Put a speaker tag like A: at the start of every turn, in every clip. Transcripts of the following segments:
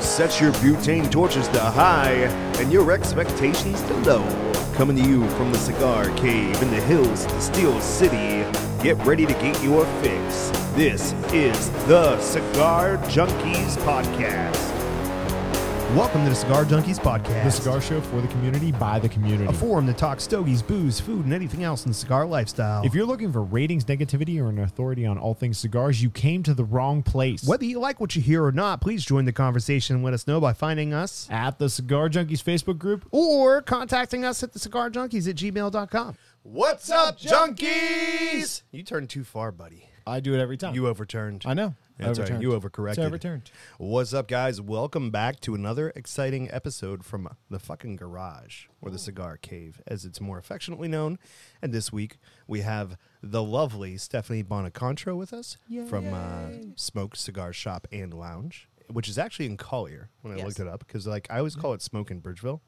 A: sets your butane torches to high and your expectations to low. Coming to you from the cigar cave in the hills of the Steel City, get ready to get your fix. This is the Cigar Junkies Podcast. Welcome to the Cigar Junkies Podcast.
B: The cigar show for the community by the community.
A: a forum to talk stogies, booze, food, and anything else in the cigar lifestyle.
B: If you're looking for ratings, negativity, or an authority on all things cigars, you came to the wrong place.
A: Whether you like what you hear or not, please join the conversation and let us know by finding us
B: At the Cigar Junkies Facebook group.
A: or contacting us at thecigarjunkies at gmail.com. What's up, junkies? You turned too far, buddy.
B: I do it every time.
A: You overturned.
B: I know.
A: That's right.
B: Overturned.
A: You overcorrected.
B: It's overturned.
A: What's up, guys? Welcome back to another exciting episode from the fucking garage or the cigar cave, as it's more affectionately known. And this week we have the lovely Stephanie Bonacontro with us from uh, Smoke Cigar Shop and Lounge, which is actually in Collier when I looked it up because like I always call it Smoke in Bridgeville.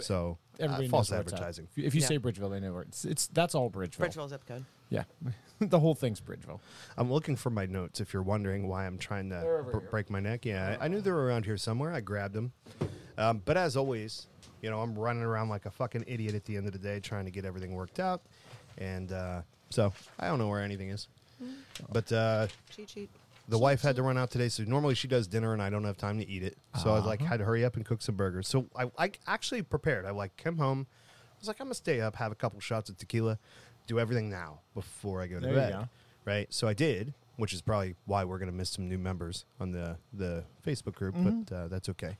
A: So uh,
B: Mm-hmm. Everybody knows
A: false
B: where it's at.
A: advertising.
B: If you, if you
C: Yeah.
B: say Bridgeville, they know where it's. It's that's all Bridgeville.
C: Bridgeville zip code.
B: Yeah, the whole thing's Bridgeville.
A: I'm looking for my notes. If you're wondering why I'm trying
B: They're
A: to
B: over
A: br-
B: here.
A: break my neck, yeah, I, I knew they were around here somewhere. I grabbed them, um, but as always, you know, I'm running around like a fucking idiot at the end of the day trying to get everything worked out, and uh, so I don't know where anything is. But uh,
C: Cheat sheet.
A: the wife had to run out today, so normally she does dinner, and I don't have time to eat it. So I
B: Uh-huh.
A: like had to hurry up and cook some burgers. So I, I actually prepared. I like came home. I was like, I'm gonna stay up, have a couple shots of tequila, do everything now before I go to
B: There you
A: bed.
B: go.
A: Right. So I did, which is probably why we're gonna miss some new members on the the Facebook group, but
B: Mm-hmm.
A: uh, that's okay.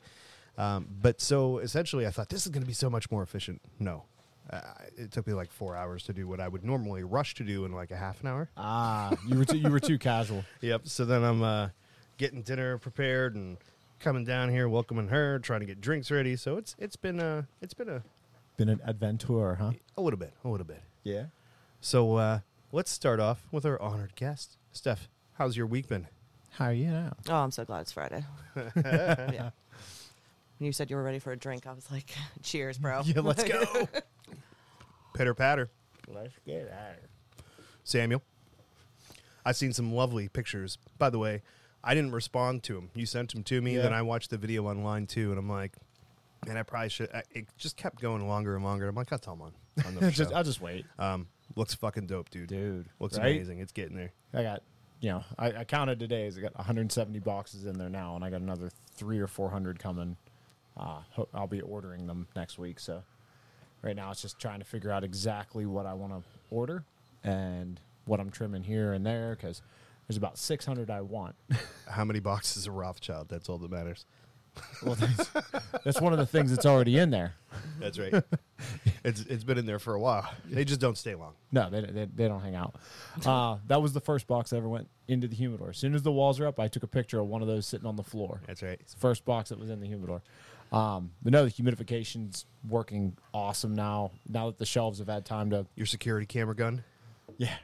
A: Um, but so essentially, I thought this is gonna be so much more efficient. No. Uh, it took me like four hours to do what I would normally rush to do in like a half an hour.
B: Ah, you were too, you were too casual.
A: Yep. So then I'm uh, getting dinner prepared and coming down here, welcoming her, trying to get drinks ready. So it's it's been uh it's been a
B: Been an adventurer, huh?
A: a little bit, a little bit.
B: Yeah.
A: So uh, let's start off with our honored guest, Steph. How's your week been?
B: How are you now?
C: Oh, I'm so glad it's Friday. yeah. When you said you were ready for a drink, I was like, cheers, bro.
B: Yeah, let's go.
A: Pitter patter,
B: Let's get out.
A: Samuel. I've seen some lovely pictures. By the way, I didn't respond to them. You sent them to me,
B: Yeah.
A: then I watched the video online too, and I'm like, man, I probably should. I, it just kept going longer and longer. I'm like, I'll tell them on. on the
B: just,
A: show.
B: I'll just wait,
A: Um, looks fucking dope, dude.
B: dude.
A: Looks
B: right?
A: amazing. It's getting there.
B: I got, you know, I, I counted today's. I got 170 boxes in there now, and I got another three or 400 coming. Uh, ho- I'll be ordering them next week. So right now, it's just trying to figure out exactly what I want to order and what I'm trimming here and there because there's about 600 I want.
A: How many boxes of Rothschild? That's all that matters.
B: well, that's, that's one of the things that's already in there.
A: That's right. it's it's been in there for a while. They just don't stay long.
B: No, they, they, they don't hang out. Uh, that was the first box that ever went into the humidor. As soon as the walls are up, I took a picture of one of those sitting on the floor.
A: That's right.
B: It's the first box that was in the humidor. Um, but no, the humidification's working awesome now. Now that the shelves have had time to,
A: Your security camera gun.
B: yeah.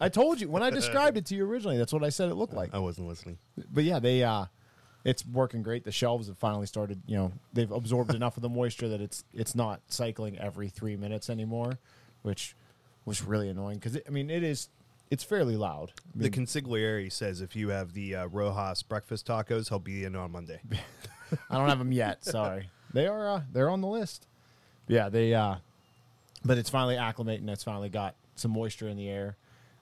B: I told you when I described it to you originally. That's what I said it looked like.
A: I wasn't listening.
B: But yeah, they, uh, it's working great. The shelves have finally started. You know, they've absorbed enough of the moisture that it's it's not cycling every three minutes anymore, which was really annoying because I mean it is it's fairly loud. I
A: the
B: mean,
A: consigliere says if you have the uh, Rojas breakfast tacos, he'll be in on Monday.
B: I don't have them yet. Sorry. They are uh, they're on the list. Yeah, they. Uh, but it's finally acclimating. It's finally got some moisture in the air.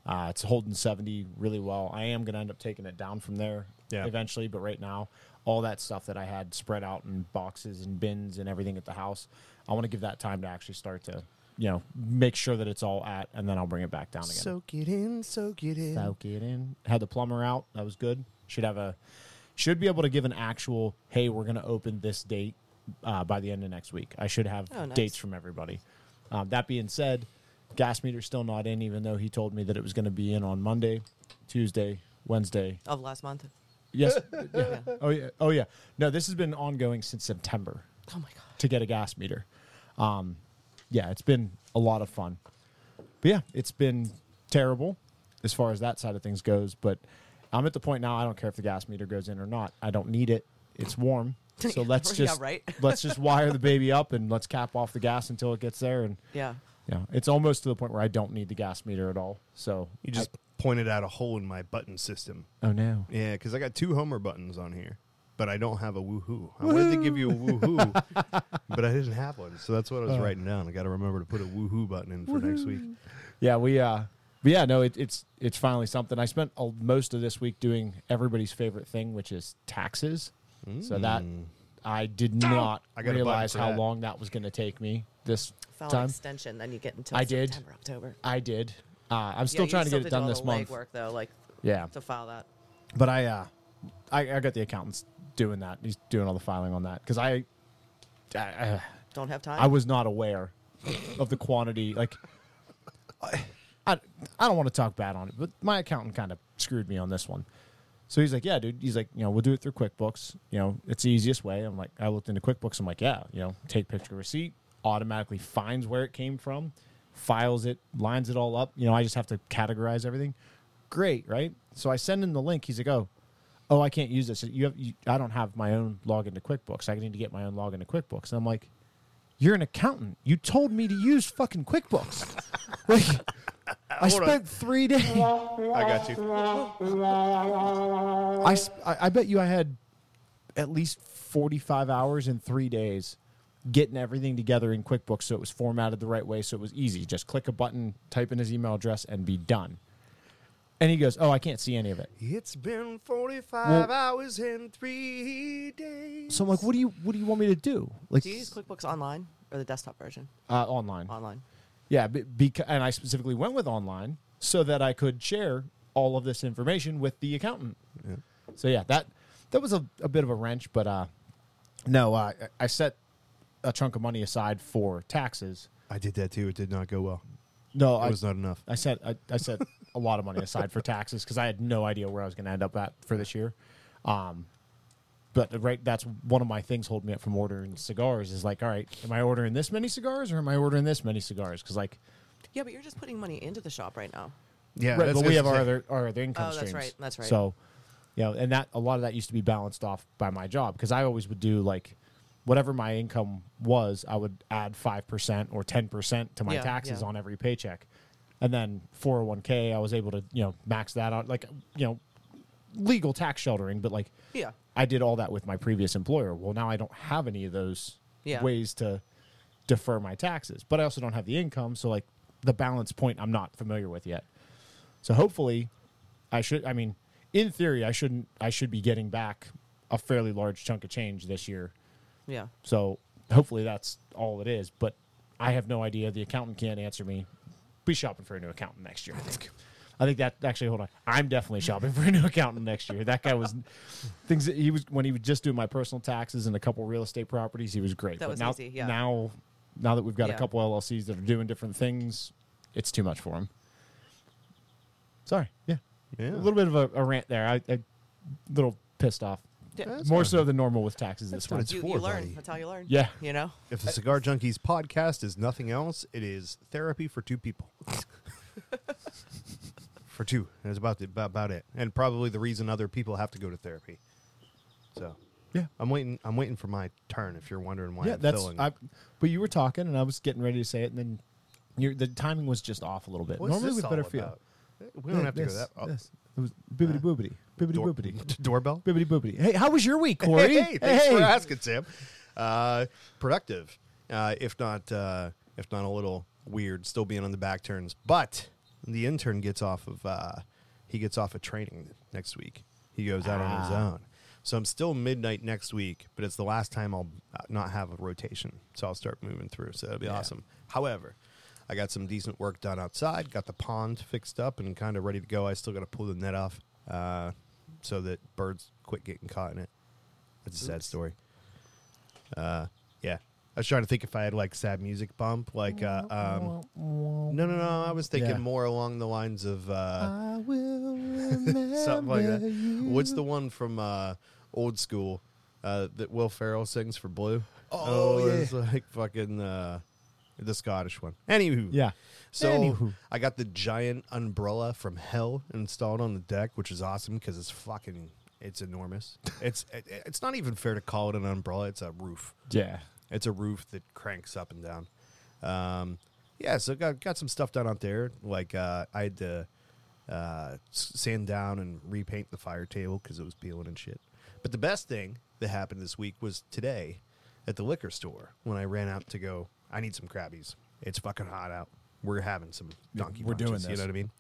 B: Uh, it's holding seventy really well. I am going to end up taking it down from there
A: Yeah.
B: eventually, but right now, all that stuff that I had spread out in boxes and bins and everything at the house, I want to give that time to actually start to you know make sure that it's all at, and then I'll bring it back down again.
A: soak it in, soak it in.
B: Soak it in. Had the plumber out. That was good. Should have a should be able to give an actual. Hey, we're going to open this date uh, by the end of next week. I should have
C: Oh, nice.
B: dates from everybody. Um, that being said, gas meter's still not in, even though he told me that it was going to be in on Monday, Tuesday, Wednesday.
C: Of last month.
B: Yes. yeah.
C: Yeah.
B: Oh yeah. Oh yeah. No, this has been ongoing since September
C: Oh my god.
B: to get a gas meter. Um, yeah, it's been a lot of fun. But yeah, it's been terrible as far as that side of things goes. But I'm at the point now. I don't care if the gas meter goes in or not. I don't need it. It's warm, so let's
C: Yeah,
B: just
C: right.
B: let's just wire the baby up and let's cap off the gas until it gets there. And
C: Yeah.
B: yeah, it's almost to the point where I don't need the gas meter at all. So
A: You just pointed out a hole in my button system.
B: I- oh no,
A: Yeah, because I got two Homer buttons on here. but I don't have a woohoo. I wanted to give you a woohoo, but I didn't have one. So that's what I was writing down. I got to remember to put a woohoo button in for next week.
B: Yeah, we. uh But yeah, no, it, it's it's finally something. I spent a, most of this week doing everybody's favorite thing, which is taxes. So that I did not
A: Mm. I got a button
B: realize
A: for
B: how
A: that.
B: long that was going to take me this
C: File
B: time.
C: extension, then you get until
B: I did.
C: September, October.
B: I did. Uh, I'm still
C: Yeah, you
B: trying to get
C: did
B: it done
C: all
B: this
C: the
B: month.
C: Legwork though, like
B: Yeah,
C: to file that.
B: but I, uh, I, I got the accountants doing that. He's doing all the filing on that because I, I, I,
C: Don't have time.
B: I was not aware of the quantity. Like, I, I, I don't want to talk bad on it, but my accountant kind of screwed me on this one. So he's like, "Yeah, dude." He's like, "You know, we'll do it through QuickBooks. You know, it's the easiest way." I'm like, I looked into QuickBooks. I'm like, "Yeah, you know, take picture of receipt, automatically finds where it came from, files it, lines it all up. You know, I just have to categorize everything. Great, right?" So I send him the link. He's like, "Oh, oh, I can't use this. You have, you, I don't have my own login to QuickBooks. I need to get my own login to QuickBooks." And I'm like, you're an accountant. You told me to use fucking QuickBooks. like, I
A: Hold on.
B: spent three days.
A: I got you.
B: I, sp- I, I bet you I had at least 45 hours in three days getting everything together in QuickBooks so it was formatted the right way, so it was easy. Just click a button, type in his email address, and be done. And he goes, Oh, I can't see any of it.
A: It's been 45
B: Well-
A: hours and three days.
B: So I'm like, What do you, what do you want me to do? Like,
C: Do you use QuickBooks online or the desktop version?
B: uh, online.
C: Online.
B: Yeah, because and I specifically went with online so that I could share all of this information with the accountant. So yeah, that that was a, a bit of a wrench, but uh, no, uh, I- I set a chunk of money aside for taxes.
A: I did that too. It did not go well.
B: No,
A: It
B: I
A: was not enough.
B: I set I, I set a lot of money aside for taxes because I had no idea where I was going to end up at for this year. Um, but right, that's one of my things holding me up from ordering cigars is like, all right, am I ordering this many cigars or am I ordering this many cigars? Because like.
C: Yeah, but you're just putting money into the shop right now.
A: Yeah,
B: right,
A: that's-
B: but we
A: that's
B: have
A: the
B: our
A: thing.
B: other our other income
C: Oh, that's
B: streams.
C: right, that's right.
B: So, you know, and that a lot of that used to be balanced off by my job because I always would do like whatever my income was, I would add five percent or ten percent to my
C: Yeah,
B: taxes
C: yeah.
B: on every paycheck, and then four hundred one k I was able to you know max that out like you know legal tax sheltering, but like
C: Yeah.
B: I did all that with my previous employer. Well, now I don't have any of those
C: Yeah.
B: ways to defer my taxes, but I also don't have the income. So, like, the balance point I'm not familiar with yet. So, hopefully, I should, I mean, in theory, I shouldn't, I should be getting back a fairly large chunk of change this year.
C: Yeah.
B: So, hopefully, that's all it is. But I have no idea. The accountant can't answer me. Be shopping for a new accountant next year, I think. I think that actually, hold on. I'm definitely shopping for a new accountant next year. That guy was things that he was when he was just doing my personal taxes and a couple real estate properties. He was great.
C: That
B: but
C: was
B: now,
C: easy, yeah.
B: now, now that we've got a
C: Yeah.
B: couple LLCs that are doing different things, it's too much for him. Sorry, yeah,
A: Yeah.
B: a little bit of a, a rant there. I, I little pissed off,
C: Yeah.
A: That's
B: more
A: not-
B: so than normal with taxes this
A: not
B: one.
A: It's
C: you,
A: for
C: you learn.
A: buddy.
C: That's how you learn.
B: Yeah.
C: You know?
A: If the Cigar Junkies podcast is nothing else, it is therapy for two people. for two. That's about, the, about about it. And probably the reason other people have to go to therapy. So
B: Yeah.
A: I'm waiting I'm waiting for my turn if you're wondering why
B: Yeah,
A: I'm
B: that's.
A: filling.
B: I, but you were talking, and I was getting ready to say it, and then your the timing was just off a little bit.
A: What's
B: Normally,
A: this
B: we better
A: all
B: feel.
A: about? We don't have to
B: this,
A: go that oh,
B: this. It was bibbity boobity, bibbity
A: door-
B: boobity,
A: doorbell.
B: bibbity boobity. Hey, how was your week, Corey?
A: Hey, hey, thanks for asking, Sam. Uh, productive, uh, if not uh, if not a little weird, still being on the back turns. But the intern gets off of uh, he gets off of training next week. He goes out on his own. So I'm still midnight next week, but it's the last time I'll uh, not have a rotation. So I'll start moving through. So that'll be awesome. However, I got some decent work done outside. Got the pond fixed up and kind of ready to go. I still got to pull the net off uh, so that birds quit getting caught in it. That's a sad story. Uh, yeah. I was trying to think if I had like sad music bump, like uh, um, no, no, no. I was thinking
B: Yeah.
A: more along the lines of uh,
B: I will
A: something like that.
B: remember you.
A: What's the one from uh, old school uh, that Will Ferrell sings for Blue?
B: Oh,
A: it's like fucking uh, the Scottish one. Anywho,
B: Yeah.
A: So
B: Anywho.
A: I got the giant umbrella from Hell installed on the deck, which is awesome because it's fucking it's enormous. it's it, it's not even fair to call it an umbrella. It's a roof.
B: Yeah.
A: It's a roof that cranks up and down. Um, yeah, so got got some stuff done out there. Like uh, I had to uh, s- sand down and repaint the fire table because it was peeling and shit. But the best thing that happened this week was today at the liquor store when I ran out to go, I need some Krabbies. It's fucking hot out. We're having some donkey
B: We're doing
A: punches, You
B: this.
A: know what I mean?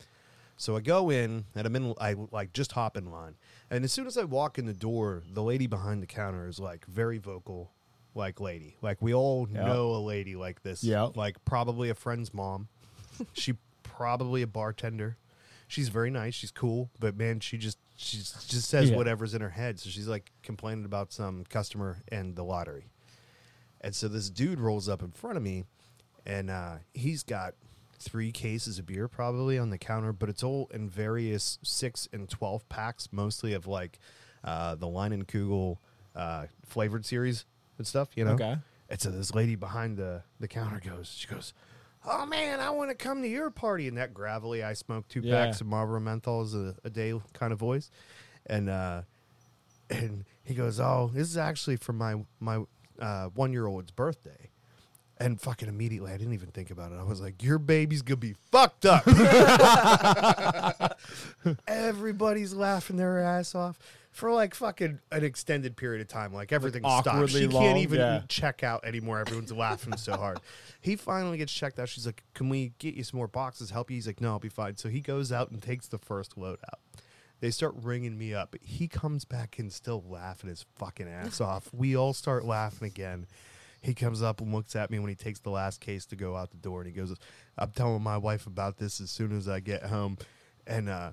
A: So I go in and I'm in, I like just hop in line. And as soon as I walk in the door, the lady behind the counter is like very vocal, like lady. Like we all
B: Yeah.
A: know a lady like this.
B: Yeah.
A: Like probably a friend's mom. she probably a bartender. She's very nice. She's cool, but man, she just she just says
B: Yeah.
A: whatever's in her head. So she's like complaining about some customer and the lottery. And so this dude rolls up in front of me, and uh, he's got three cases of beer probably on the counter, but it's all in various six and twelve packs, mostly of like uh, the Line and Kugel uh, flavored series and stuff. You know.
B: Okay.
A: And so this lady behind the the counter goes, she goes. Oh man, I want to come to your party in that gravelly. I smoke two
B: Yeah.
A: packs of Marlboro menthols a, a day kind of voice, and uh, and he goes, "Oh, this is actually for my my uh, one year old's birthday." And fucking immediately, I didn't even think about it. I was like, "Your baby's gonna be fucked up." Everybody's laughing their ass off for like fucking an extended period of time. Like everything stops.
B: awkwardly
A: She
B: long,
A: can't even
B: yeah.
A: check out anymore. Everyone's laughing so hard. He finally gets checked out. She's like, "Can we get you some more boxes? Help you?" He's like, "No, I'll be fine." So he goes out and takes the first load out. They start ringing me up. He comes back in still laughing his fucking ass off. We all start laughing again. He comes up and looks at me when he takes the last case to go out the door, and he goes, "I'm telling my wife about this as soon as I get home," and uh,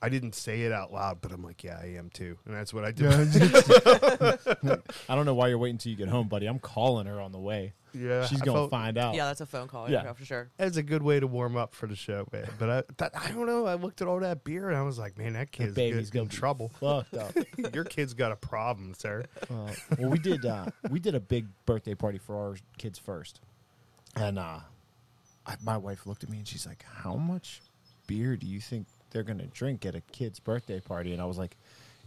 A: I didn't say it out loud, but I'm like, "Yeah, I am too," and that's what I did.
B: I don't know why you're waiting till you get home, buddy. I'm calling her on the way.
A: Yeah,
B: she's
A: Uh, I
B: gonna
A: felt-
B: find out.
C: Yeah, that's a phone call.
B: Oh. Yeah.
C: Yeah, for sure.
A: That's a good way to warm up for the show, man. But I, that, I don't know. I looked at all that beer and I was like, man, that
B: Your
A: kid's
B: baby's
A: good,
B: gonna
A: in
B: be
A: trouble.
B: Fucked up.
A: Your kid's got a problem, sir.
B: Uh, well, we did uh, we did a big birthday party for our kids first, and uh, I, my wife looked at me and she's like, "How much beer do you think they're gonna drink at a kid's birthday party?" And I was like,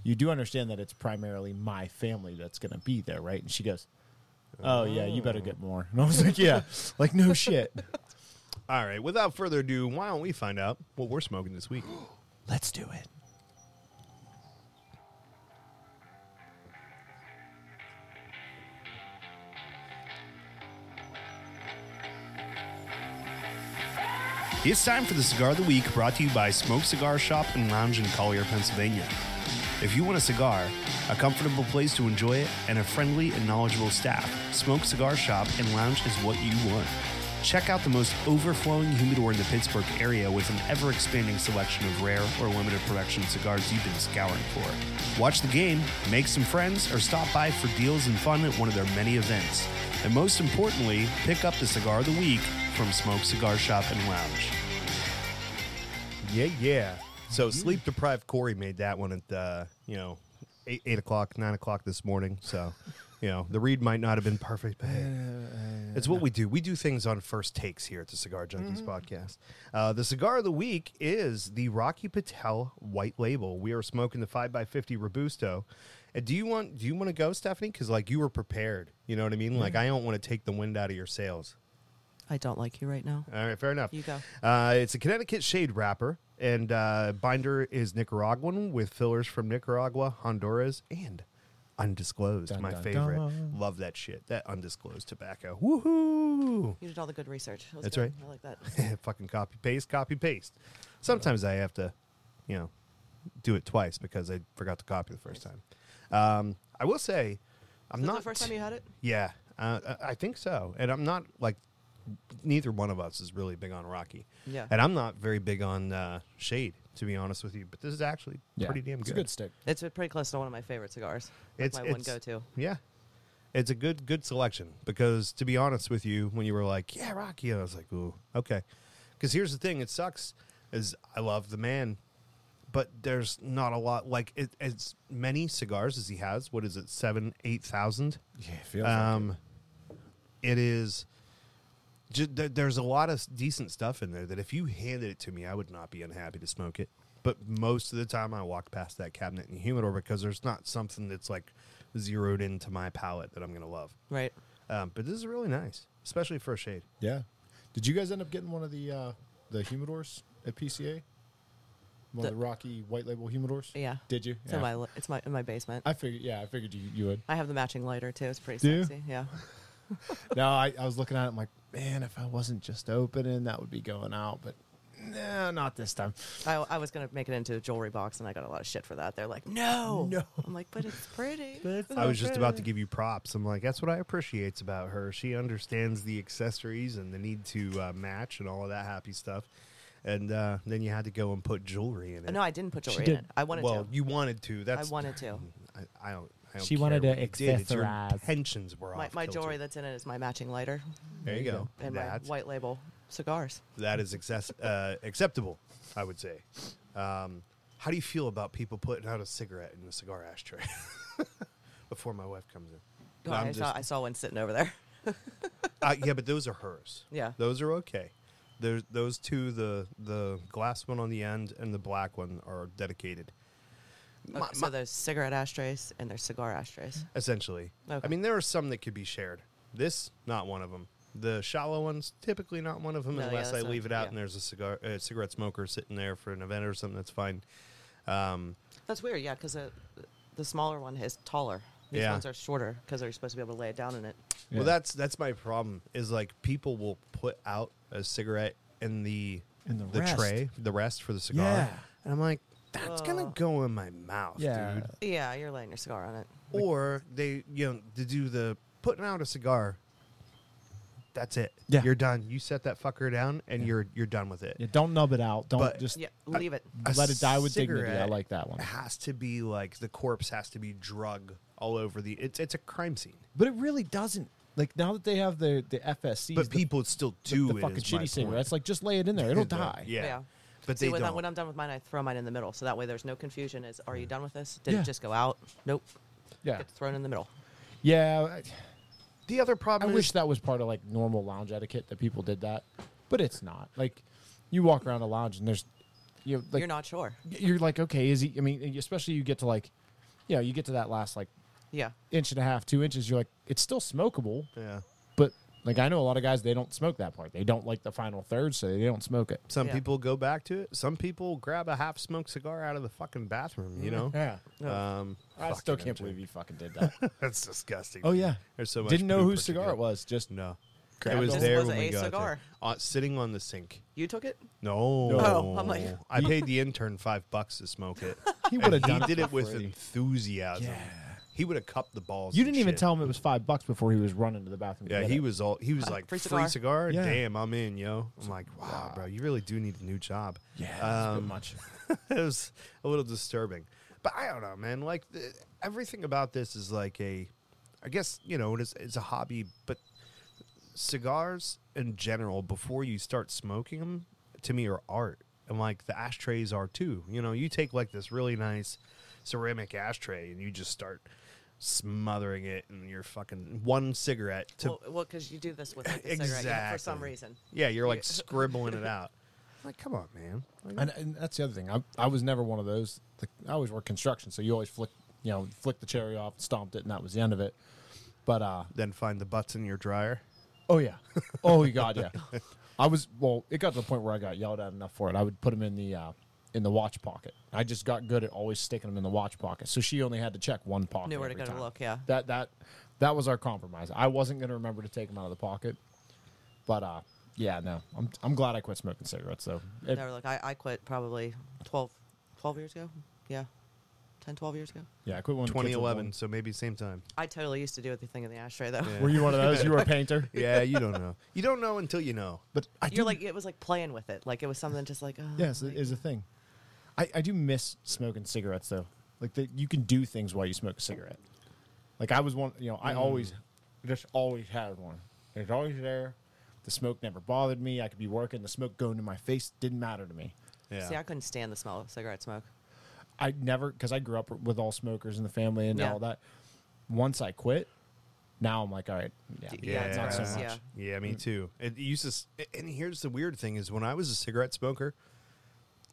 B: "You do understand that it's primarily my family that's gonna be there, right?" And she goes, "Oh yeah, you better get more." And I was like, "Yeah, like no shit,
A: All right. Without further ado, why don't we find out what we're smoking this week?
B: let's do it."
A: It's time for the Cigar of the Week brought to you by Smoke Cigar Shop and Lounge in Collier, Pennsylvania. If you want a cigar, a comfortable place to enjoy it, and a friendly and knowledgeable staff, Smoke Cigar Shop and Lounge is what you want. Check out the most overflowing humidor in the Pittsburgh area with an ever expanding selection of rare or limited production cigars you've been scouring for. Watch the game, make some friends, or stop by for deals and fun at one of their many events. And most importantly, pick up the Cigar of the Week from Smoke Cigar Shop and Lounge. Yeah, yeah. So sleep deprived Corey made that one at uh, you know eight, eight o'clock, nine o'clock this morning. So you know the read might not have been perfect, but hey, it's what we do. We do things on first takes here at the Cigar
B: Mm-hmm.
A: Junkies podcast. Uh, the cigar of the week is the Rocky Patel White Label. We are smoking the five x fifty Robusto. And do you want do you want to go, Stephanie? Because like you were prepared, you know what I mean. Like
B: Mm-hmm.
A: I don't want to take the wind out of your sails.
C: I don't like you right now.
A: All right, fair enough.
C: You go.
A: Uh, it's a Connecticut shade wrapper, and uh, binder is Nicaraguan with fillers from Nicaragua, Honduras, and undisclosed.
B: Dun,
A: my
B: dun,
A: favorite.
B: dun.
A: Love that shit. That undisclosed tobacco. Woohoo!
C: You did all the good research. That was
A: That's
C: good.
A: right.
C: I like that.
A: Fucking copy paste, copy paste. Sometimes I have to, you know, do it twice because I forgot to copy the first time. Um, I will say, I'm
C: Is that
A: not
C: the first time you had it?
A: yeah, uh, I- I think so. And I'm not like neither one of us is really big on Rocky.
C: Yeah.
A: And I'm not very big on uh, Shade, to be honest with you. But this is actually
B: Yeah,
A: pretty damn good.
B: It's a good stick.
C: It's pretty close to one of my favorite cigars. Like
A: It's-
C: my one
A: it's-
C: go-to.
A: Yeah. It's a good good selection because to be honest with you, when you were like, "Yeah, Rocky," I was like, "Ooh, okay." Because here's the thing: it sucks. Is I love the man, but there's not a lot like it, as many cigars as he has. What is it? Seven, eight thousand.
B: Yeah, it feels
A: Um, it is. Ju- there- there's a lot of s- decent stuff in there that if you handed it to me, I would not be unhappy to smoke it. But most of the time, I walk past that cabinet in the humidor because there's not something that's like zeroed into my palate that I'm gonna love.
C: Right.
A: Um, but this is really nice, especially for a shade.
B: yeah. Did you guys end up getting one of the uh, the humidors at PCA? One of the Rocky White Label humidors.
C: Yeah.
B: Did you?
C: It's in my li- it's my in my basement.
B: I figured. Yeah, I figured you, you would.
C: I have the matching lighter too. It's pretty
B: Do you?
C: sexy. Yeah.
B: no, I, I was looking at it. I'm like, man, if I wasn't just opening, that would be going out. But nah, not this time.
C: I, I was gonna make it into a jewelry box, and I got a lot of shit for that. They're like, "No,
B: No.
C: I'm like, "But it's pretty."
A: I was just about to give you props. I'm like, that's what I appreciates about her. She understands the accessories and the need to uh, match and all of that happy stuff. And uh, then you had to go and put jewelry in it.
C: Uh, no, I didn't put
B: She
C: jewelry in
B: did.
C: it. I wanted
A: well,
C: to.
A: you wanted to.
C: I
A: That's
C: wanted to.
A: I, I don't. I don't
D: She
A: care
D: wanted to
A: what you did. It's your
D: accessorize.
A: Intentions were
C: My,
A: off.
C: my jewelry
A: kilter.
C: that's in it is my matching lighter
A: There you go.
C: and
A: That's-
C: my white label cigars.
A: that is access, uh, acceptable, I would say. Um, how do you feel about people putting out a cigarette in a cigar ashtray before my wife comes in? No,
C: I,
A: I'm
C: saw,
A: just-
C: I saw one sitting over there.
A: uh, yeah, but those are hers.
C: Yeah.
A: those are okay. There's those two, the the glass one on the end and the black one are dedicated. My-
C: Okay, Uh, so there's cigarette ashtrays and there's cigar ashtrays.
A: essentially. I
C: Okay.
A: mean, there are some that could be shared. This, not one of them. The shallow ones, typically not one of them,
C: No, yeah,
A: unless I
C: that's not-
A: leave it out
C: yeah.
A: and there's a cigar, uh, cigarette smoker sitting there for an event or something. That's fine. Um,
C: That's weird, yeah, because the smaller one is taller. These
A: Yeah.
C: ones are shorter because they're supposed to be able to lay it down in it.
B: Yeah.
A: Well, that's that's my problem. Is like people will put out a cigarette in the
B: In the rest.
A: tray, the rest for the cigar,
B: Yeah.
A: and I'm like, that's gonna
C: Ugh.
A: go in my mouth,
B: Yeah.
A: dude.
C: Yeah, you're laying your cigar on it.
A: Or they, you know, to do the putting out a cigar. That's it.
B: Yeah.
A: you're done. You set that fucker down, and you're you're done with it.
B: Yeah, don't nub it out. Don't
A: But-
B: just
C: Yeah, leave it.
A: A
B: let it die with dignity. I
A: cigarette
B: like that one.
A: Has to be like the corpse has to be drug all over the. It's it's a crime scene,
B: But it really doesn't. Like now that they have the the FSC,
A: but people still do
B: the,
A: it.
B: fucking
A: is my
B: shitty
A: point.
B: cigarettes. Like just lay it in there. It'll
A: But-
B: die.
A: Yeah.
C: Yeah.
A: But
C: See,
A: they
C: when, I,
A: don't.
C: when I'm done with mine, I throw mine in the middle. So that way there's no confusion. Is are you done with this? Did
B: Yeah.
C: it just go out? Nope.
B: Yeah.
C: Gets thrown in the middle.
B: Yeah. I-
A: the other
B: I
A: problem is
B: wish that was part of like normal lounge etiquette that people did that, but it's not. Like, you walk around a lounge and there's, you know, like
C: you're not sure.
B: you're like, okay, is he? I mean, especially you get to like, you know, you get to that last like
C: Yeah.
B: inch and a half, two inches. You're like, it's still smokable,
A: Yeah.
B: but like I know a lot of guys they don't smoke that part. They don't like the final third, so they don't smoke it.
A: Some
C: Yeah.
A: people go back to it. Some people grab a half smoked cigar out of the fucking bathroom, you know?
B: Yeah,
A: Um,
B: I
A: fucking
B: still can't
A: MJ.
B: believe you fucking did that.
A: That's disgusting.
B: Oh, yeah.
A: There's so much
B: Didn't know
A: poop
B: whose
A: that you
B: cigar
A: get.
B: it was. Just
A: No.
B: Crap.
A: It was
B: This
A: there
C: was
A: when
C: a
A: we got
C: cigar.
A: there. Uh, sitting on the sink.
C: You took it?
A: No.
C: Oh, I'm like-
A: I paid the intern five bucks to smoke it.
B: he
A: And
B: would have
A: he
B: done
A: did
B: for
A: it with
B: free.
A: enthusiasm.
B: Yeah.
A: He would have cupped the balls.
B: You
A: and
B: didn't even
A: shit.
B: tell him it was five bucks before he was running to the bathroom. to
A: Yeah,
B: get
A: he
B: it.
A: was all he was like free cigar.
C: free cigar."
B: Yeah.
A: Damn, I'm in, yo. I'm like, wow, bro, you really do need a new job.
B: Yeah, that's
A: Um,
B: too much.
A: it was a little disturbing. But I don't know, man. Like the, everything about this is like a, I guess you know, it's it's a hobby, but cigars in general, before you start smoking them, to me are art, and like the ashtrays are too. You know, you take like this really nice ceramic ashtray, and you just start smothering it, and you're fucking one cigarette to
C: well, because you do this with like, a cigarette yeah, for some
A: Exactly.
C: reason.
A: yeah, you're like scribbling it out. Like, come on, man. Like,
B: And, and that's the other thing. I, I was never one of those. Like, I always worked construction, so you always flick, you know, flick the cherry off, stomped it, and that was the end of it. But uh,
A: then find the butts in your dryer.
B: oh yeah, oh you god, yeah. I was well. It got to the point where I got yelled at enough for it. I would put them in the uh, in the watch pocket. I just got good at always sticking them in the watch pocket. So she only had to check one pocket.
C: Knew where to
B: every
C: go to
B: time.
C: look, yeah.
B: That that that was our compromise. I wasn't going to remember to take them out of the pocket, but uh, yeah, no. I'm I'm glad I quit smoking cigarettes though. It-
C: Never look. I, I quit probably 12, 12 years ago. Yeah. 10, 12 years ago.
B: yeah, I quit when the kids were
A: 2011,
B: born.
A: so maybe same time.
C: I totally used to do the thing in the ashtray, though.
A: Yeah.
B: Were you one of those? You were a painter.
A: Yeah, you don't know. You don't know until you know.
B: But I do,
C: You're like, it was like playing with it. Like, it was something just like, oh.
B: yes,
C: like-
B: it is a thing. I, I do miss smoking cigarettes though. Like that, you can do things while you smoke a cigarette. Like I was one, you know, I always just always had one. It's always there. The smoke never bothered me. I could be working. The smoke going to my face didn't matter to me.
A: Yeah.
C: See, I couldn't stand the smell of cigarette smoke.
B: I never because I grew up with all smokers in the family and
C: Yeah.
B: all that. Once I quit, now I'm like, all right, yeah,
C: Yeah, it's
B: not so
C: gross,
B: much.
C: yeah.
A: Yeah, me too. It used to, s- and here's the weird thing is when I was a cigarette smoker,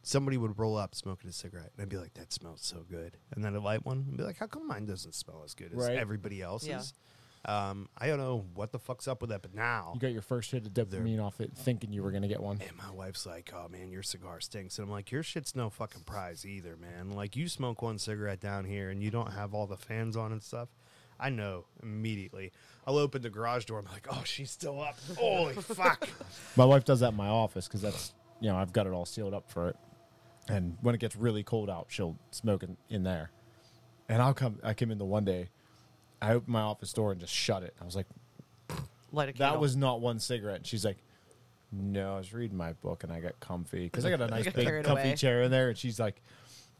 A: somebody would roll up smoking a cigarette, and I'd be like, "That smells so good," and then a light one, and be like, "How come mine doesn't smell as good as
B: Right.
A: everybody else's?" Um, I don't know what the fuck's up with that, but now.
B: You got your first hit of dopamine off it, thinking you were gonna get one.
A: and my wife's like, "Oh man, your cigar stinks," and I'm like, "Your shit's no fucking prize either, man. Like you smoke one cigarette down here and you don't have all the fans on and stuff." I know immediately. I'll open the garage door. I'm like, "Oh, she's still up. Holy fuck!"
B: My wife does that in my office because that's you know I've got it all sealed up for it. And when it gets really cold out, she'll smoke in, in there. And I'll come. I came in the one day. I opened my office door and just shut it. I was like,
C: Light a
B: that
C: candle.
B: was not one cigarette. And she's like, no, I was reading my book and I got comfy because I got a nice
C: got
B: big
C: carried
B: comfy
C: away.
B: chair in there. And she's like,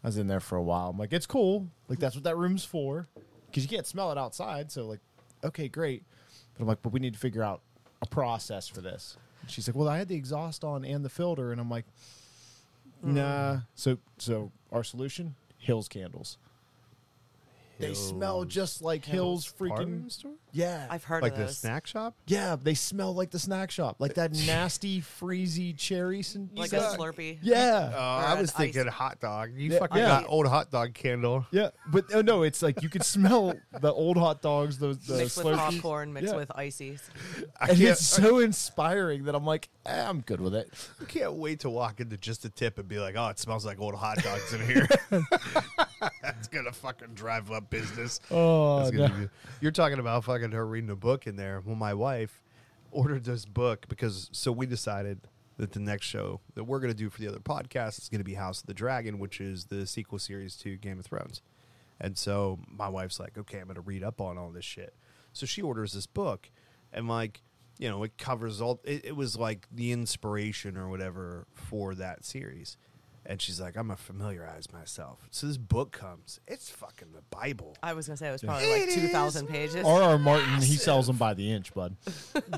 B: I was in there for a while. I'm like, it's cool. Like that's what that room's for because you can't smell it outside. So like, okay, great. But I'm like, but we need to figure out a process for this. And she's like, well, I had the exhaust on and the filter, and I'm like,
C: Hmm.
B: nah. So so our solution, Hills candles. They smell
A: Hill's
B: just like Hills,
A: Department
B: freaking
A: store?
B: yeah.
C: I've heard
A: like
C: of
A: the
C: those.
A: snack shop.
B: Yeah, they smell like the snack shop, like that nasty freezy cherry. Sen-
C: Like
B: snack.
C: a Slurpee.
B: Yeah,
A: Oh, I
C: an
A: was thinking
C: ice-
A: hot dog. You
B: Yeah,
A: fucking
B: yeah.
A: got old hot dog candle.
B: yeah, but oh, no, it's like you could smell the old hot dogs, those the
C: mixed with
B: Slurpees.
C: popcorn, mixed
B: Yeah.
C: with ices.
A: I
B: and
A: can't,
B: it's so inspiring that I'm like, eh, I'm good with it.
A: I can't wait to walk into just a tip and be like, "Oh, it smells like old hot dogs in here." That's gonna fucking drive up business.
B: Oh,
A: That's gonna be- you're talking about fucking her reading a book in there. Well, my wife ordered this book because so we decided that the next show that we're gonna do for the other podcast is gonna be House of the Dragon, which is the sequel series to Game of Thrones. And so my wife's like, okay, I'm gonna read up on all this shit. So she orders this book, and like, you know, it covers all. It, it was like the inspiration or whatever for that series. And she's like, I'm gonna familiarize myself. So this book comes. It's fucking the Bible.
C: I was gonna say it was probably like
A: It
C: two thousand
A: is
C: pages.
B: R.R. Martin, he sells them by the inch, bud.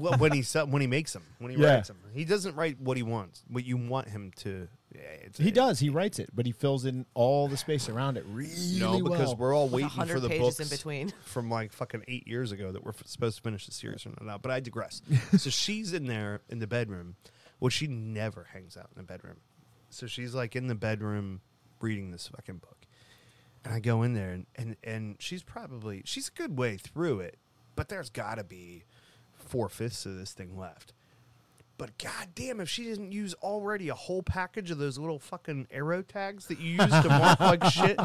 A: well, when he se- when he makes them, when he
B: Yeah.
A: writes them, he doesn't write what he wants, what you want him to. Yeah, it's,
B: He does. He writes it, but he fills in all the space around it really
A: No, because
B: well.
A: we're all waiting for
C: 100
A: the
C: pages
A: books
C: in between.
A: from like fucking eight years ago that we're f- supposed to finish the series or not. But I digress. so she's in there in the bedroom. Well, she never hangs out in the bedroom. So she's like in the bedroom reading this fucking book. And I go in there and, and, and she's probably she's a good way through it, but there's gotta be four fifths of this thing left. But goddamn, if she didn't use already a whole package of those little fucking arrow tags that you use to mark like shit,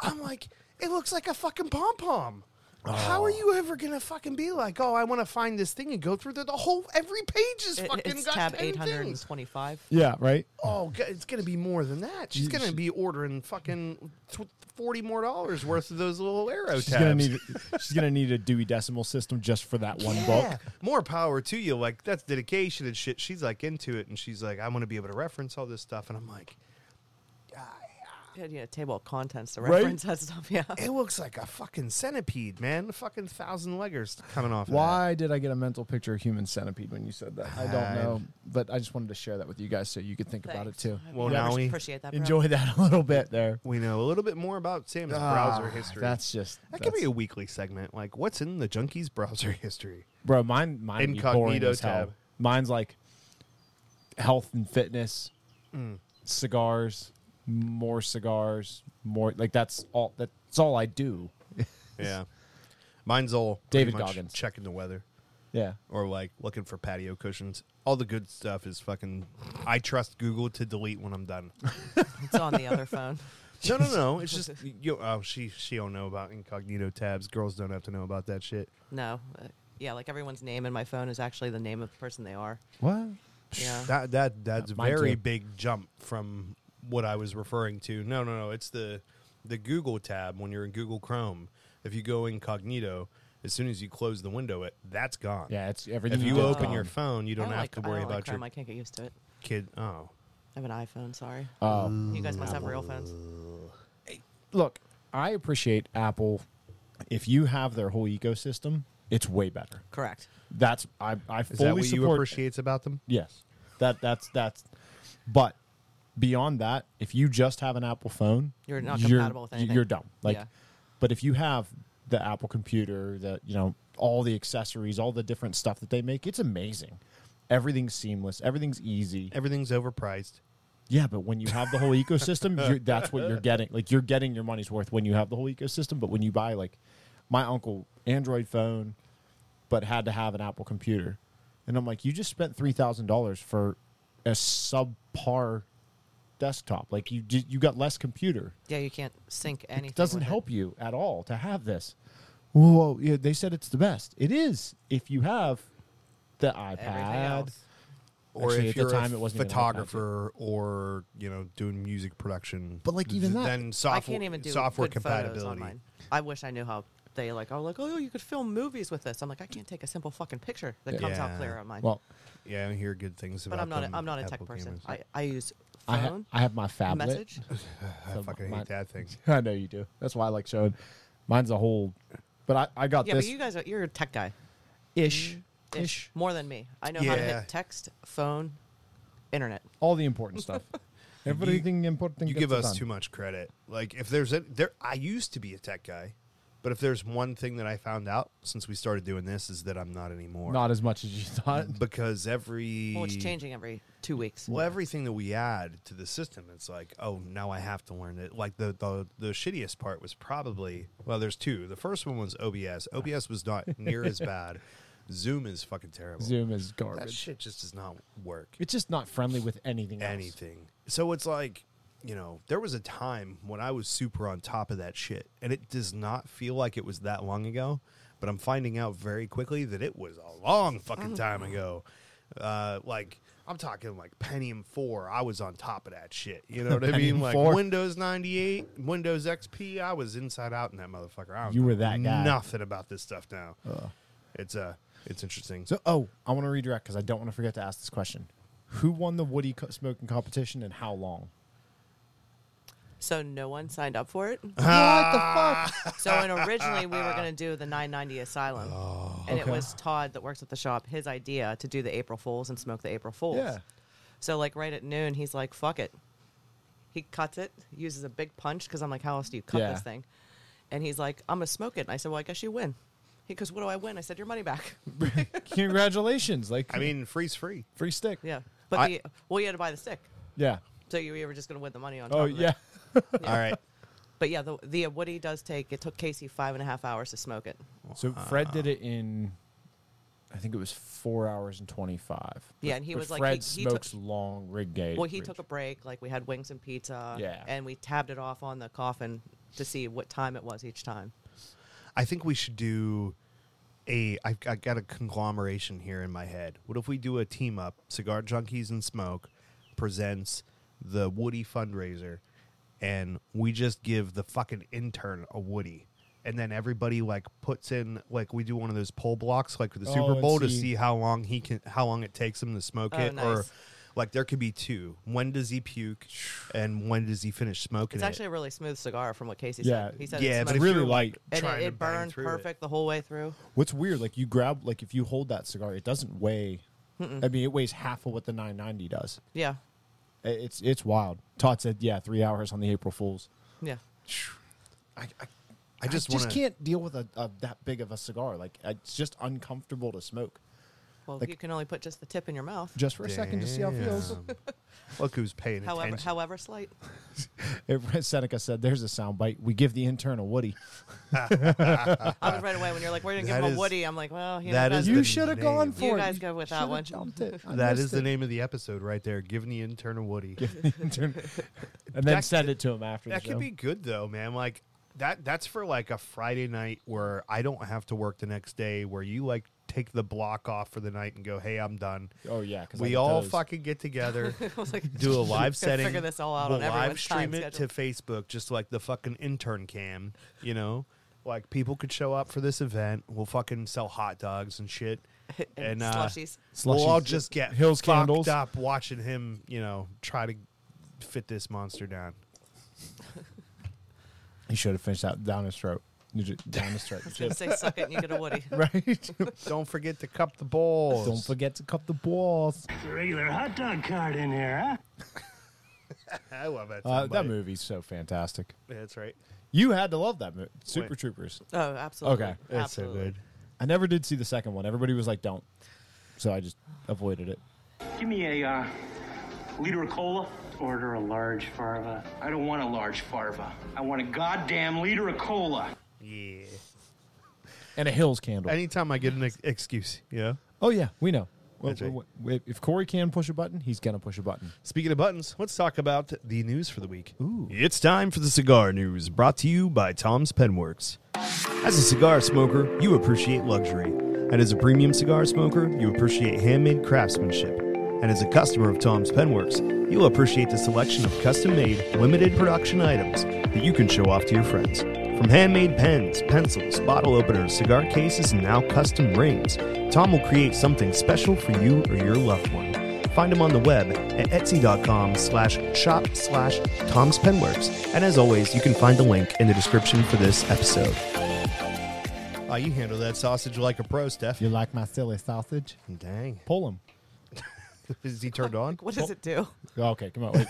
A: I'm like, it looks like a fucking pom pom. How
B: Oh.
A: are you ever gonna fucking be like, oh, I want to find this thing and go through the, the whole every page is
C: It-
A: fucking
C: it's
A: got
C: tab
A: 10
C: eight hundred and
A: things.
C: twenty-five.
B: yeah, right.
A: Oh, go- it's gonna be more than that. She's
B: You-
A: gonna
B: she-
A: be ordering fucking tw- forty more dollars worth of those little arrow
B: She's
A: tabs.
B: gonna need. She's gonna need a Dewey Decimal System just for that one book.
A: More power to you. Like that's dedication and shit. She's like into it, and she's like, I want to be able to reference all this stuff. And I'm like,
C: Yeah, yeah, table of contents to
B: Right?
C: reference that stuff. Yeah,
A: it looks like a fucking centipede, man. A fucking thousand leggers coming off. of
B: Why did I get a mental picture of human centipede when you said that? I
A: I-
B: don't know, but I just wanted to share that with you guys so you could think about it
C: Thanks.
B: too.
C: I
A: Well,
C: really
A: now we-
C: appreciate that. bro.
B: Enjoy that a little bit there.
A: that. we know a little bit more about Sam's browser
B: Ah,
A: history.
B: That's just
A: that could
B: that's-
A: be a weekly segment. Like, what's in the junkie's browser history?
B: bro. Mine, mine would be boring
A: Incognito
B: as hell.
A: tab.
B: Mine's like health and fitness,
A: Mm.
B: cigars, more cigars, more like that's all. That's all I do.
A: Yeah, mine's all
B: David
A: pretty much
B: Goggins.
A: checking the weather.
B: Yeah,
A: or like looking for patio cushions. All the good stuff is fucking. I trust Google to delete when I'm done.
C: It's on the other phone.
A: No, no, no. It's just you. Oh, she she don't know about incognito tabs. Girls don't have to know about that shit.
C: No, uh, yeah, like everyone's name in my phone is actually the name of the person they are.
B: what?
C: Yeah.
A: That that that's a
B: mine
A: very
B: too.
A: big jump from what I was referring to. No, no, no. It's the the Google tab when you're in Google Chrome. If you go incognito, as soon as you close the window, it that's gone.
B: Yeah, it's everything.
A: If you
B: do is
A: open
B: gone.
A: your phone, you don't,
C: I
A: have
C: Oh, like,
A: to worry
C: I don't
A: about
C: like Chrome.
A: your
C: I can't get used to it.
A: kid. Oh,
C: I have an iPhone. Sorry,
B: Oh.
A: Mm.
C: you guys must have real phones.
B: look, I appreciate Apple. If you have their whole ecosystem, it's way better.
C: Correct.
B: That's I I
A: is
B: fully
A: that what
B: support.
A: you appreciates about them?
B: Yes, that that's that's. But beyond that, if you just have an Apple phone,
C: You're not compatible with anything.
B: You're dumb. Like,
C: Yeah.
B: but if you have the Apple computer, the you know all the accessories, all the different stuff that they make, it's amazing. Everything's seamless. Everything's easy.
A: Everything's overpriced.
B: Yeah, but when you have the whole ecosystem, you're, that's what you're getting. Like you're getting your money's worth when you have the whole ecosystem. But when you buy like my uncle Android phone, but had to have an Apple computer. And I'm like, you just spent three thousand dollars for a subpar desktop. Like you, ju- you got less computer.
C: Yeah, you can't sync anything.
B: It doesn't
C: with
B: help you at all to have this. Whoa, yeah, they said it's the best. It is if you have the
C: Everything
B: iPad.
C: else.
A: Or
B: Actually,
A: if
B: at the
A: you're
B: time,
A: a
B: it wasn't even an iPad.
A: photographer or you know doing music production,
B: But, like, even
A: th-
B: that-
A: then software
C: I can't even do
A: software
C: good
A: compatibility.
C: Photos online. I wish I knew how they like. Oh, like oh, you could film movies with this. I'm like, I can't take a simple fucking picture that comes
A: Yeah.
C: out clear on mine.
B: Well,
A: Yeah, I hear good things about.
C: but I'm not.
A: them
C: A, I'm not a tech
A: Apple
C: person.
A: cameras.
C: I, I use
B: I, ha-
C: phone
B: I have my phablet.
C: message.
A: I
B: So
A: fucking
B: my-
A: hate that thing.
B: I know you do. That's why I like showing. Mine's a whole, but I, I got
C: yeah,
B: this
C: but you Mm-hmm. guys are you're a tech guy.
B: ish,
C: Ish.
B: ish,
C: More than me. I know how to
A: Yeah.
C: hit text, phone, internet.
B: all the important stuff. Everything important.
A: You
B: gets
A: give
B: it
A: us
B: done.
A: too much credit. Like if there's a, there, I used to be a tech guy, but if there's one thing that I found out since we started doing this is that I'm not anymore.
B: Not as much as you thought.
A: Mm-hmm. because every
C: Well, it's changing every two weeks.
A: Well, everything that we add to the system, it's like, oh, now I have to learn it. Like the, the the shittiest part was probably well, there's two. The first one was OBS. OBS was not near as bad. Zoom is fucking terrible.
B: Zoom is
A: That
B: garbage.
A: shit just does not work.
B: It's just not friendly with anything. Else.
A: Anything. So it's like, you know, there was a time when I was super on top of that shit, and it does not feel like it was that long ago. But I'm finding out very quickly that it was a long
B: Mm.
A: fucking time ago. Uh, like I'm talking like Pentium Four. I was on top of that shit. You know what I mean?
B: Pentium
A: Like
B: 4.
A: Windows 98, Windows XP. I was inside out in that motherfucker. I don't
B: You were
A: know
B: that guy.
A: Nothing about this stuff now. It's uh, it's interesting.
B: So, oh, I want to redirect because I don't want to forget to ask this question. Who won the Woody co- smoking competition and how long?
C: So no one signed up for it.
B: what the fuck?
C: So and originally we were going to do the 990 Asylum, and
B: Oh, Okay.
C: it was Todd that works at the shop. His idea to do the April Fools and smoke the April Fools.
B: Yeah.
C: So like right at noon, he's like, "Fuck it." He cuts it, uses a big punch because I'm like, "How else do you cut
B: Yeah.
C: this thing?" And he's like, "I'm gonna smoke it." And I said, "Well, I guess you win." He goes, "What do I win?" I said, "Your money back."
B: Congratulations! Like,
A: I mean, free's free.
B: free stick.
C: yeah, but
A: I-
C: the, well, you had to buy the stick,
B: Yeah.
C: so you, you were just gonna win the money on top.
B: Oh
C: of it.
B: yeah.
A: All right.
C: But yeah, the, the Woody does take. It took Casey five and a half hours to smoke it.
B: So Fred did it in, I think it was four hours and twenty five.
C: Yeah, and he was like,
B: Fred
C: he- he took-
B: smokes long rig gate.
C: Well, he took a break. Like we had wings and pizza.
B: Yeah.
C: And we tabbed it off on the coffin to see what time it was each time.
A: I think we should do a. I've, I've got a conglomeration here in my head. What if we do a team up? Cigar Junkies and Smoke presents the Woody fundraiser, and we just give the fucking intern a Woody. And then everybody like puts in like we do one of those poll blocks like for the
B: Oh,
A: Super
B: and
A: Bowl to
B: see-
A: see how long he can how long it takes him to smoke
C: Oh,
A: it or
C: nice.
A: like there could be two. When does he puke and when does he finish smoking
C: It's
A: it?
C: actually a really smooth cigar from what Casey
B: Yeah.
C: said. He said
A: Yeah,
C: it
A: but
C: smoked
A: if
B: really
A: you're,
B: light.
C: and
A: trying
C: it,
A: to
C: it
A: bang
C: burned
A: through it.
C: perfect the whole way through.
B: What's weird, like you grab, like if you hold that cigar, it doesn't weigh. I mean, it weighs half of what the 990 does.
C: Yeah.
B: I- It's it's wild. Todd said, yeah, three hours on the April Fools.
C: Yeah.
B: I, I,
A: I just wanna-
B: can't deal with a, a that big of a cigar. Like it's just uncomfortable to smoke.
C: Well,
B: Like-
C: you can only put just the tip in your mouth.
B: Just for a second to see how it feels.
A: Damn. Look who's paying
C: However,
A: attention.
C: however slight.
B: Seneca said, "There's a sound bite. We give the intern a Woody.
C: I was right away when you're like, "We're gonna give
A: That
C: him
A: is-
C: a Woody." I'm like, "Well, you
A: that
C: know,
A: is
C: that's-
A: the
B: you should have gone
A: name.
B: for it.
C: You guys go with that
B: shoulda
C: one.
B: dumped it. I
A: That
B: missed
A: is the
B: it.
A: name of the episode right there. Giving the intern a Woody.
B: intern, and then
A: That
B: send it to him after.
A: that
B: the
A: could
B: show.
A: be good though, man. Like that that's for like a Friday night where I don't have to work the next day where you like take the block off for the night and go, "Hey, I'm done."
B: Oh yeah, 'cause I
A: We
B: get
A: all
B: those.
A: fucking get together,
C: I was like,
A: do a live
C: Gotta
A: setting,
C: figure this all out
A: we'll
C: on everyone's
A: live stream
C: time
A: it to Facebook, just like the fucking intern cam. You know, like people could show up for this event. We'll fucking sell hot dogs and shit,
C: And
A: uh,
C: slushies.
A: We'll all
B: Slushies.
A: just get
B: Hill's
A: fucked
B: candles.
A: up watching him. You know, try to fit this monster down.
B: He should have finished that down his throat. You ju- Down his throat.
C: Gonna say suck it and you get a Woody.
B: right.
A: Don't forget to cup the balls.
B: Don't forget to cup the balls.
D: a regular hot dog cart in here, huh?
A: I love that.
B: Uh,
A: soundbite.
B: that movie's so fantastic.
A: That's right.
B: You had to love that movie, Super
A: Wait.
B: Troopers.
C: Oh, absolutely.
B: Okay. It's so
A: That's so
C: absolutely.
A: good.
B: I never did see the second one. Everybody was like, "Don't," so I just avoided it.
D: Give me a uh, liter of cola. Order a large farva. I don't want a large farva. I want a goddamn liter of cola.
A: Yeah.
B: and a Hills candle.
A: Anytime I get an ex- excuse, yeah.
B: oh yeah, we know. Well,
A: That's right.
B: w- w- if Corey can push a button, he's gonna push a button.
A: Speaking of buttons, let's talk about the news for the week. It's time for the cigar news, brought to you by Tom's Penworks. As a cigar smoker, you appreciate luxury. And as a premium cigar smoker, you appreciate handmade craftsmanship. And as a customer of Tom's Penworks, you'll appreciate the selection of custom made, limited production items that you can show off to your friends. From handmade pens, pencils, bottle openers, cigar cases, and now custom rings, Tom will create something special for you or your loved one. Find him on the web at etsy.com slash shop slash Tom's Penworks. And as always, you can find the link in the description for this episode. Oh, you handle that sausage like a pro, Steph.
B: You like my silly sausage?
A: Dang.
B: Pull him.
A: Is he turned on?
C: What does it do?
B: Oh, Okay, come on. Wait.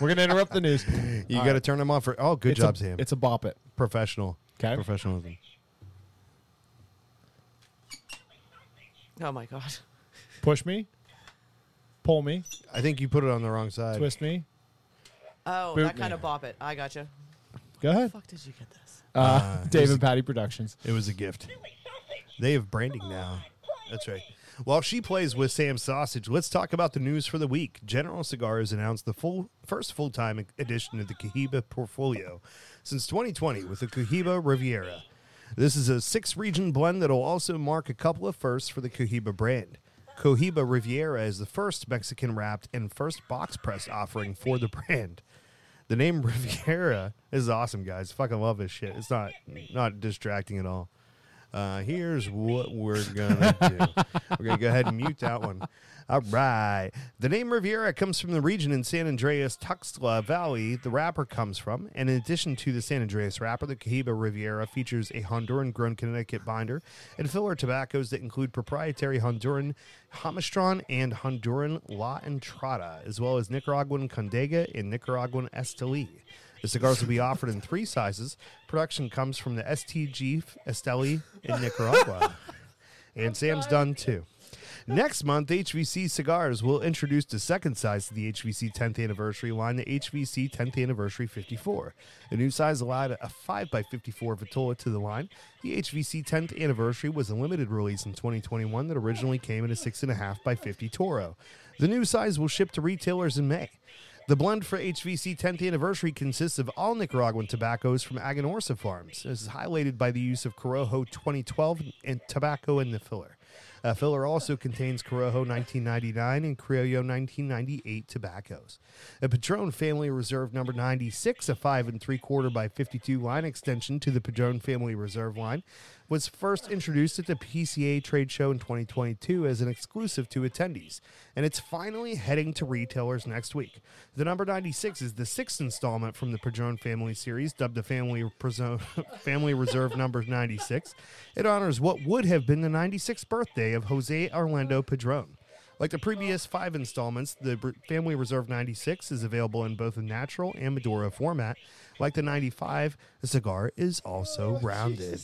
B: We're gonna interrupt the news.
A: You got to turn him on for. Oh, good
B: it's
A: job,
B: a,
A: Sam.
B: It's a bop it.
A: professional.
B: 'Kay.
A: Professionalism.
C: Oh my god.
B: Push me. Pull me.
A: I think you put it on the wrong side.
B: Twist me.
C: Oh,
B: Boot
C: that
B: me.
C: kind of bop it. I gotcha.
B: Go ahead.
C: Fuck, did you get this?
B: Uh, Dave and Patty Productions.
A: It was a gift. They have branding now. That's right. While she plays with Sam's sausage, let's talk about the news for the week. General Cigars announced the full first full-time addition to the Cohiba portfolio since 2020 with the Cohiba Riviera. This is a six-region blend that'll also mark a couple of firsts for the Cohiba brand. Cohiba Riviera is the first Mexican wrapped and first box press offering for the brand. The name Riviera is awesome, guys. Fucking love this shit. It's not not distracting at all. Uh, here's what we're gonna do. We're gonna go ahead and mute that one. All right. The name Riviera comes from the region in San Andreas Tuxtla Valley. The wrapper comes from, and in addition to the San Andreas wrapper, the Cohiba Riviera features a Honduran-grown Connecticut binder and filler tobaccos that include proprietary Honduran Hamastron and Honduran La Entrada, as well as Nicaraguan Condega and Nicaraguan Esteli. The cigars will be offered in three sizes. Production comes from the STG Esteli in Nicaragua. and Sam's done too. Next month, HVC Cigars will introduce the second size to the HVC 10th anniversary line, the HVC 10th anniversary 54. The new size allowed a 5x54 Vitola to the line. The HVC 10th anniversary was a limited release in 2021 that originally came in a 6.5x50 Toro. The new size will ship to retailers in May. The blend for HVC 10th anniversary consists of all Nicaraguan tobaccos from Aganorsa Farms. This is highlighted by the use of Corojo 2012 and tobacco in the filler. Uh, filler also contains Corojo 1999 and Criollo 1998 tobaccos. The Padron Family Reserve number 96, a 5 and 3 quarter by 52 line extension to the Padron Family Reserve line, was first introduced at the PCA trade show in 2022 as an exclusive to attendees, and it's finally heading to retailers next week. The number 96 is the sixth installment from the Padron family series, dubbed the Family, Prezo- family Reserve Number 96. It honors what would have been the 96th birthday of Jose Orlando Padron. Like the previous five installments, the Br- Family Reserve 96 is available in both the natural and Maduro format. Like the 95, the cigar is also rounded.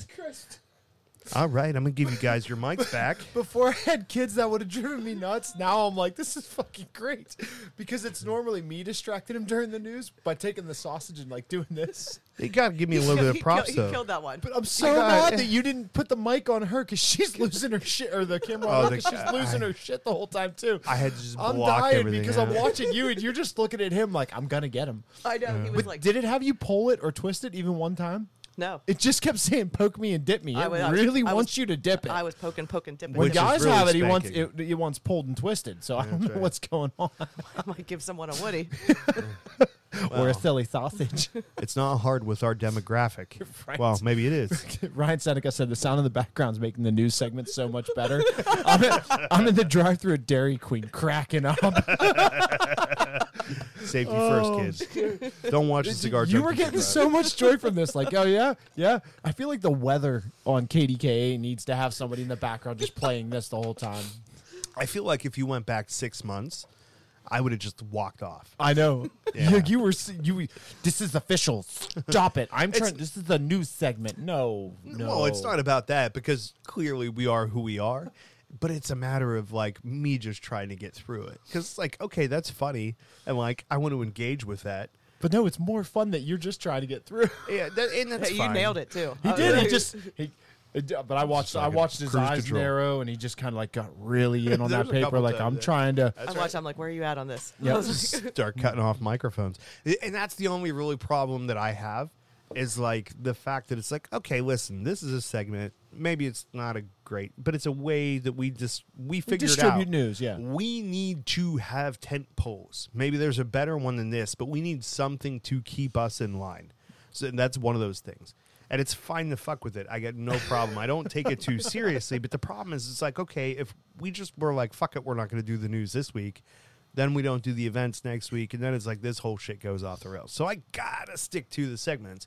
A: All right, I'm gonna give you guys your mics back.
B: Before I had kids, that would have driven me nuts. Now I'm like, this is fucking great, because it's normally me distracting him during the news by taking the sausage and like doing this.
A: You gotta give me a little bit of
C: he,
A: props
C: killed, he
A: though.
C: killed that one.
B: But I'm so mad that you didn't put the mic on her because she's losing her shit, or the camera on
A: Oh,
B: her
A: the-
B: 'cause she's losing her shit the whole time too.
A: I had to just
B: I'm
A: block
B: dying
A: everything
B: because I'm
A: out.
B: watching you and you're just looking at him like I'm gonna get him.
C: I know. He was
B: But
C: like,
B: did it have you pull it or twist it even one time?
C: no.
B: It just kept saying poke me and dip me. It
C: I was- I was-
B: really
C: I
B: wants
C: was-
B: you to dip it.
C: I was poking, poking, dipping.
B: when
A: Which is
B: guys
A: really
B: have it, he wants it,
A: spanking.
B: he wants pulled and twisted. So I don't know
A: that's right.
B: what's going on.
C: I might give someone a Woody.
B: Or a silly sausage.
A: It's not hard with our demographic.
B: right.
A: Well, maybe it is.
B: Ryan Seneca said the sound in the background's making the news segment so much better. I'm, in, I'm in the drive-through at Dairy Queen cracking up.
A: Safety first, kids. Don't watch the cigar.
B: Oh, you were
A: Junkies
B: getting
A: Cigar.
B: so much joy from this. Like, oh yeah, yeah. I feel like the weather on KDKA needs to have somebody in the background just playing this the whole time.
A: I feel like if you went back six months, I would have just walked off.
B: I know.
A: Yeah.
B: You, you were. s- You. This is official. Stop it. I'm trying. This is the news segment. No. No.
A: Well, it's not about that because clearly we are who we are, but it's a matter of like me just trying to get through it because it's like okay, that's funny, and like I want to engage with that.
B: But no, it's more fun that you're just trying to get through.
A: Yeah, that, and that's
C: you
A: fine.
C: nailed it too.
B: He
C: I was
B: did. He
C: like-
B: just. He, It, d- but I watched,
A: like
B: I
A: a
B: watched his
A: cruise
B: eyes
A: control.
B: narrow, and he just kind of like got really in on
A: There
B: that
A: was a couple
B: paper. Like
A: times,
B: I'm
A: yeah.
B: trying to.
C: I watched. I'm like, where are you at on this?
B: Yep.
C: I was like-
A: start cutting off microphones. And that's the only really problem that I have is like the fact that it's like, okay, listen, this is a segment. Maybe it's not a great, but it's a way that we just we figured out
B: distribute news, yeah.
A: we need to have tent poles. Maybe there's a better one than this, but we need something to keep us in line. So that's one of those things. And it's fine to fuck with it. I get no problem. I don't take it too seriously. But the problem is, it's like, okay, if we just were like, fuck it, we're not going to do the news this week, then we don't do the events next week. And then it's like, this whole shit goes off the rails. So I got to stick to the segments.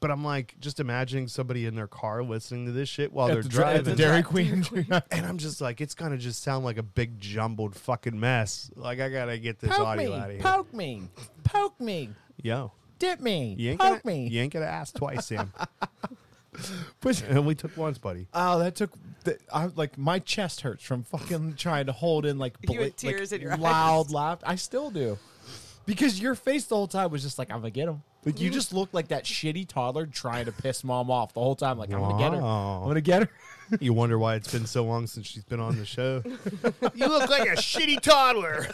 A: But I'm like, just imagining somebody in their car listening to this shit while
B: At
A: they're
B: the, dri-
A: driving.
B: at the Dairy Queen.
A: And I'm just like, it's gonna just sound like a big jumbled fucking mess. Like I gotta get this
B: poke
A: audio
B: me,
A: out of here.
B: poke me, poke me,
A: Yo,
B: dip me,
A: you ain't
B: poke
A: gonna,
B: me.
A: You ain't gonna ask twice, Sam. But and we took once, buddy.
B: Oh, that took. That, I like my chest hurts from fucking trying to hold in like,
C: You had
B: like,
C: tears in your eyes.
B: loud laugh. I still do, because your face the whole time was just like I'm gonna get him. Like
C: Mm.
B: you just looked like that shitty toddler trying to piss mom off the whole time. Like I'm gonna get her.
A: Wow.
B: I'm gonna get her.
A: You wonder why it's been so long since she's been on the show. you look like a shitty toddler.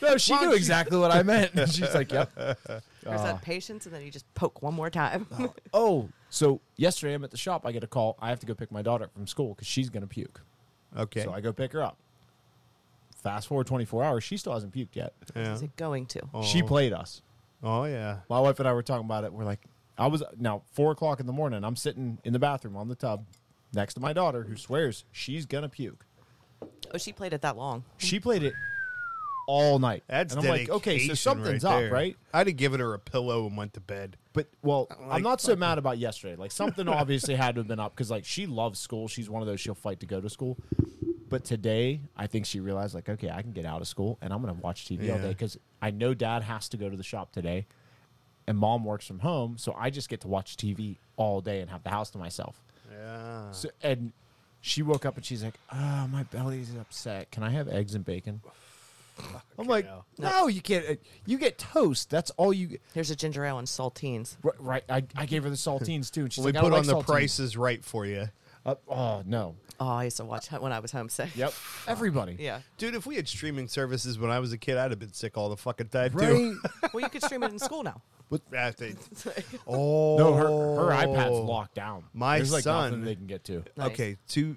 B: No, she knew exactly what I meant. And she's like, "Yep."
C: There's that patience, and then you just poke one more time.
B: Ah. Oh, so yesterday I'm at the shop. I get a call. I have to go pick my daughter up from school because she's gonna puke.
A: Okay.
B: So I go pick her up. Fast forward 24 hours, she still hasn't puked yet.
A: yeah.
C: Is it going to?
B: She
A: Oh.
B: played us.
A: Oh yeah.
B: My wife and I were talking about it. We're like, I was now four o'clock in the morning. I'm sitting in the bathroom on the tub next to my daughter who swears she's gonna puke.
C: Oh, she played it that long.
B: She played it all night.
A: That's
B: and I'm like, okay, so
A: dedication
B: something's
A: right
B: up,
A: there.
B: right?
A: I'd have given her a pillow and went to bed.
B: But well,
A: Like,
B: I'm not so mad about yesterday. Like something obviously had to have been up because like she loves school. She's one of those she'll fight to go to school. But today, I think she realized like, okay, I can get out of school and I'm gonna watch TV all
A: Yeah.
B: day because I know Dad has to go to the shop today, and Mom works from home, so I just get to watch TV all day and have the house to myself.
A: Yeah.
B: So, and she woke up and she's like, "Oh, my belly's upset. Can I have eggs and bacon?" I'm like,
A: hell.
B: "No, you can't. uh, You get toast. That's all you." get."
C: Here's a ginger ale and saltines.
B: Right, right. I, I gave her the saltines too, and she's
A: we
B: like, "I
A: put
B: don't
A: on the
B: like saltines."
A: prices right for you.
B: Uh, oh no.
C: Oh, I used to watch that when I was homesick.
B: Yep. Everybody.
C: Yeah.
A: Dude, if we had streaming services when I was a kid, I'd have been sick all the fucking time
B: Right.
A: too.
C: Well, you could stream it in school now.
A: Ah, they- oh,
B: No, her her iPad's locked down.
A: My
B: There's like
A: son-
B: nothing they can get to.
C: Nice.
A: Okay, to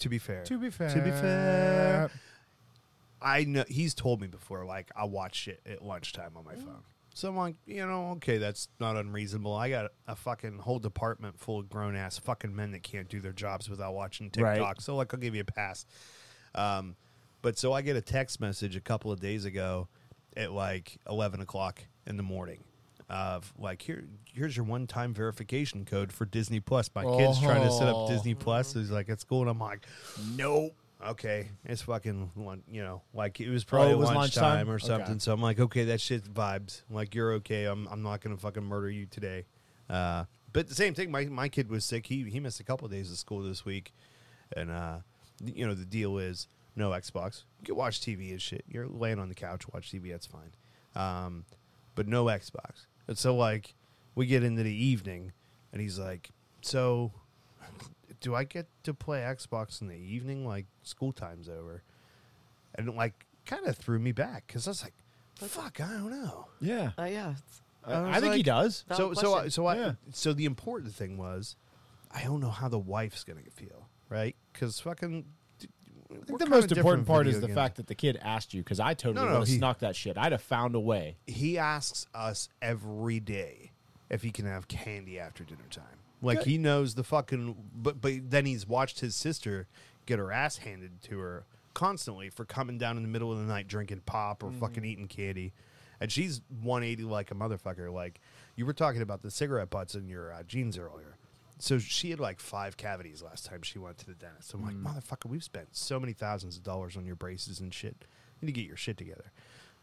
A: to be fair,
B: To be
A: to be fair, I know he's told me before. Like I watch shit at lunchtime on my phone. So I'm like, you know, okay, that's not unreasonable. I got a fucking whole department full of grown ass fucking men that can't do their jobs without watching
B: Right.
A: TikTok. So like, I'll give you a pass. Um, but so I get a text message a couple of days ago at like eleven o'clock in the morning of like here here's your one time verification code for Disney Plus. My kid's trying to set up
B: Oh.
A: Disney Plus. He's like, it's cool, and I'm like, nope. Okay, it's fucking lun- you know like it was probably
B: Oh, it was
A: lunchtime,
B: lunchtime?
A: or
B: Okay.
A: something. So I'm like, okay, that shit's vibes. I'm like you're okay. I'm I'm not gonna fucking murder you today. Uh, but the same thing. My my kid was sick. He he missed a couple of days of school this week, and uh, th- you know the deal is no Xbox. You can watch TV and shit. You're laying on the couch, watch TV. That's fine. Um, but no Xbox. And so like we get into the evening, and he's like, so do I get to play Xbox in the evening? Like school time's over, and it, like kind of threw me back because I was like, "Fuck, I don't know."
B: Yeah.
C: Uh, yeah. it's-
B: I,
A: was
B: I think he
A: like-
B: does.
C: Valid
A: so so I,
C: question.
A: so I
B: Yeah.
A: so the important thing was, I don't know how the wife's gonna feel, right? Because fucking, d-
B: I
A: we're
B: think the
A: kinda
B: most important
A: different
B: part is
A: video
B: the
A: games.
B: fact that the kid asked you because I totally
A: No, no,
B: would have
A: he-
B: snuck that shit. I'd have found a way.
A: he asks us every day if he can have candy after dinner time. Like
B: Good.
A: he knows the fucking but but then he's watched his sister get her ass handed to her constantly for coming down in the middle of the night drinking pop or fucking eating candy. And she's 180 like a motherfucker. Like you were talking about the cigarette butts in your uh, jeans earlier. So she had like five cavities last time she went to the dentist. I'm
B: Mm.
A: like, motherfucker, we've spent so many thousands of dollars on your braces and shit. You need to get your shit together.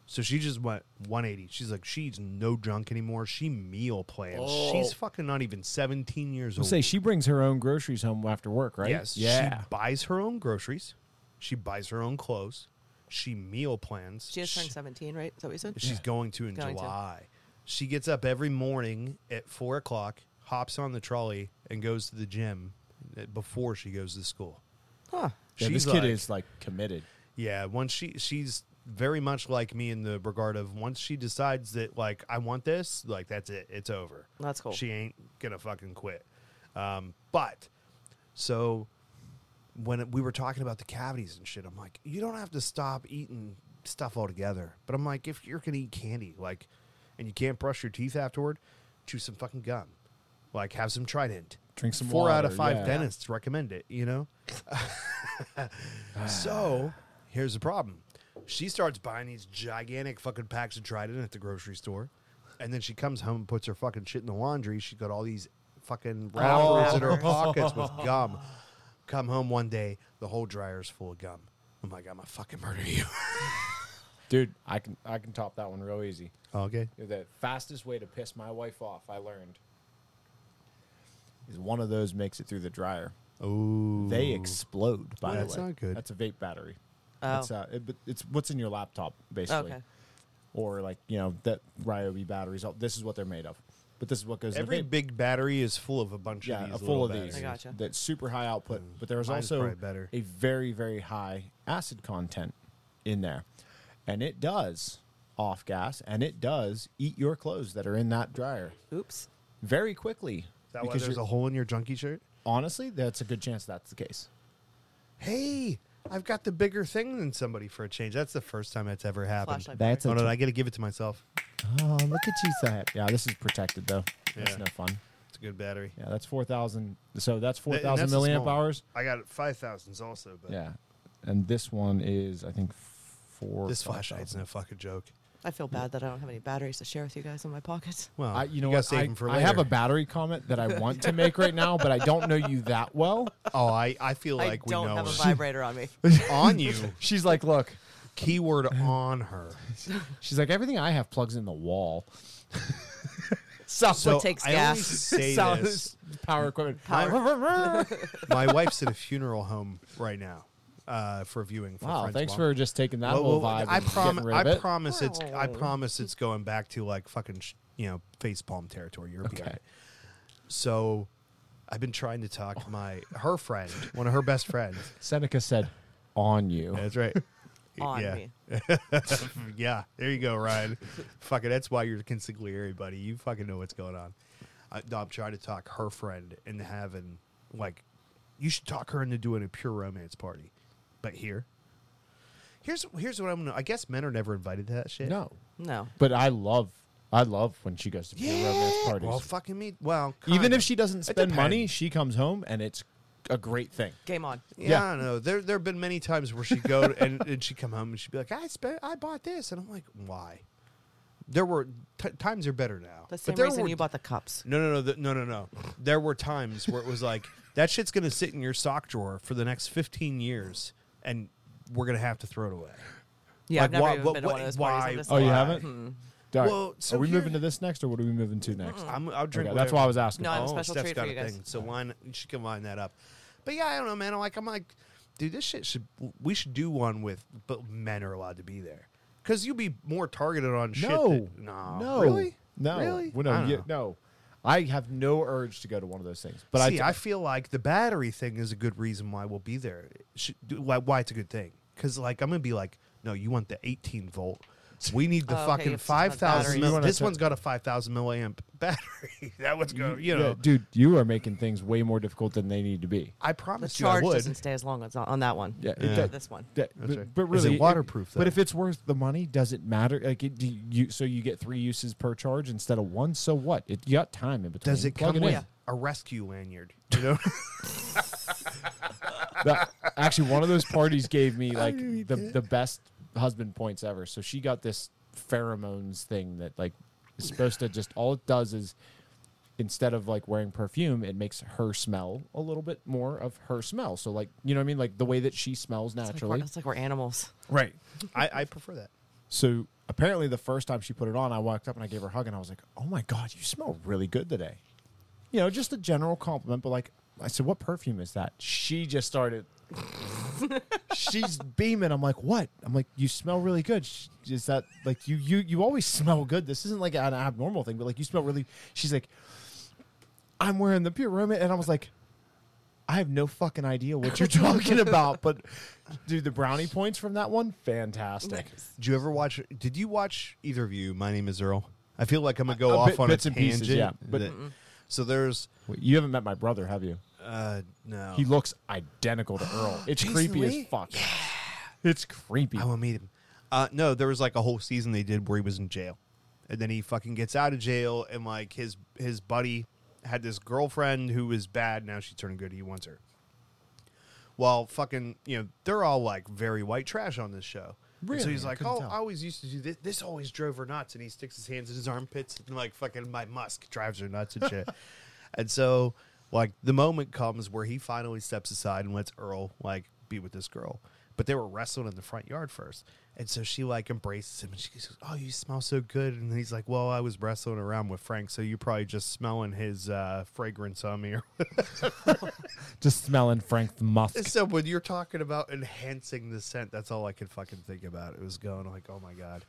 A: So she just went 180. She's like, she's no junk anymore. She meal plans. She's fucking not even 17 years old.
B: Oh. Say she brings her own groceries home after work, right?
A: Yes.
B: Yeah.
A: She buys her own groceries. She buys her own clothes. She meal plans.
C: She just
A: She-
C: turned 17, right? Is that what you said?
A: She's going to in
C: Going to.
A: July. She gets up every morning at four o'clock, hops on the trolley, and goes to the gym uh, before she goes to school.
C: Huh.
B: Yeah, this kid is like committed.
A: Yeah, once she she's very much like me in the regard of once she decides that like I want this, like that's it, it's over.
C: That's cool.
A: She ain't gonna fucking quit. Um, but so when we were talking about the cavities and shit, I'm like, you don't have to stop eating stuff altogether. But I'm like, if you're gonna eat candy, like, and you can't brush your teeth afterward, chew some fucking gum. Like, have some Trident.
B: Drink some
A: Four out of
B: water,
A: five
B: yeah.
A: dentists recommend it. You know. So here's the problem. She starts buying these gigantic fucking packs of Trident at the grocery store. And then she comes home and puts her fucking shit in the laundry. She got all these fucking wrappers in her pockets with
B: Oh.
A: gum. Come home one day, the whole dryer's full of gum. I'm like, I'm gonna fucking murder you.
B: Dude, I can I can top that one real easy.
A: okay.
B: The fastest way to piss my wife off, I learned, is one of those makes it through the dryer.
A: Ooh.
B: They explode. By
A: Well,
B: the
A: that's
B: way.
A: not good.
B: That's a vape battery.
C: Oh.
B: It's, uh, it- but it's what's in your laptop basically,
C: Okay.
B: or like you know that Ryobi batteries. all- This is what they're made of. But this is what goes in
A: Every
B: the vape.
A: big battery is full of a bunch
B: yeah,
A: of
B: a
A: these.
B: full
A: little
B: of these.
A: batteries.
C: I gotcha.
B: That's super high output, but there was
A: Mine's
B: also
A: probably better.
B: a very very high acid content in there, and it does off gas, and it does eat your clothes that are in that dryer
C: Oops.
B: very quickly.
A: Is that why there's
B: you're-
A: a hole in your junkie shirt?
B: honestly, that's a good chance that's the case.
A: Hey, I've got the bigger thing than somebody for a change. That's the first time that's ever happened.
C: Flashlight.
B: That's
A: Oh
B: a
A: no, I gotta give it to myself.
B: Oh, look at you, Sahib. Yeah, this is protected though.
A: Yeah.
B: That's no fun.
A: It's a good battery.
B: Yeah, that's four thousand. So that's four
A: Th- and
B: thousand
A: that's a small
B: milliamp
A: one.
B: hours.
A: I got five thousands also, but
B: Yeah, and this one is I think four.
A: this
B: 5,000.
A: flashlight's no fucking joke.
C: I feel bad that I don't have any batteries to share with you guys in my pockets.
A: Well,
B: I, you know
A: Oh, gotta
B: what?
A: save
B: I,
A: 'em for
B: I have a
A: later.
B: battery comment that I want to make right now, but I don't know you that well.
A: Oh, I, I feel
C: I
A: like we
C: don't
A: know
C: have a
A: her.
C: vibrator on me.
A: on you.
B: She's like, look,
A: Keyword on her.
B: she's like, everything I have plugs in the wall.
C: Southwood
A: So
C: takes
A: I
C: gas.
A: only say
B: Sound-
A: this.
B: power equipment.
A: My wife's at a funeral home right now uh, for viewing. For
B: wow,
A: Friends
B: thanks
A: Mom.
B: for just taking that
A: Well,
B: whole
A: well,
B: vibe.
A: I,
B: and
A: prom-
B: getting rid of
A: I
B: it.
A: promise it's. I
C: Oh.
A: promise it's going back to like fucking, sh- you know, face palm territory. You're
B: Okay.
A: okay. So, I've been trying to talk my her friend, one of her best friends.
B: Seneca said, "On you."
A: That's right.
C: on
A: yeah.
C: me.
A: Yeah, there you go, Ryan. fucking, that's why you're consigliere, buddy. You fucking know what's going on. I, no, I'm trying to talk her friend into having, like, you should talk her into doing a pure romance party. But here, here's here's what I'm gonna. I guess men are never invited to that shit.
B: No,
C: No.
B: but I love, I love when she goes to pure romance parties.
A: Well, fucking me. Well,
B: Even
A: kinda.
B: if she doesn't spend money, she comes home and it's a great thing.
C: Game on.
A: Yeah,
B: Yeah.
A: I don't know. There there have been many times where she go to- and, and she come home and she'd be like, I spent I bought this, and I'm like, why? There were t- times are better now.
C: The same
A: there
C: reason
A: were-
C: you bought the cups.
A: No, no, no, the, no, no, no. There were times where it was like that shit's gonna sit in your sock drawer for the next 15 years, and we're gonna have to throw it away.
C: Yeah,
A: Like,
C: I've never
A: why-
C: even
A: what-
C: been to
A: what-
C: one of those
A: why-
C: parties. I'm just
B: Oh, you
C: like,
B: haven't? All right.
A: Hmm. Well, so
B: are we
A: here- Hmm.
B: moving to this next, or what are we moving to next?
A: I'm, I'll drink.
B: Okay, that's why I
A: whatever.
B: was asking.
C: No, I have a
A: Oh,
C: special
A: Steph's
C: treat
A: got
C: for
A: a
C: you guys.
A: thing, so line she can line that up. But yeah, I don't know, man. I'm like, I'm like, dude, this shit should we should do one with, but men are allowed to be there because you'll be more targeted on shit.
B: no,
A: that- no,
B: no,
A: really,
B: no,
A: really.
B: Well, no,
A: I don't
B: yeah,
A: know.
B: no. I have no urge to go to one of those things. But
A: See,
B: I,
A: I feel like the battery thing is a good reason why we'll be there. It should- do- why, why it's a good thing? Because like I'm gonna be like, no, you want the 18 volt. We need the
C: Oh, okay,
A: fucking
C: it's not
A: 5,000.
C: batteries.
A: mil-
B: You wanna
A: This
B: set-
A: one's got a 5,000 milliamp battery. that one's going. You know,
B: Yeah, dude, you are making things way more difficult than they need to be.
A: I
C: The
A: promise you, I
C: charge
A: would.
C: doesn't stay as long as on that one.
B: Yeah, it
C: Or
B: does-
C: This one.
B: That, but,
A: right.
B: but
A: Is it
B: really,
A: waterproof,
B: but
A: though?
B: if it's worth the money, does it matter? Like, it, do you so you get three uses per charge instead of one. So what? It you got time in between.
A: Does it
B: Plug
A: come with
B: in.
A: a rescue lanyard? You know,
B: That- actually, one of those parties gave me like the, the best husband points ever. So she got this pheromones thing that like is supposed to just all it does is instead of like wearing perfume, it makes her smell a little bit more of her smell. So like you know what I mean, like the way that she smells
C: It's like, we're,
B: naturally.
C: it's like we're animals.
B: Right.
A: I, I prefer that.
B: So apparently, the first time she put it on, I walked up and I gave her a hug and I was like, "Oh my god, you smell really good today." You know, just a general compliment, but like I said, "What perfume is that?" She just started. She's beaming. I'm like, "What?" I'm like, "You smell really good." She- Is that like you you you always smell good? This isn't like an abnormal thing, but like you smell really. She's like, "I'm wearing the pure Roma," and I was like. I have no fucking idea what you're talking about, Oh, but dude, the brownie points from that one, fantastic.
A: Did you ever watch? Did you watch either of you? My name is Earl. I feel like I'm gonna go
B: Uh,
A: off
B: bit-
A: on
B: bits
A: a
B: and
A: tangent.
B: pieces, yeah, but-
A: that- so there's
B: Wait, You haven't met my brother, have you?
A: uh, no.
B: He looks identical to Earl. It's
A: Jason
B: creepy
A: Lee?
B: as fuck. It's creepy.
A: I will meet him. Uh, no, there was like a whole season they did where he was in jail, and then he fucking gets out of jail, and like his his buddy had this girlfriend who was bad. Now she's turning good. He wants her. Well, fucking, you know, they're all like very white trash on this show. And So
B: Really?
A: he's
B: I
A: like,
B: couldn't
A: oh,
B: tell.
A: I always used to do this. This always drove her nuts, and he sticks his hands in his armpits and like fucking my musk drives her nuts and shit. and so, like, the moment comes where he finally steps aside and lets Earl like be with this girl. But they were wrestling in the front yard first, and so she like embraces him and she goes, "Oh, you smell so good." And he's like, "Well, I was wrestling around with Frank, so you're probably just smelling his uh, fragrance on me." Or
B: Just smelling Frank the Musk.
A: so when you're talking about enhancing the scent, that's all I could fucking think about. It was going like, oh my god,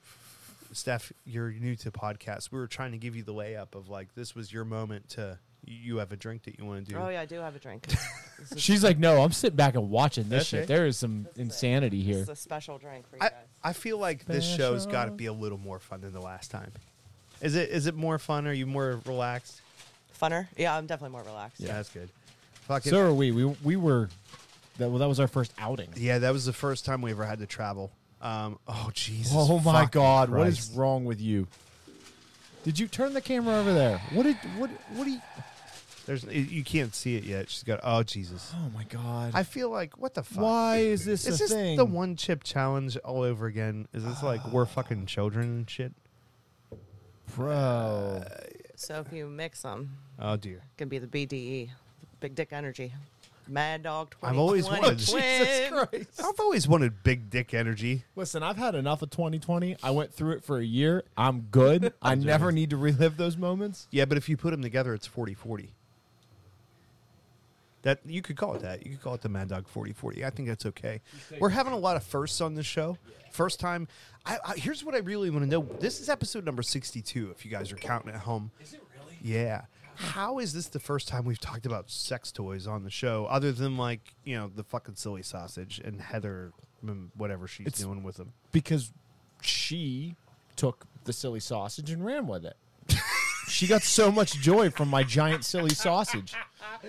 A: Steph, you're new to podcasts. We were trying to give you the layup of like this was your moment to you have a drink that you want to do.
C: Oh yeah, I do have a drink. This is,
B: She's like, no, I'm sitting back and watching this
A: Okay.
B: shit. There is some insanity
C: this
B: here.
C: is a special drink for you
A: I,
C: guys.
A: I feel like this show's got to
B: Special.
A: be a little more fun than the last time. Is it is it more fun? Are you more relaxed?
C: Funner? Yeah, I'm definitely more relaxed.
A: Yeah, that's good. Fucking
B: So are we. We we were. That, well, that was our first outing.
A: yeah, that was the first time we ever had to travel. Um, oh Jesus!
B: Oh my
A: fucking
B: God! What is
A: Christ.
B: wrong with you? Did you turn the camera over there? What did what what do you?
A: There's you can't see it yet. She's got oh Jesus.
B: Oh my God!
A: I feel like what the fuck?
B: Why is this
A: Is
B: a
A: this
B: thing? Ah.
A: the one chip challenge all over again? Is this like we're fucking children and shit?
B: bro?
C: So if you mix them,
A: Oh dear.
C: it can be the BDE, Big Dick Energy, Mad Dog. 2020,
A: I've always wanted- Jesus
C: twin.
A: I've always wanted big dick energy.
B: Listen, I've had enough of 2020. I went through it for a year. I'm good. I never need to relive those moments.
A: Yeah, but if you put them together, it's 40-40. That you could call it that. You could call it the Mad Dog 40-40. I think that's okay. We're having a lot of firsts on this show. First time. I, I here's what I really want to know. This is episode number sixty-two. If you guys are counting at home. Is it really? Yeah. How is this the first time we've talked about sex toys on the show, other than like you know the fucking silly sausage and Heather, mm, whatever she's
B: It's-
A: doing with them?
B: because she took the silly sausage and ran with it. she got so much joy from my giant silly sausage.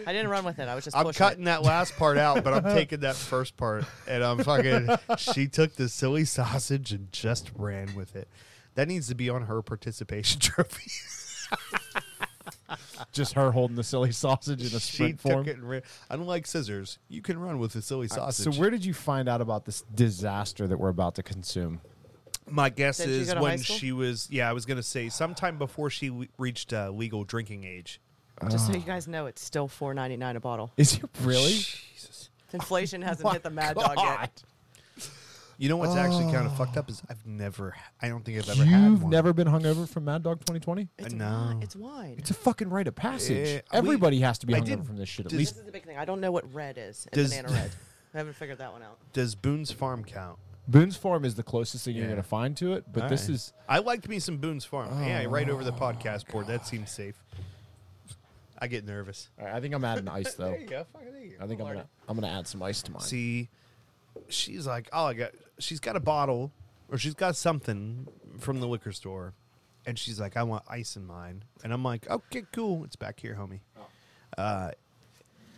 C: I didn't run with it. I was just
A: I'm
C: pushing
A: cutting that last part out, but I'm taking that first part, and I'm fucking. she took the silly sausage and just ran with it. That needs to be on her participation trophy.
B: Just her holding the silly sausage in a
A: she
B: sprint
A: took
B: form. Uh,
A: it and ran. Unlike scissors, you can run with the silly
B: So
A: sausage.
B: where did you find out about this disaster that we're about to consume?
A: My guess
C: Did she
A: is
C: go to high
A: when
C: school?
A: she was. Yeah, I was gonna say sometime before she le- reached uh, legal drinking age.
C: it. Just
A: Oh.
C: so you guys know, it's still four ninety nine a bottle.
B: Is it really?
A: Oh
C: Inflation hasn't hit the Mad Dog
B: God.
C: yet.
A: You know what's actually kind of fucked up is I've never. I don't think I've ever had
B: You've
A: one.
B: never been hungover from Mad Dog 2020?
C: It's
A: No.
C: wine. It's wine.
B: It's a fucking rite of passage.
A: Yeah, Eh, we-
B: Everybody has to be
A: I
B: hungover
A: did-
B: from this shit at
A: does-
B: least
C: this is the big thing. I don't know what red is. It's
A: Does-
C: banana red. I haven't figured that one out.
A: Does Boone's Farm count?
B: Boone's Farm is the closest thing
A: Yeah.
B: you're going to find to it, but
A: All
B: this
A: right.
B: is Oh.
A: I liked me some Boone's Farm. yeah, right over the podcast board. That seems safe. I get nervous.
B: All right, I think I'm adding ice though.
A: go. Fucking there you
B: I think I'm
C: Lord.
B: gonna I'm gonna add some ice to mine.
A: See, she's like, oh, I got. She's got a bottle, or she's got something from the liquor store, and she's like, I want ice in mine, and I'm like, okay, cool. It's back here, homie.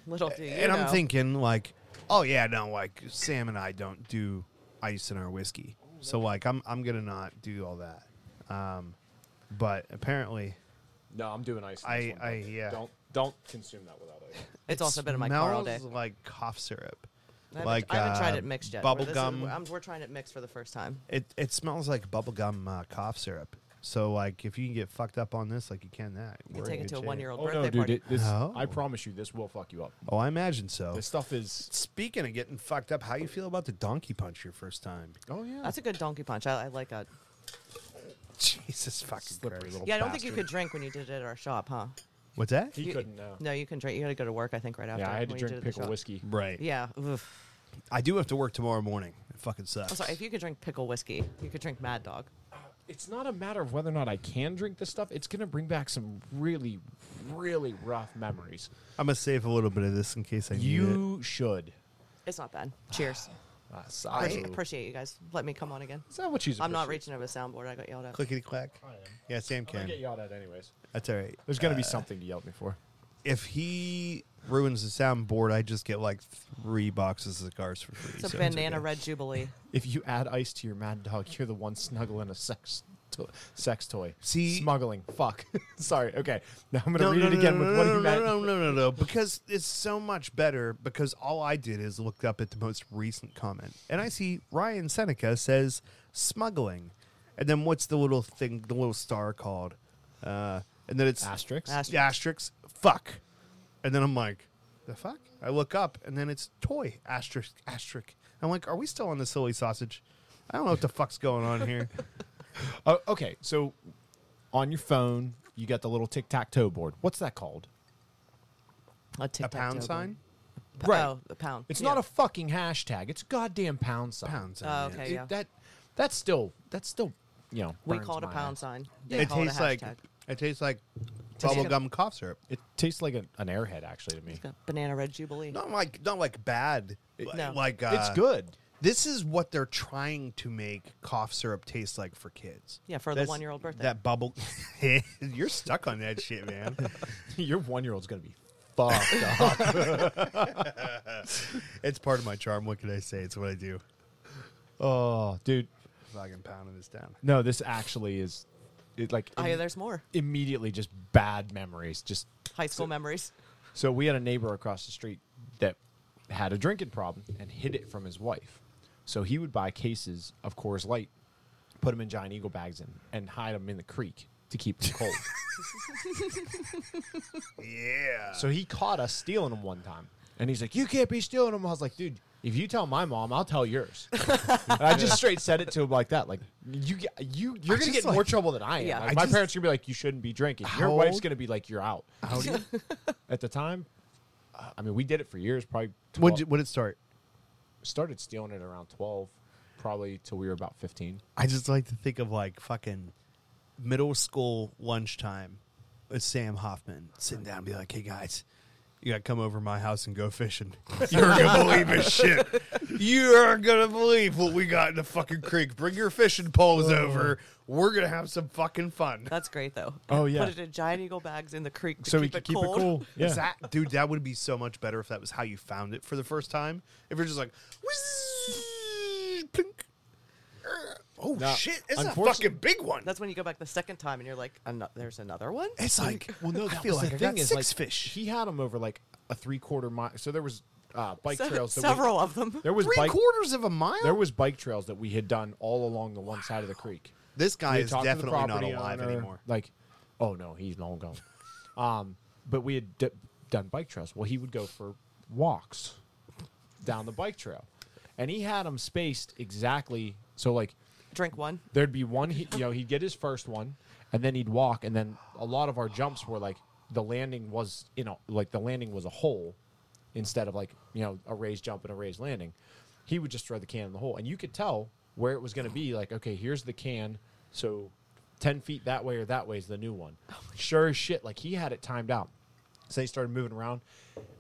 C: Little do you
A: and I'm
C: know.
A: thinking like, oh yeah, no, like Sam and I don't do ice in our whiskey, so like I'm I'm gonna not do all that. Um, but apparently.
B: no, I'm doing ice.
A: I- this one, I- but yeah. don't-
B: don't consume that without ice.
C: it's also been in my car all day.
A: smells like cough syrup.
C: I haven't,
A: like
C: I haven't tried
A: uh,
C: it mixed yet.
A: Bubble
C: We're- this is-
A: gum.
C: I'm- we're trying it mixed for the first time.
A: It it smells like bubblegum uh, cough syrup. So like if you can get fucked up on this, like you can that.
C: You
A: we're
C: can take
A: in good
C: it to a
A: shape.
C: one year old
B: Oh
C: birthday
B: no, dude!
C: party.
B: It, this,
A: No.
B: I promise you, this will fuck you up.
A: Oh, I imagine so.
B: This stuff is.
A: Speaking of getting fucked up, how you feel about the donkey punch your first time?
B: Oh yeah,
C: That's a good donkey punch. I, I like that.
A: Jesus fucking
B: Slippery
A: Christ.
B: little-
C: Yeah, I don't think you
B: bastard.
C: could drink when you did it at our shop, huh?
A: What's that?
B: he
C: You-
B: couldn't know.
C: No, you can drink. You had to go to work, I think, right after.
B: Yeah, I had to
C: when you
B: drink
C: did it at the
B: pickle
C: shop.
B: whiskey.
A: Right.
C: Yeah. oof.
A: I do have to work tomorrow morning. It fucking sucks.
C: Oh, I'm sorry. If you could drink pickle whiskey, you could drink Mad Dog.
B: it's not a matter of whether or not I can drink this stuff. It's gonna bring back some really, really rough memories.
A: I'm gonna save a little bit of this in case I need it.
B: You should.
C: It's not bad. Cheers.
B: Uh,
C: I
B: Sazu.
C: appreciate you guys. Let me come on again.
B: Is that what she's?
C: I'm not
B: appreciating?
C: reaching over the soundboard. I got yelled at.
A: Clickety clack.
B: I am.
A: Yeah, Sam
B: I'm gonna get
A: can.
B: yelled at anyways.
A: That's all right.
B: There's gonna be something to yell at me for.
A: If he ruins the soundboard, I just get like three boxes of cigars for free.
C: It's a
A: so
C: banana
A: okay.
C: red jubilee.
B: If you add ice to your mad dog, you're the one snuggling a sex to- sex toy.
A: See-
B: smuggling. Fuck. Sorry. Okay. Now I'm gonna
A: No,
B: read
A: no,
B: it
A: no,
B: again
A: no,
B: with
A: no,
B: what
A: no, no,
B: he meant.
A: no, no, no, no, because it's so much better. Because all I did is looked up at the most recent comment, and I see Ryan Seneca says smuggling, and then what's the little thing, the little star called? Uh, and then it's
B: Asterisk.
C: Asterisk.
A: the asterisk fuck, and then I'm like, the fuck? I look up, and then it's toy asterisk asterisk. I'm like, are we still on the silly sausage? I don't know what the fuck's going on here.
B: Oh, okay. So on your phone, you got the little tic tac toe board. What's that called?
C: A,
A: A pound sign?
B: Right.
C: Oh, a pound.
B: It's
C: Yeah.
B: not a fucking hashtag. It's a goddamn pound sign.
A: Pound sign.
C: Oh,
A: yeah.
C: okay.
B: It-
C: yeah.
B: That that's still that's still you know.
C: We
B: burns
C: call it a
B: my
C: pound
B: ass.
C: sign.
B: Yeah.
C: They
A: It
C: call
A: tastes
C: a
A: like
C: hashtag.
A: it tastes like
C: Tastes good.
A: bubblegum cough syrup.
B: It tastes like an, an airhead actually to me.
C: banana red jubilee.
A: Not like not like bad.
C: No.
A: Like uh,
B: it's good.
A: This is what they're trying to make cough syrup taste like for kids.
C: Yeah, for the
A: That's-
C: one-year-old birthday.
A: That bubble. You're stuck on that shit, man.
B: your one year old's gonna be fucked up.
A: it's part of my charm. What can I say? It's what I do.
B: Oh, dude.
A: Fucking pounding this down.
B: No, this actually is it like
C: Oh, yeah,
B: im-
C: there's more
B: immediately just bad memories. Just
C: high school memories.
B: So we had a neighbor across the street that had a drinking problem and hid it from his wife. So he would buy cases of Coors Light, put them in giant eagle bags and, and hide them in the creek to keep them cold.
A: Yeah.
B: so he caught us stealing them one time. And he's like, You can't be stealing them. I was like, Dude, if you tell my mom, I'll tell yours. And I just straight said it to him like that. Like, you, g- you, you're
A: I
B: going to
A: just
B: get in more
A: like-
B: trouble than I am.
C: Yeah.
B: Like,
C: I
B: my
A: just-
B: parents are going to be like, You shouldn't be drinking. Your
A: How
B: wife's
A: old-
B: going to be like, You're out.
A: How do you-
B: At the time, uh, I mean, we did it for years, probably. 12,
A: when did when did it start?
B: started stealing it around 12 probably till we were about 15
A: I just like to think of like fucking middle school lunchtime with Sam Hoffman sitting down and be like, "Hey guys, you got to come over to my house and go fishing. You're gonna believe this shit. You're gonna believe what we got in the fucking creek. Bring your fishing poles over. We're gonna have some fucking fun."
C: That's great though.
B: Oh, yeah.
C: Put it in giant eagle bags in the creek to
B: so we
C: keep,
B: could
C: it,
B: keep
C: cold.
B: it cool yeah
A: Is that, dude, that would be so much better if that was how you found it for the first time. If you're just like, whizz, plink. Er, oh
B: Now,
A: shit, it's a
B: unfortunate-
A: fucking big one.
C: That's when you go back the second time and you're like, Ano- "There's another one."
A: It's like, well, no, I
B: That
A: feel
B: was
A: like
B: the
A: I got
B: thing is,
A: six
B: like,
A: fish.
B: he had them over like a three quarter mile so there was uh, bike
C: Se-
B: trails that we-
C: several of them.
B: there was
A: Three
B: bike
A: quarters of a mile.
B: there was bike trails that we had done all along the one side of the creek
A: this guy
B: We
A: is
B: talked to the
A: definitely not
B: property
A: alive
B: owner,
A: anymore.
B: Like, oh no, he's long gone. um, but we had d- done bike trails. Well, he would go for walks down the bike trail, and he had them spaced exactly so like
C: Drink one.
B: there'd be one. He, you know, he'd get his first one, and then he'd walk, and then a lot of our jumps were like the landing was you know like the landing was a hole instead of like you know a raised jump and a raised landing. He would just throw the can in the hole, and you could tell where it was going to be. Like, okay, here's the can, so ten feet that way or that way is the new one. Sure as shit, like he had it timed out. So they started moving around,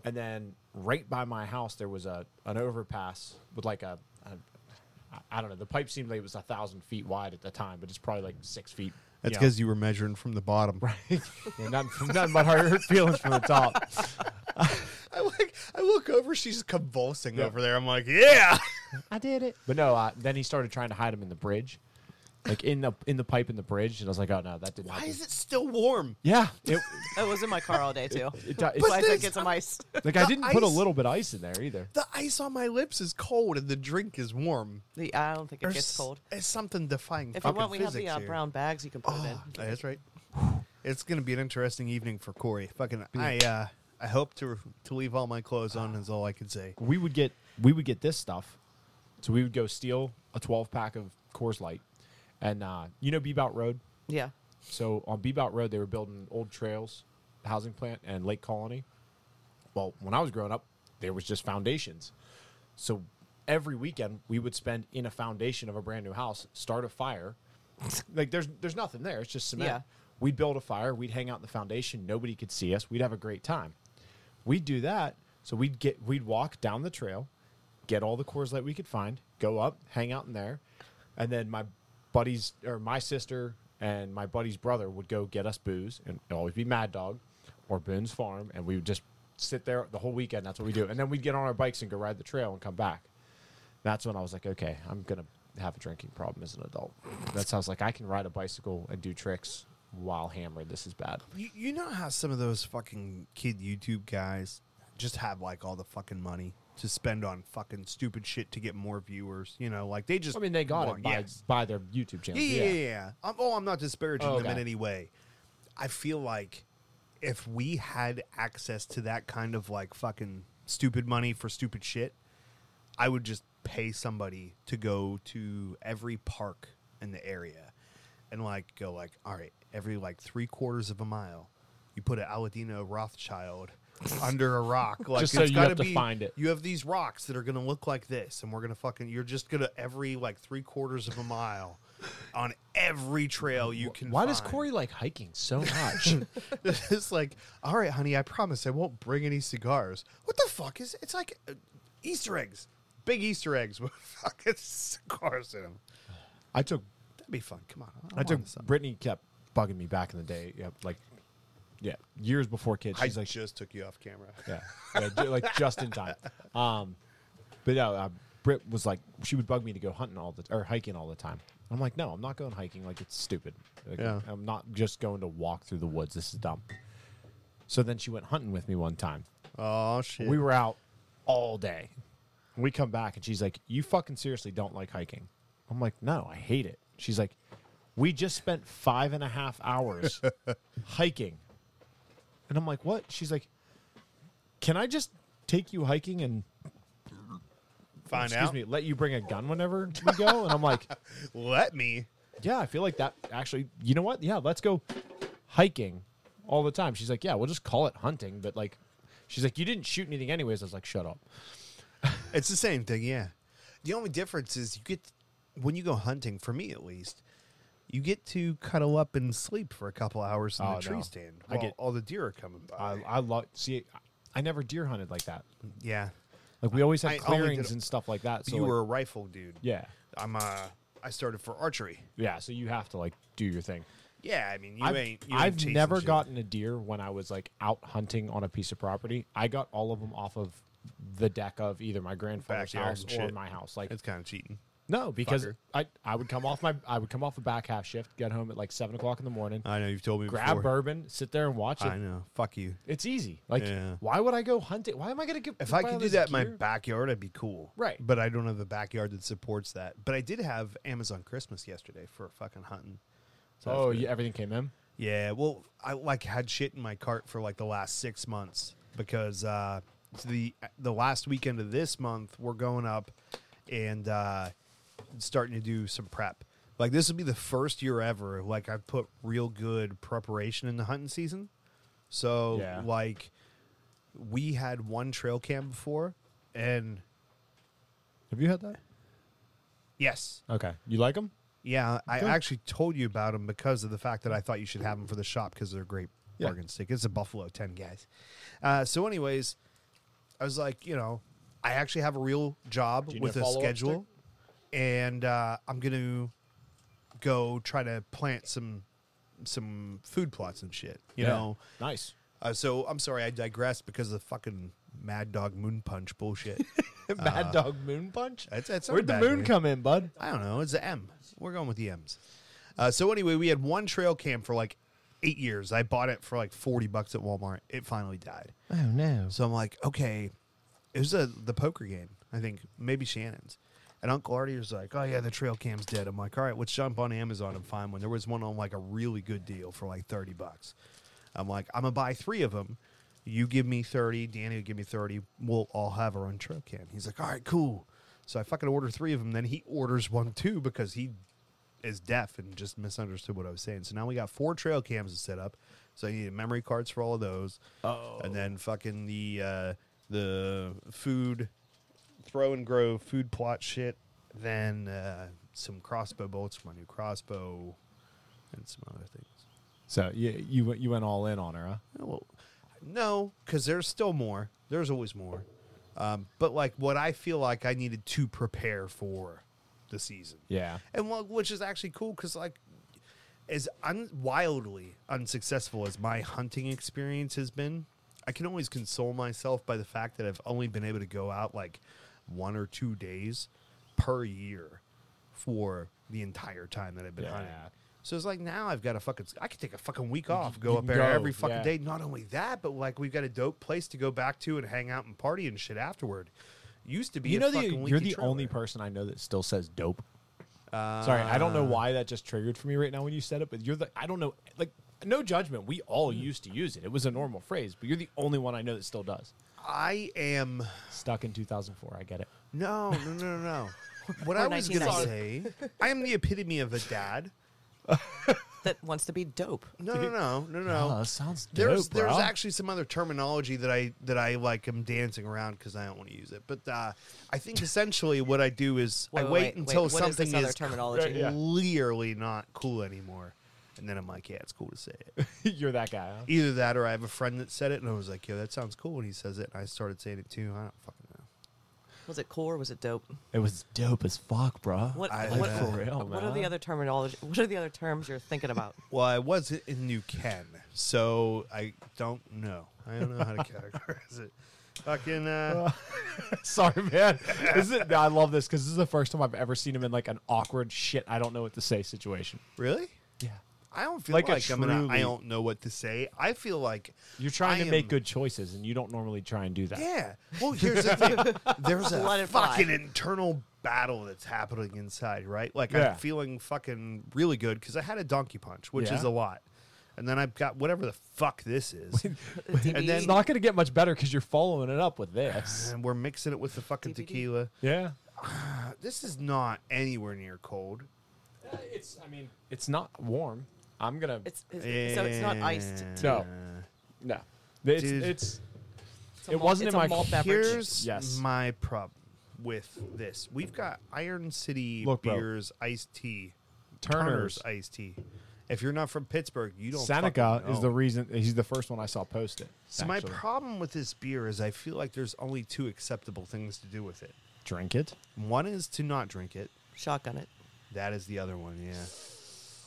B: and then right by my house there was a an overpass with like a, a I- I don't know. The pipe seemed like it was a thousand feet wide at the time, but it's probably like six feet.
A: That's
B: know.
A: because you were measuring from the bottom.
B: Yeah, nothing, nothing but hurt feelings from the top.
A: I like. I look over. She's convulsing
B: Yeah.
A: over there. I'm like, yeah.
B: I did it. But no, uh, then he started trying to hide him in the bridge, like in the in the pipe in the bridge, and I was like, oh no, that did not.
A: Why
B: do-
A: is it still warm?
B: Yeah, it,
C: That was in my car all day too.
B: it, di-
C: so I
B: it's,
A: But
C: said,
A: there's-
C: "Get some ice."
B: like I
A: the
B: didn't put a
A: ice-
B: little bit of ice in there either.
A: The ice on my lips is cold, and the drink is warm.
C: The- I don't think it
A: There's-
C: gets cold.
A: It's something defying.
C: If you
A: fucking
C: want, we have the
A: physics
C: uh,
A: here.
C: brown bags you can put it in.
A: Oh, that's right. It's gonna be an interesting evening for Corey. Fucking, I uh, I hope to to leave all my clothes on is all I can say.
B: we would get we would get this stuff. So we would go steal a 12 pack of Coors Light, and uh, you know Bebout Road.
C: Yeah.
B: So on Bebout Road, they were building old trails, housing plant, and Lake Colony. Well, when I was growing up, there was just foundations. So every weekend, we would spend in a foundation of a brand new house, start a fire, like there's there's nothing there. It's just cement.
C: Yeah.
B: We'd build a fire. We'd hang out in the foundation. Nobody could see us. We'd have a great time. We'd do that. So we'd get we'd walk down the trail, get all the Coors Light we could find, go up, hang out in there, and then my buddies or my sister and my buddy's brother would go get us booze, and it'd always be Mad Dog or Boone's Farm, and we would just sit there the whole weekend. That's what we do, and then we'd get on our bikes and go ride the trail and come back that's when I was like, okay, I'm gonna have a drinking problem as an adult. That sounds like I can ride a bicycle and do tricks while hammered. This is bad.
A: You, you know how some of those fucking kid YouTube guys just have like all the fucking money to spend on fucking stupid shit to get more viewers. You know, like they just.
B: I mean, they got
A: want-
B: it by,
A: yes.
B: by their YouTube channel.
A: Yeah, yeah, yeah. yeah. I'm, oh, I'm not disparaging
B: Oh,
A: them in
B: okay.
A: any way. I feel like if we had access to that kind of like fucking stupid money for stupid shit, I would just pay somebody to go to every park in the area and like go like, all right, every like three quarters of a mile, you put an Aladino Rothschild under a rock. Like
B: Just so
A: it's
B: you
A: gotta
B: have to
A: be-
B: find it.
A: You have these rocks that are gonna look like this, and we're gonna fucking you're just gonna every like three quarters of a mile on every trail you can
B: Why does
A: find.
B: Corey like hiking so much?
A: it's like, all right, honey, I promise I won't bring any cigars. What the fuck is? It's like uh, Easter eggs, big Easter eggs with fucking cigars in them.
B: I took
A: That'd be fun. Come on, I'm
B: I took
A: onto something.
B: Brittany kept bugging me back in the day. Yeah, like yeah, years before kids.
A: I
B: She's like,
A: just took you off camera.
B: Yeah, yeah ju- like just in time. Um, but yeah, uh, Britt was like, she would bug me to go hunting all the or hiking all the time. I'm like, no, I'm not going hiking. Like it's stupid. Like,
A: Yeah.
B: I'm not just going to walk through the woods. This is dumb. So then she went hunting with me one time.
A: Oh shit.
B: We were out all day. We come back and she's like, "You fucking seriously don't like hiking?" I'm like, "No, I hate it." She's like, "We just spent five and a half hours hiking," and I'm like, "What?" She's like, "Can I just take you hiking and
A: find
B: excuse
A: out.
B: me, let you bring a gun whenever we go?" And I'm like,
A: Let me.
B: "Yeah, I feel like that actually. You know what? Yeah, let's go hiking all the time." She's like, "Yeah, we'll just call it hunting," but like, she's like, "You didn't shoot anything anyways." I was like, "Shut up."
A: It's the same thing, yeah. The only difference is you get when you go hunting. For me, at least, you get to cuddle up and sleep for a couple hours in
B: Oh,
A: the tree
B: no.
A: stand
B: I
A: while
B: get-
A: all the deer are coming by.
B: I, I love see. I never deer hunted like that.
A: yeah,
B: Like we always had
A: I only did
B: clearings
A: it-
B: and stuff like that. So
A: you
B: like-
A: were a rifle dude.
B: yeah,
A: I'm. Uh, I started for archery.
B: yeah. So you have to like do your thing.
A: Yeah, I mean, you
B: I've,
A: ain't. You ain't
B: I've
A: chasing
B: never
A: shit.
B: gotten a deer when I was like out hunting on a piece of property. I got all of them off of the deck of either my grandfather's
A: Backyard
B: house
A: and
B: or
A: shit.
B: my house. Like
A: It's kind of cheating.
B: no, because
A: Fucker.
B: I I would come off my I would come off a back half shift, get home at like seven o'clock in the morning,
A: I know you've told me.
B: grab
A: before.
B: bourbon, sit there and watch it.
A: Uh, I know. Fuck you.
B: It's easy. Like
A: Yeah.
B: why would I go hunt it? Why am I gonna give?
A: If I
B: buy all
A: could do
B: this
A: that in my
B: gear?
A: backyard, I'd be cool.
B: Right.
A: But I don't have a backyard that supports that. But I did have Amazon Christmas yesterday for fucking hunting. So that was
B: oh,
A: good.
B: yeah, everything came in.
A: Yeah, well, I like had shit in my cart for like the last six months because uh, it's the the last weekend of this month we're going up and uh, starting to do some prep. Like this will be the first year ever like I've put real good preparation in the hunting season. So
B: Yeah.
A: like we had one trail cam before, and
B: Have you had that?
A: yes,
B: Okay. You like them?
A: Yeah, I
B: Good.
A: actually told you about them because of the fact that I thought you should have them for the shop because they're great
B: Yeah.
A: bargain stick. It's a Buffalo 10, guys. Uh, so, anyways, I was like, you know, I actually have a real job
B: Do you need
A: with
B: a
A: a
B: follow-up
A: schedule, and uh, I'm going to go try to plant some some food plots and shit, you know?
B: Nice.
A: Uh, so, I'm sorry, I digressed because of the fucking Mad Dog Moon Punch bullshit.
B: Mad Dog Moon Punch?
A: It's- it's not
B: Where'd the
A: bad,
B: moon
A: dude.
B: come in, bud?
A: I don't know. It's an M. We're going with the M's. Uh, so anyway, we had one trail cam for like eight years. I bought it for like forty bucks at Walmart. It finally died.
B: Oh no.
A: So I'm like, okay, it was a, the poker game. I think maybe Shannon's. And Uncle Artie was like, oh yeah, the trail cam's dead. I'm like, all right, let's jump on Amazon and find one. There was one on like a really good deal for like thirty bucks. I'm like, I'm gonna buy three of them. You give me thirty. Danny will give me thirty. We'll all have our own trail cam. He's like, all right, cool. So I fucking order three of them. Then he orders one too because he is deaf and just misunderstood what I was saying. So now we got four trail cams to set up. So you need memory cards for all of those. Oh. And then fucking the uh, the food throw and grow food plot shit. Then uh, some crossbow bolts for my new crossbow and some other things.
B: So you you went- you went all in on her, huh?
A: Oh, Well, no, because there's still more. There's always more. Um, but like what I feel like I needed to prepare for the season.
B: Yeah.
A: and wh- which is actually cool because like as un- wildly unsuccessful as my hunting experience has been i can always console myself by the fact that i've only been able to go out like one or two days per year for the entire time that i've been hunting
B: Yeah.
A: so it's like now i've got a fucking i could take a fucking week off go up
B: can
A: there
B: go,
A: every fucking
B: yeah.
A: day not only that but like we've got a dope place to go back to and hang out and party and shit afterward used to be
B: You
A: a
B: know, the,
A: fucking
B: you're
A: leaky
B: the only
A: trailer.
B: person I know that still says dope. Sorry, I don't know why that just triggered for me right now when you said it, but you're the I don't know like no judgment. We all used to use it. It was a normal phrase, but you're the only one I know that still does.
A: i am
B: Stuck in 2004. I get it.
A: No, no, no, no, no. What I
C: Or
A: was going to
C: 1990.
A: say, I am the epitome of a dad.
C: that wants to be dope.
A: No, no, no, no, no.
B: Oh, that sounds
A: there's
B: dope,
A: there's
B: bro.
A: actually some other terminology that I that I like am dancing around because I don't want to use it. But uh, I think essentially what I do is I
C: Wait,
A: wait,
C: wait, wait,
A: until
C: wait. What is
A: something
C: this other
A: is
C: terminology?
B: Yeah, yeah.
A: clearly not cool anymore, and then I'm like, yeah, it's cool to say it.
B: you're that guy. Huh?
A: Either that, or I have a friend that said it, and I was like, yo, that sounds cool when he says it, and I started saying it too. I don't fucking know.
C: Was it cool or was it dope?
B: It was dope as fuck, bro.
C: What
A: I-
C: what,
A: For
B: real,
C: what are
B: man.
C: the other terminology? What are the other terms you're thinking about?
A: Well, I was in New Ken, so I don't know. I don't know how to categorize it. Fucking, uh,
B: Sorry, man. This is, I love this because this is the first time I've ever seen him in like an awkward shit. I don't know what to say situation.
A: really?
B: Yeah,
A: I don't feel
B: Like
A: like,
B: a
A: I'm gonna, I
B: truly-
A: don't know what to say. I feel like
B: you're trying
A: I
B: to make
A: am-
B: good choices, and you don't normally try and do that.
A: Yeah. Well, here's the thing. There's
C: Let
A: a
C: it fly.
A: fucking internal battle that's happening inside, right? Like
B: Yeah.
A: I'm feeling fucking really good because I had a donkey punch, which
B: Yeah.
A: is a lot, and then I've got whatever the fuck this is,
C: DB?
A: and then
C: E?
B: It's not going to get much better because you're following it up with this.
A: and we're mixing it with the fucking
C: DVD.
A: tequila.
B: Yeah,
A: This is not anywhere near cold.
B: Uh, it's. I mean, it's not warm. I'm gonna.
C: It's, it's- so it's not iced.
A: Yeah.
C: tea.
B: No. no. It's.
A: Dude.
B: It's.
C: It's a
B: It
C: malt-
B: wasn't
C: it's
B: in
C: a
B: my-
C: malt beverage.
A: Here's
B: Yes.
A: my problem with this. We've got Iron City
B: Look, bro.
A: beers, iced tea,
B: Turner's.
A: iced tea. If you're not from Pittsburgh, you don't.
B: Seneca
A: fucking
B: is the
A: know.
B: reason. He's the first one I saw post it.
A: So my problem with this beer is I feel like there's only two acceptable things to do with it.
B: Drink it.
A: One is to not drink it.
C: Shotgun it.
A: That is the other one. Yeah.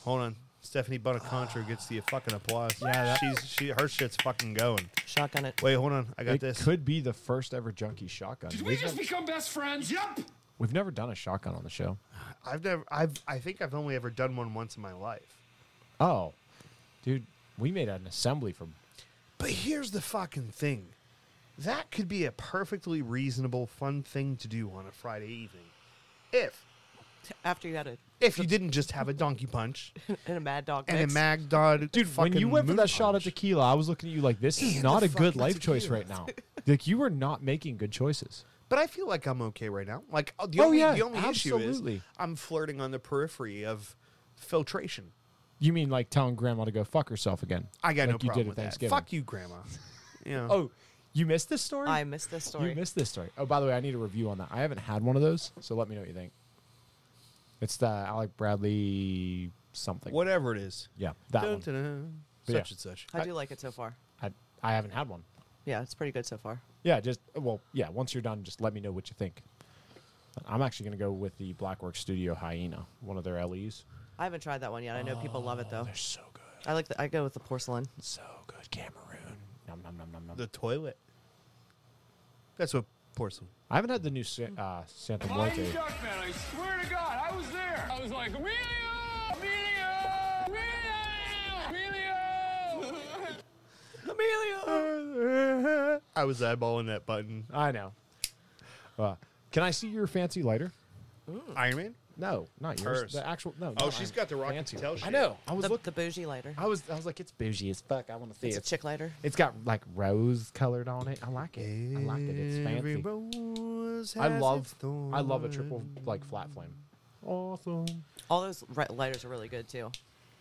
A: Hold on. Stephanie Bonacontra gets the fucking applause.
B: Yeah, that-
A: she's she her shit's fucking going.
C: Shotgun it.
A: Wait, hold on. I got
B: It
A: this.
B: could be the first ever junkie shotgun.
E: Did we
B: We've,
E: just become best friends? Yep.
B: we've never done a shotgun on the show.
A: I've never. I've. I think I've only ever done one once in my life.
B: Oh, dude, we made an assembly from.
A: But here's the fucking thing. That could be a perfectly reasonable, fun thing to do on a Friday evening, if
C: After you had a
A: if you didn't just have a donkey punch
C: and a mad dog.
A: and a
C: mix.
A: mag dog.
B: Dude, when you
A: fucking
B: went for
A: moon
B: that shot of
A: punch.
B: tequila, I was looking at you like, this is
A: And
B: not
A: the
B: a good
A: fucking
B: life choice
A: tequila.
B: right now. like, you were not making good choices.
A: But I feel like I'm okay right now. Like uh, the
B: Oh,
A: only
B: yeah,
A: the only issue is
B: absolutely.
A: I'm flirting on the periphery of filtration.
B: You mean like telling grandma to go fuck herself again?
A: I got
B: like
A: no
B: you
A: problem
B: did at
A: with that.
B: Thanksgiving.
A: Fuck you, grandma. Yeah.
B: Oh, you missed this story?
C: I missed this story.
B: You missed this story. Oh, by the way, I need a review on that. I haven't had one of those, so let me know what you think. It's the Alec Bradley something.
A: whatever it is.
B: Yeah, that one.
A: Dun-dun-dun.
B: But
A: Such
B: yeah.
A: and such.
C: How do you like it so far?
B: I, I haven't had one.
C: Yeah, it's pretty good so far.
B: Yeah, just well, yeah. Once you're done, just let me know what you think. I'm actually going to go with the Blackwork Studio Hyena, one of their LEs.
C: I haven't tried that one yet. I know people love it though.
B: They're so good,
C: I like. The, I go with the porcelain.
B: so good. Cameroon. Nom nom nom nom nom.
A: The toilet. That's what porcelain.
B: I haven't had the new Sa- uh, Santa
E: Mighty
B: Muerte.
E: Duckman, I swear to God, I was there. I was like, Emilio! Emilio! Emilio!
B: Amelia.
A: I was eyeballing that button.
B: I know. Uh, can I see your fancy lighter?
A: Iron Man.
B: No, not yours.
A: Hers.
B: The actual Hmm. no.
A: Oh,
B: not
A: she's
B: mine.
A: got the Rocky
B: Fancy
A: Patel
B: lighter. I
A: shit.
B: know. I was
C: The,
B: look.
C: the bougie lighter.
B: I was. I was like, it's bougie as fuck. I want to see
C: It's a
B: it.
C: chick lighter.
B: It's got like rose colored on it. I like it. I like it. It's
A: Every
B: fancy.
A: rose
B: I
A: has
B: love
A: its thorn.
B: I love a triple like flat flame. Awesome.
C: All those ri- lighters are really good too.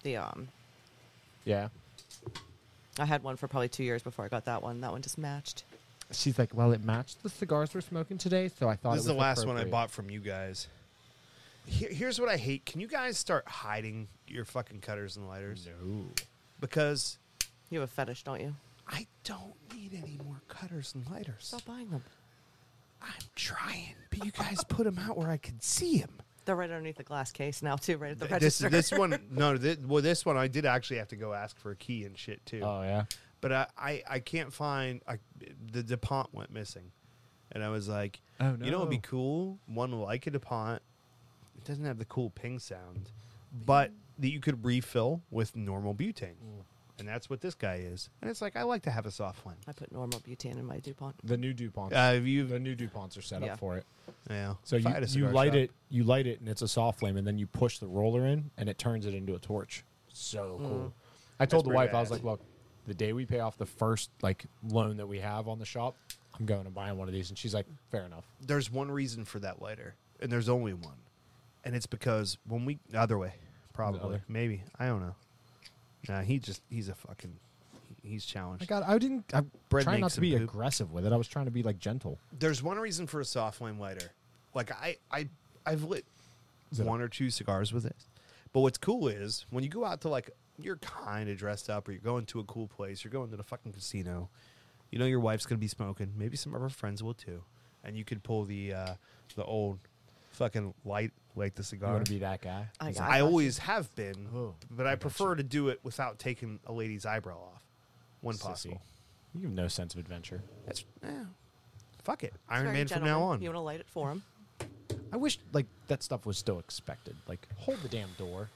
C: The um,
B: Yeah.
C: I had one for probably two years before I got that one. That one just matched.
B: She's like, well, it matched the cigars we're smoking today, so I thought
A: This
B: it
A: is the
B: was
A: last one I
B: appropriate."
A: bought from you guys. Here, here's what I hate. Can you guys start hiding your fucking cutters and lighters? No. Because
C: You have a fetish, don't you?
A: I don't need any more cutters and lighters.
C: Stop buying them.
A: I'm trying, but you guys put them out where I can see them.
C: They're right underneath the glass case now, too, right at the
A: This
C: register.
A: this one no this, well this one I did actually have to go ask for a key and shit too.
B: Oh yeah.
A: but I, I, I can't find I, the DuPont went missing, and I was like,
B: Oh,
A: you know, it'd be
B: no.
A: cool one like a DuPont. It doesn't have the cool ping sound, but that you could refill with normal butane, and that's what this guy is. And it's like I like to have a soft one.
C: I put normal butane in my DuPont.
B: The new DuPont.
A: Uh, if you
B: the new DuPonts are set
C: Yeah.
B: up for it.
A: yeah.
B: So
A: If
B: you,
A: I had a
B: you
A: cigar
B: light
A: shop-
B: it, you light it, and it's a soft flame, and then you push the roller in, and it turns it into a torch. So
C: Mm.
B: cool. I told the
A: pretty
B: wife, I was
A: badass.
B: like, "Look, the day we pay off the first like loan that we have on the shop, I'm going and buying one of these." And she's like, "Fair enough."
A: There's one reason for that lighter, and there's only one, and it's because when we other way, probably
B: other.
A: maybe I don't know. Nah, he just he's a fucking he- he's challenged.
B: I got. I didn't. I
A: Bread
B: trying not
A: makes
B: to
A: him
B: be
A: poop.
B: aggressive with it. I was trying to be like gentle.
A: there's one reason for a soft flame lighter. Like I, I, I've lit
B: it
A: one or two cigars with this. But what's cool is when you go out to like you're kind of dressed up, or you're going to a cool place, you're going to the fucking casino. You know your wife's gonna be smoking. Maybe some of her friends will too, and you could pull the uh, the old fucking light like the
B: You
A: cigar.
B: want to be that guy?
C: I got
A: I
C: you.
A: always have been,
B: Oh,
A: but I, prefer to do it without taking a lady's eyebrow off when
B: Sissy.
A: possible.
B: You have no sense of adventure.
A: That's, eh, fuck it,
C: It's
A: Iron
C: very
A: Man from now
C: gentleman.
A: on.
C: You want to light it for him?
B: I wish like that stuff was still expected. Like hold the damn door.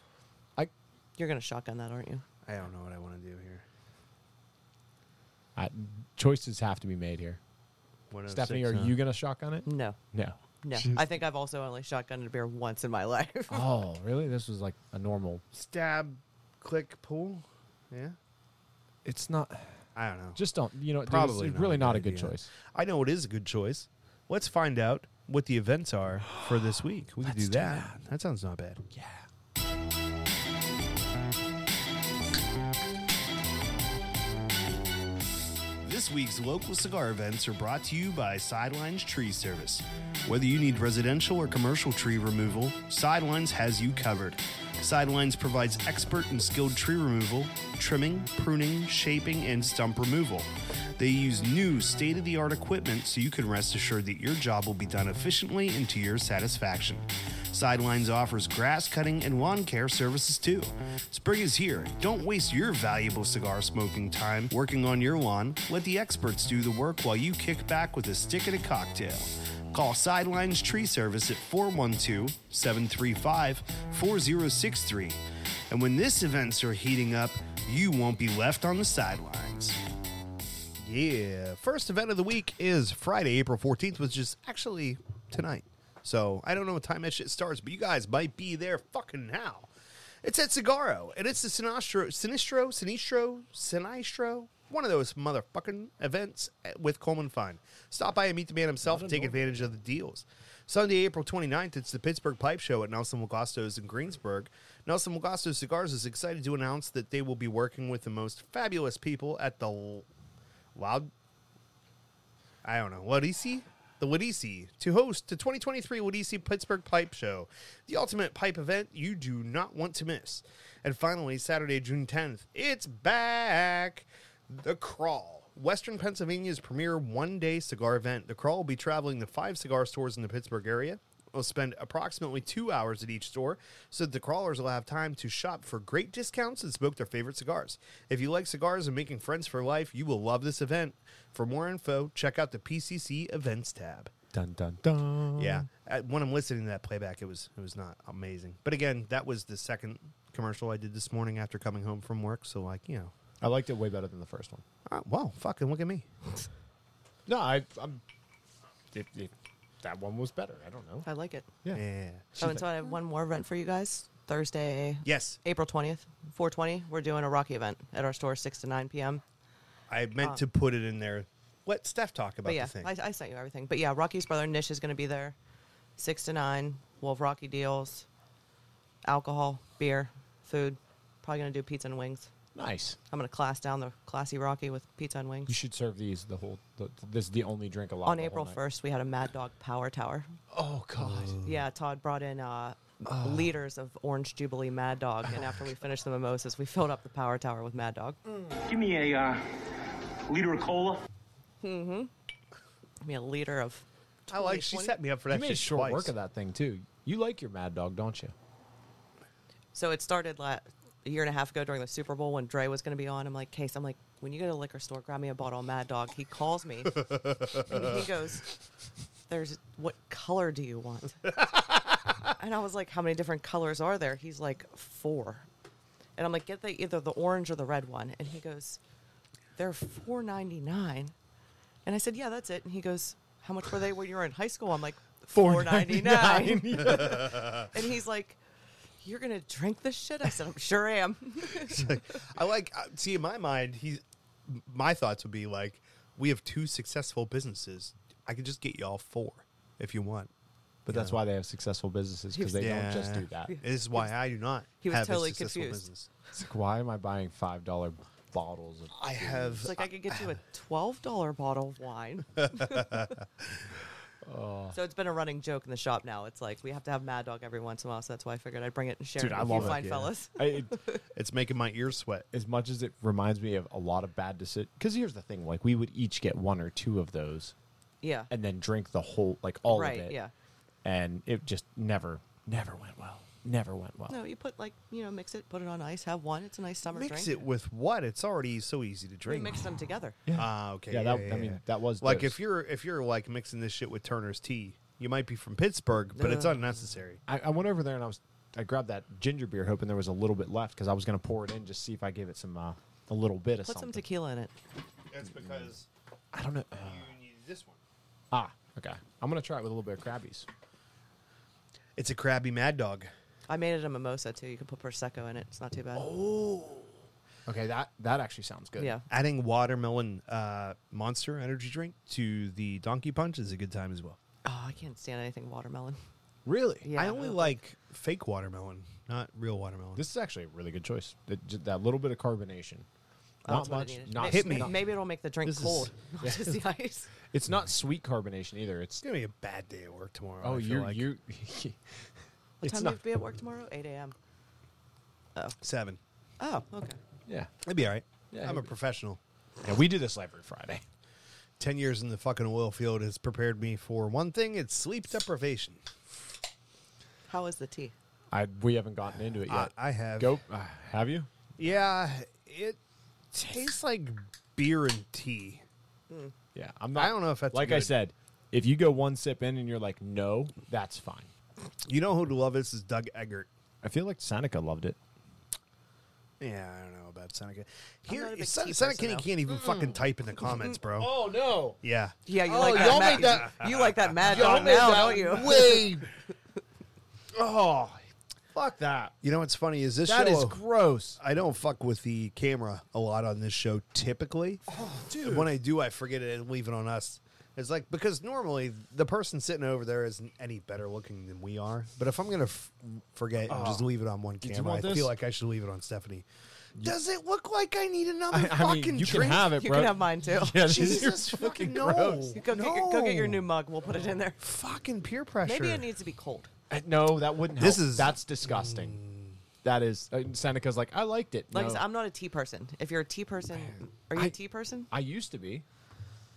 B: I
C: You're going to shotgun that, aren't you?
A: I don't know what I want to do here.
B: I, choices have to be made here.
A: 106,
B: Stephanie, are
A: huh?
B: you gonna shotgun it?
C: No.
B: No.
C: No. I think I've also only shotgunned a beer once in my life.
B: Oh, really? This was like a normal.
A: stab, click, pull? Yeah,
B: It's not.
A: I don't know.
B: Just don't. You know,
A: probably
B: probably it's really not a good
A: idea.
B: choice.
A: I know it is a good choice. Let's find out what the events are for this week. We can do that. That sounds not bad.
B: Yeah.
A: This week's local cigar events are brought to you by Sidelines Tree Service. Whether you need residential or commercial tree removal, Sidelines has you covered. Sidelines provides expert and skilled tree removal, trimming, pruning, shaping, and stump removal. They use new state of the art equipment so you can rest assured that your job will be done efficiently and to your satisfaction. Sidelines offers grass cutting and lawn care services too. Spring is here. Don't waste your valuable cigar smoking time working on your lawn. Let the experts do the work while you kick back with a stick and a cocktail. Call Sidelines Tree Service at 412 735 4063. And when this events are heating up, you won't be left on the sidelines. Yeah. First event of the week is Friday, April 14th, which is actually tonight. So I don't know what time that shit starts, but you guys might be there fucking now. It's at Cigaro, and it's the Sinistro, Sinistro, Sinistro, Sinistro, one of those motherfucking events at- with Coleman Fine. Stop by and meet the man himself and take advantage of the deals. Sunday, April 29th, it's the Pittsburgh Pipe Show at Nelson Lagasto's in Greensburg. Nelson Lagasto's Cigars is excited to announce that they will be working with the most fabulous people at the L- Loud. I don't know. Wadisi? The Wadisi to host the 2023 Wadisi E Pittsburgh Pipe Show, the ultimate pipe event you do not want to miss. And finally, Saturday, June 10th, it's back. The Crawl, Western Pennsylvania's premier one day cigar event. The Crawl will be traveling to five cigar stores in the Pittsburgh area. We'll spend approximately two hours at each store so that the crawlers will have time to shop for great discounts and smoke their favorite cigars. If you like cigars and making friends for life, you will love this event. For more info, check out the PCC Events tab.
B: Dun dun dun.
A: Yeah, Uh, when I'm listening to that playback, it was it was not amazing. But again, that was the second commercial I did this morning after coming home from work. So like you know,
B: I liked it way better than the first one.
A: uh, wow, fucking look at me.
B: No, I. I'm. It, it, that one was better. I don't know.
C: I like it.
B: Yeah.
A: Yeah.
C: Oh, and so I have one more event for you guys. Thursday,
A: Yes,
C: April 20th, 420. We're doing a Rocky event at our store, 6 to 9 p.m.
A: I meant to put it in there. Let Steph talk about
C: But yeah,
A: the thing.
C: I, I sent you everything. But yeah, Rocky's brother Nish is going to be there. Six to nine. Wolf Rocky deals. Alcohol, beer, food. Probably going to do pizza and wings.
B: Nice.
C: I'm going to class down the classy Rocky with pizza and wings.
B: You should serve these the whole. The, this is the only drink allowed.
C: On
B: the whole
C: April
B: night.
C: 1st, we had a Mad Dog Power Tower.
B: Oh God.
C: Yeah, Todd brought in uh, liters of Orange Jubilee Mad Dog. And after we finished the mimosas, we filled up the power tower with Mad Dog.
D: Give me a uh, liter of cola.
C: I mean, a liter of.
A: I like. She
C: 20.
A: set me up for that.
B: You made
A: shit
B: short
A: twice.
B: work of that thing too. You like your Mad Dog, don't you?
C: So it started la- a year and a half ago during the Super Bowl when Dre was going to be on. I'm like, Case, I'm like, when you go to the liquor store, grab me a bottle of Mad Dog. He calls me and he goes, There's what color do you want? and I was like, How many different colors are there? He's like, Four. And I'm like, Get the either the orange or the red one. And he goes, They're four ninety nine. And I said, Yeah, that's it. And he goes, How much were they when you were in high school? I'm like, Four ninety nine. And he's like, "You're gonna drink this shit?" I said, "I'm sure am."
A: I like. uh, See, in my mind, he, my thoughts would be like, we have two successful businesses. I could just get y'all four if you want.
B: But that's why they have successful businesses because they don't just do that.
A: This is why I do not.
C: he was
A: have a
C: totally
A: successful
C: confused.
A: Business.
B: It's like, why am I buying five dollar bottles of?
A: I have. uh,
C: It's like I could get you a twelve dollar bottle of wine.
B: Oh.
C: So it's been a running joke in the shop now. It's like we have to have Mad Dog every once in a while, so that's why I figured I'd bring it and share
B: Dude,
C: it
B: I
C: with
B: love
C: you
B: it,
C: fine
A: yeah.
C: fellas.
B: I, it-
A: It's making my ears sweat.
B: as much as it reminds me of a lot of bad decisions. Because here's the thing: like we would each get one or two of those,
C: Yeah,
B: and then drink the whole, like all
C: right.
B: of it.
C: Yeah.
B: And it just never, never went well. Never went well.
C: No, you put like you know, mix it, put it on ice, have one. It's a nice summer
A: Mix
C: drink.
A: it with what? It's already so easy to
C: we
A: drink.
C: mix them together.
A: Ah, okay.
B: Yeah, that- I mean, that was
A: like
B: dose.
A: if you're if you're like mixing this shit with Turner's tea, you might be from Pittsburgh, but it's
C: Ugh.
A: unnecessary.
B: I, I went over there and I was I grabbed that ginger beer, hoping there was a little bit left because I was going to pour it in just see if I gave it some uh, a little bit of
C: Put some
B: something.
C: tequila in it.
A: That's because
B: I don't know. Uh,
A: need this one.
B: ah, okay. I'm going to try it with a little bit of Krabby's.
A: It's a crabby Mad Dog.
C: I made it a mimosa too. You can put prosecco in it. It's not too bad.
B: Oh. Okay, that that actually sounds good.
C: yeah.
A: Adding watermelon uh, monster energy drink to the Donkey Punch is a good time as well.
C: Oh, I can't stand anything watermelon.
A: Really?
C: Yeah.
A: I only like fake watermelon, not real watermelon.
B: This is actually a really good choice. That, j- that little bit of carbonation.
C: Oh,
B: Not
C: I'm gonna
B: much.
C: need it.
B: Not
C: May-
A: Hit me.
C: may- Maybe it'll make the drink
A: This is-
C: cold, not just the ice.
B: It's not sweet carbonation either. It's
A: it's gonna be a bad day at work tomorrow.
B: oh,
A: I feel
B: you
A: like.
B: you.
C: What
B: it's
C: time do you
B: not.
C: have to be at work tomorrow? 8 a.m.
A: seven.
C: Oh, okay.
B: Yeah.
A: It'd be all right.
B: Yeah,
A: I'm
B: it'd
A: a
B: be-
A: professional.
B: Yeah, we do this every Friday.
A: Ten years in the fucking oil field has prepared me for one thing: it's sleep deprivation.
C: How is the tea?
B: I we haven't gotten into it
A: I-
B: yet.
A: I have.
B: Go. Uh, have you?
A: Yeah, it tastes like beer and tea.
B: Yeah, I'm not.
A: I don't know if that's
B: like I
A: good.
B: said. If you go one sip in and you're like, no, that's fine.
A: You know who to love this is Doug Eggert.
B: I feel like Seneca loved it.
A: Yeah, I don't know about Seneca.
C: not a
A: Here,
C: big
A: Sen-
C: tea
A: Seneca
C: person, though.
A: can't even fucking type in the comments, bro.
B: Oh no!
A: Yeah,
C: Yeah, you
B: Oh,
C: like that.
B: y'all
C: mad,
B: made that-
C: You like that mad dog now, don't you?
B: Way. oh, fuck that.
A: you know what's funny is this
B: That
A: show.
B: is gross.
A: I don't fuck with the camera a lot on this show typically.
B: Oh, dude.
A: When I do, I forget it and leave it on us. It's like because normally the person sitting over there isn't any better looking than we are. But if I'm gonna f- forget and just leave it on one
B: Oh. you
A: camera, I
B: want this?
A: feel like I should leave it on Stephanie. Does it look like I need another
B: I, I
A: fucking
B: mean, you
A: drink?
B: can have it,
C: You
B: bro.
C: can have mine too.
B: Yeah, this is-
A: Jesus fucking no!
B: gross.
C: You go, get your, go get your
A: No.
C: new mug. We'll put it in there.
A: fucking peer pressure.
C: Maybe it needs to be cold.
B: Uh, No, that wouldn't. Help.
A: This
B: This
A: is-
B: is that's disgusting. That is uh, Seneca's like I liked it.
C: Like I
B: No,
C: said, I'm not a tea person. If you're a tea person, are you a
B: I-
C: tea person?
B: I used to be.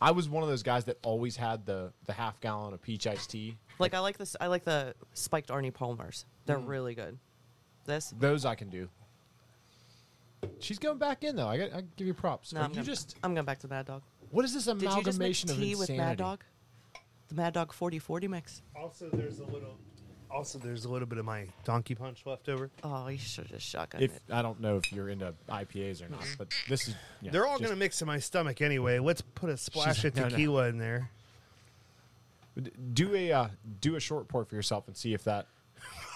B: I was one of those guys that always had the the half gallon of peach iced tea.
C: Like I like this. I like the spiked Arnie Palmers. They're
B: Mm.
C: really good. This
B: Those I can do. She's going back in though. I got I give you props.
C: no,
B: Are
C: I'm
B: you
C: gonna,
B: just
C: I'm going back to Mad Dog.
B: what is this
C: Did you just make
B: amalgamation
C: tea
B: of
C: with
B: insanity?
C: Mad Dog? The Mad Dog 40-40 mix.
A: Also, there's a little. Also, there's a little bit of my donkey punch left over.
C: Oh, you should have shotgunned
B: If
C: it.
B: I don't know if you're into IPAs or not, but this is yeah,
A: They're all
B: just-
A: gonna mix in my stomach anyway. Let's put a splash
B: like,
A: of
B: "No, no."
A: tequila in there.
B: do a uh, do a short pour for yourself and see if that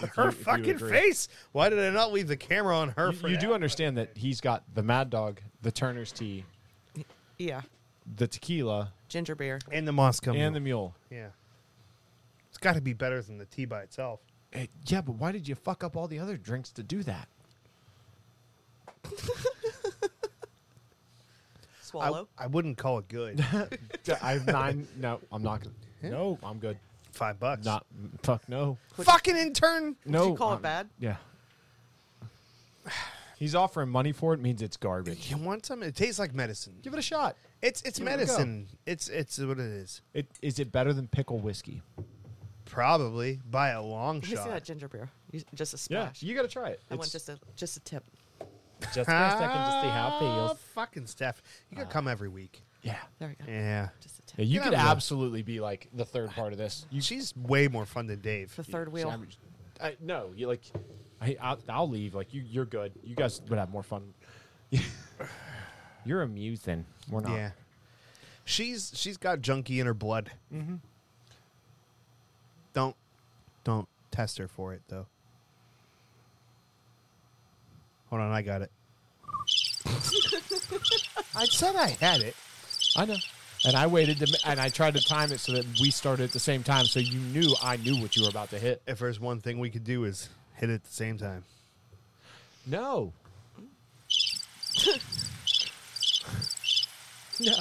B: if you-
A: her
B: if you
A: fucking
B: agree.
A: face. Why did I not leave the camera on her? for
B: You, you do
A: that?
B: understand that he's got the Mad Dog, the Turner's Tea,
C: Yeah,
B: the tequila,
C: ginger beer.
A: and the Moscow
B: and the
A: Mule.
B: mule.
A: yeah. It's got to be better than the tea by itself.
B: Eh, yeah, but why did you fuck up all the other drinks to do that?
A: I,
C: Swallow.
A: I wouldn't call it good.
B: I have nine. No, I'm not. Gonna, No, I'm good.
A: Five bucks.
B: Not fuck no.
A: Fucking intern.
B: No.
C: you call it
B: um,
C: bad?
B: Yeah. He's offering money for it means it's garbage.
A: You want some? It tastes like medicine.
B: Give it a shot.
A: It's it's
B: Give it a go.
A: medicine. It's it's what it is.
B: It is it better than pickle whiskey?
A: Probably by a long
C: Let me see that
A: shot.
C: ginger beer. You- Just a splash.
B: you got to try it.
C: I want
B: It's-
C: just a just a tip.
B: just for a second, just see how it
A: Ah,
B: feels. Uh,
A: Fucking Steph, you gotta come every week.
B: Yeah.
C: There we go.
A: Yeah,
C: Just a
B: Yeah,
C: tip.
B: you
A: Get
B: could
A: out of here.
B: absolutely be like the third part of this. You
A: she's way more fun than Dave.
C: The third wheel.
B: I'm- I, no, you like, I, I'll, I'll leave. Like you, you're good. You guys would have more fun. you're amusing. We're not.
A: Yeah, she's she's got junkie in her blood. Mm-hmm. Don't don't test her for it though. Hold on, I got it. I said I had it.
B: I know. And I waited to, and I tried to time it so that we started at the same time, so you knew I knew what you were about to hit.
A: If there's one thing we could do is hit it at the same time.
B: No. no.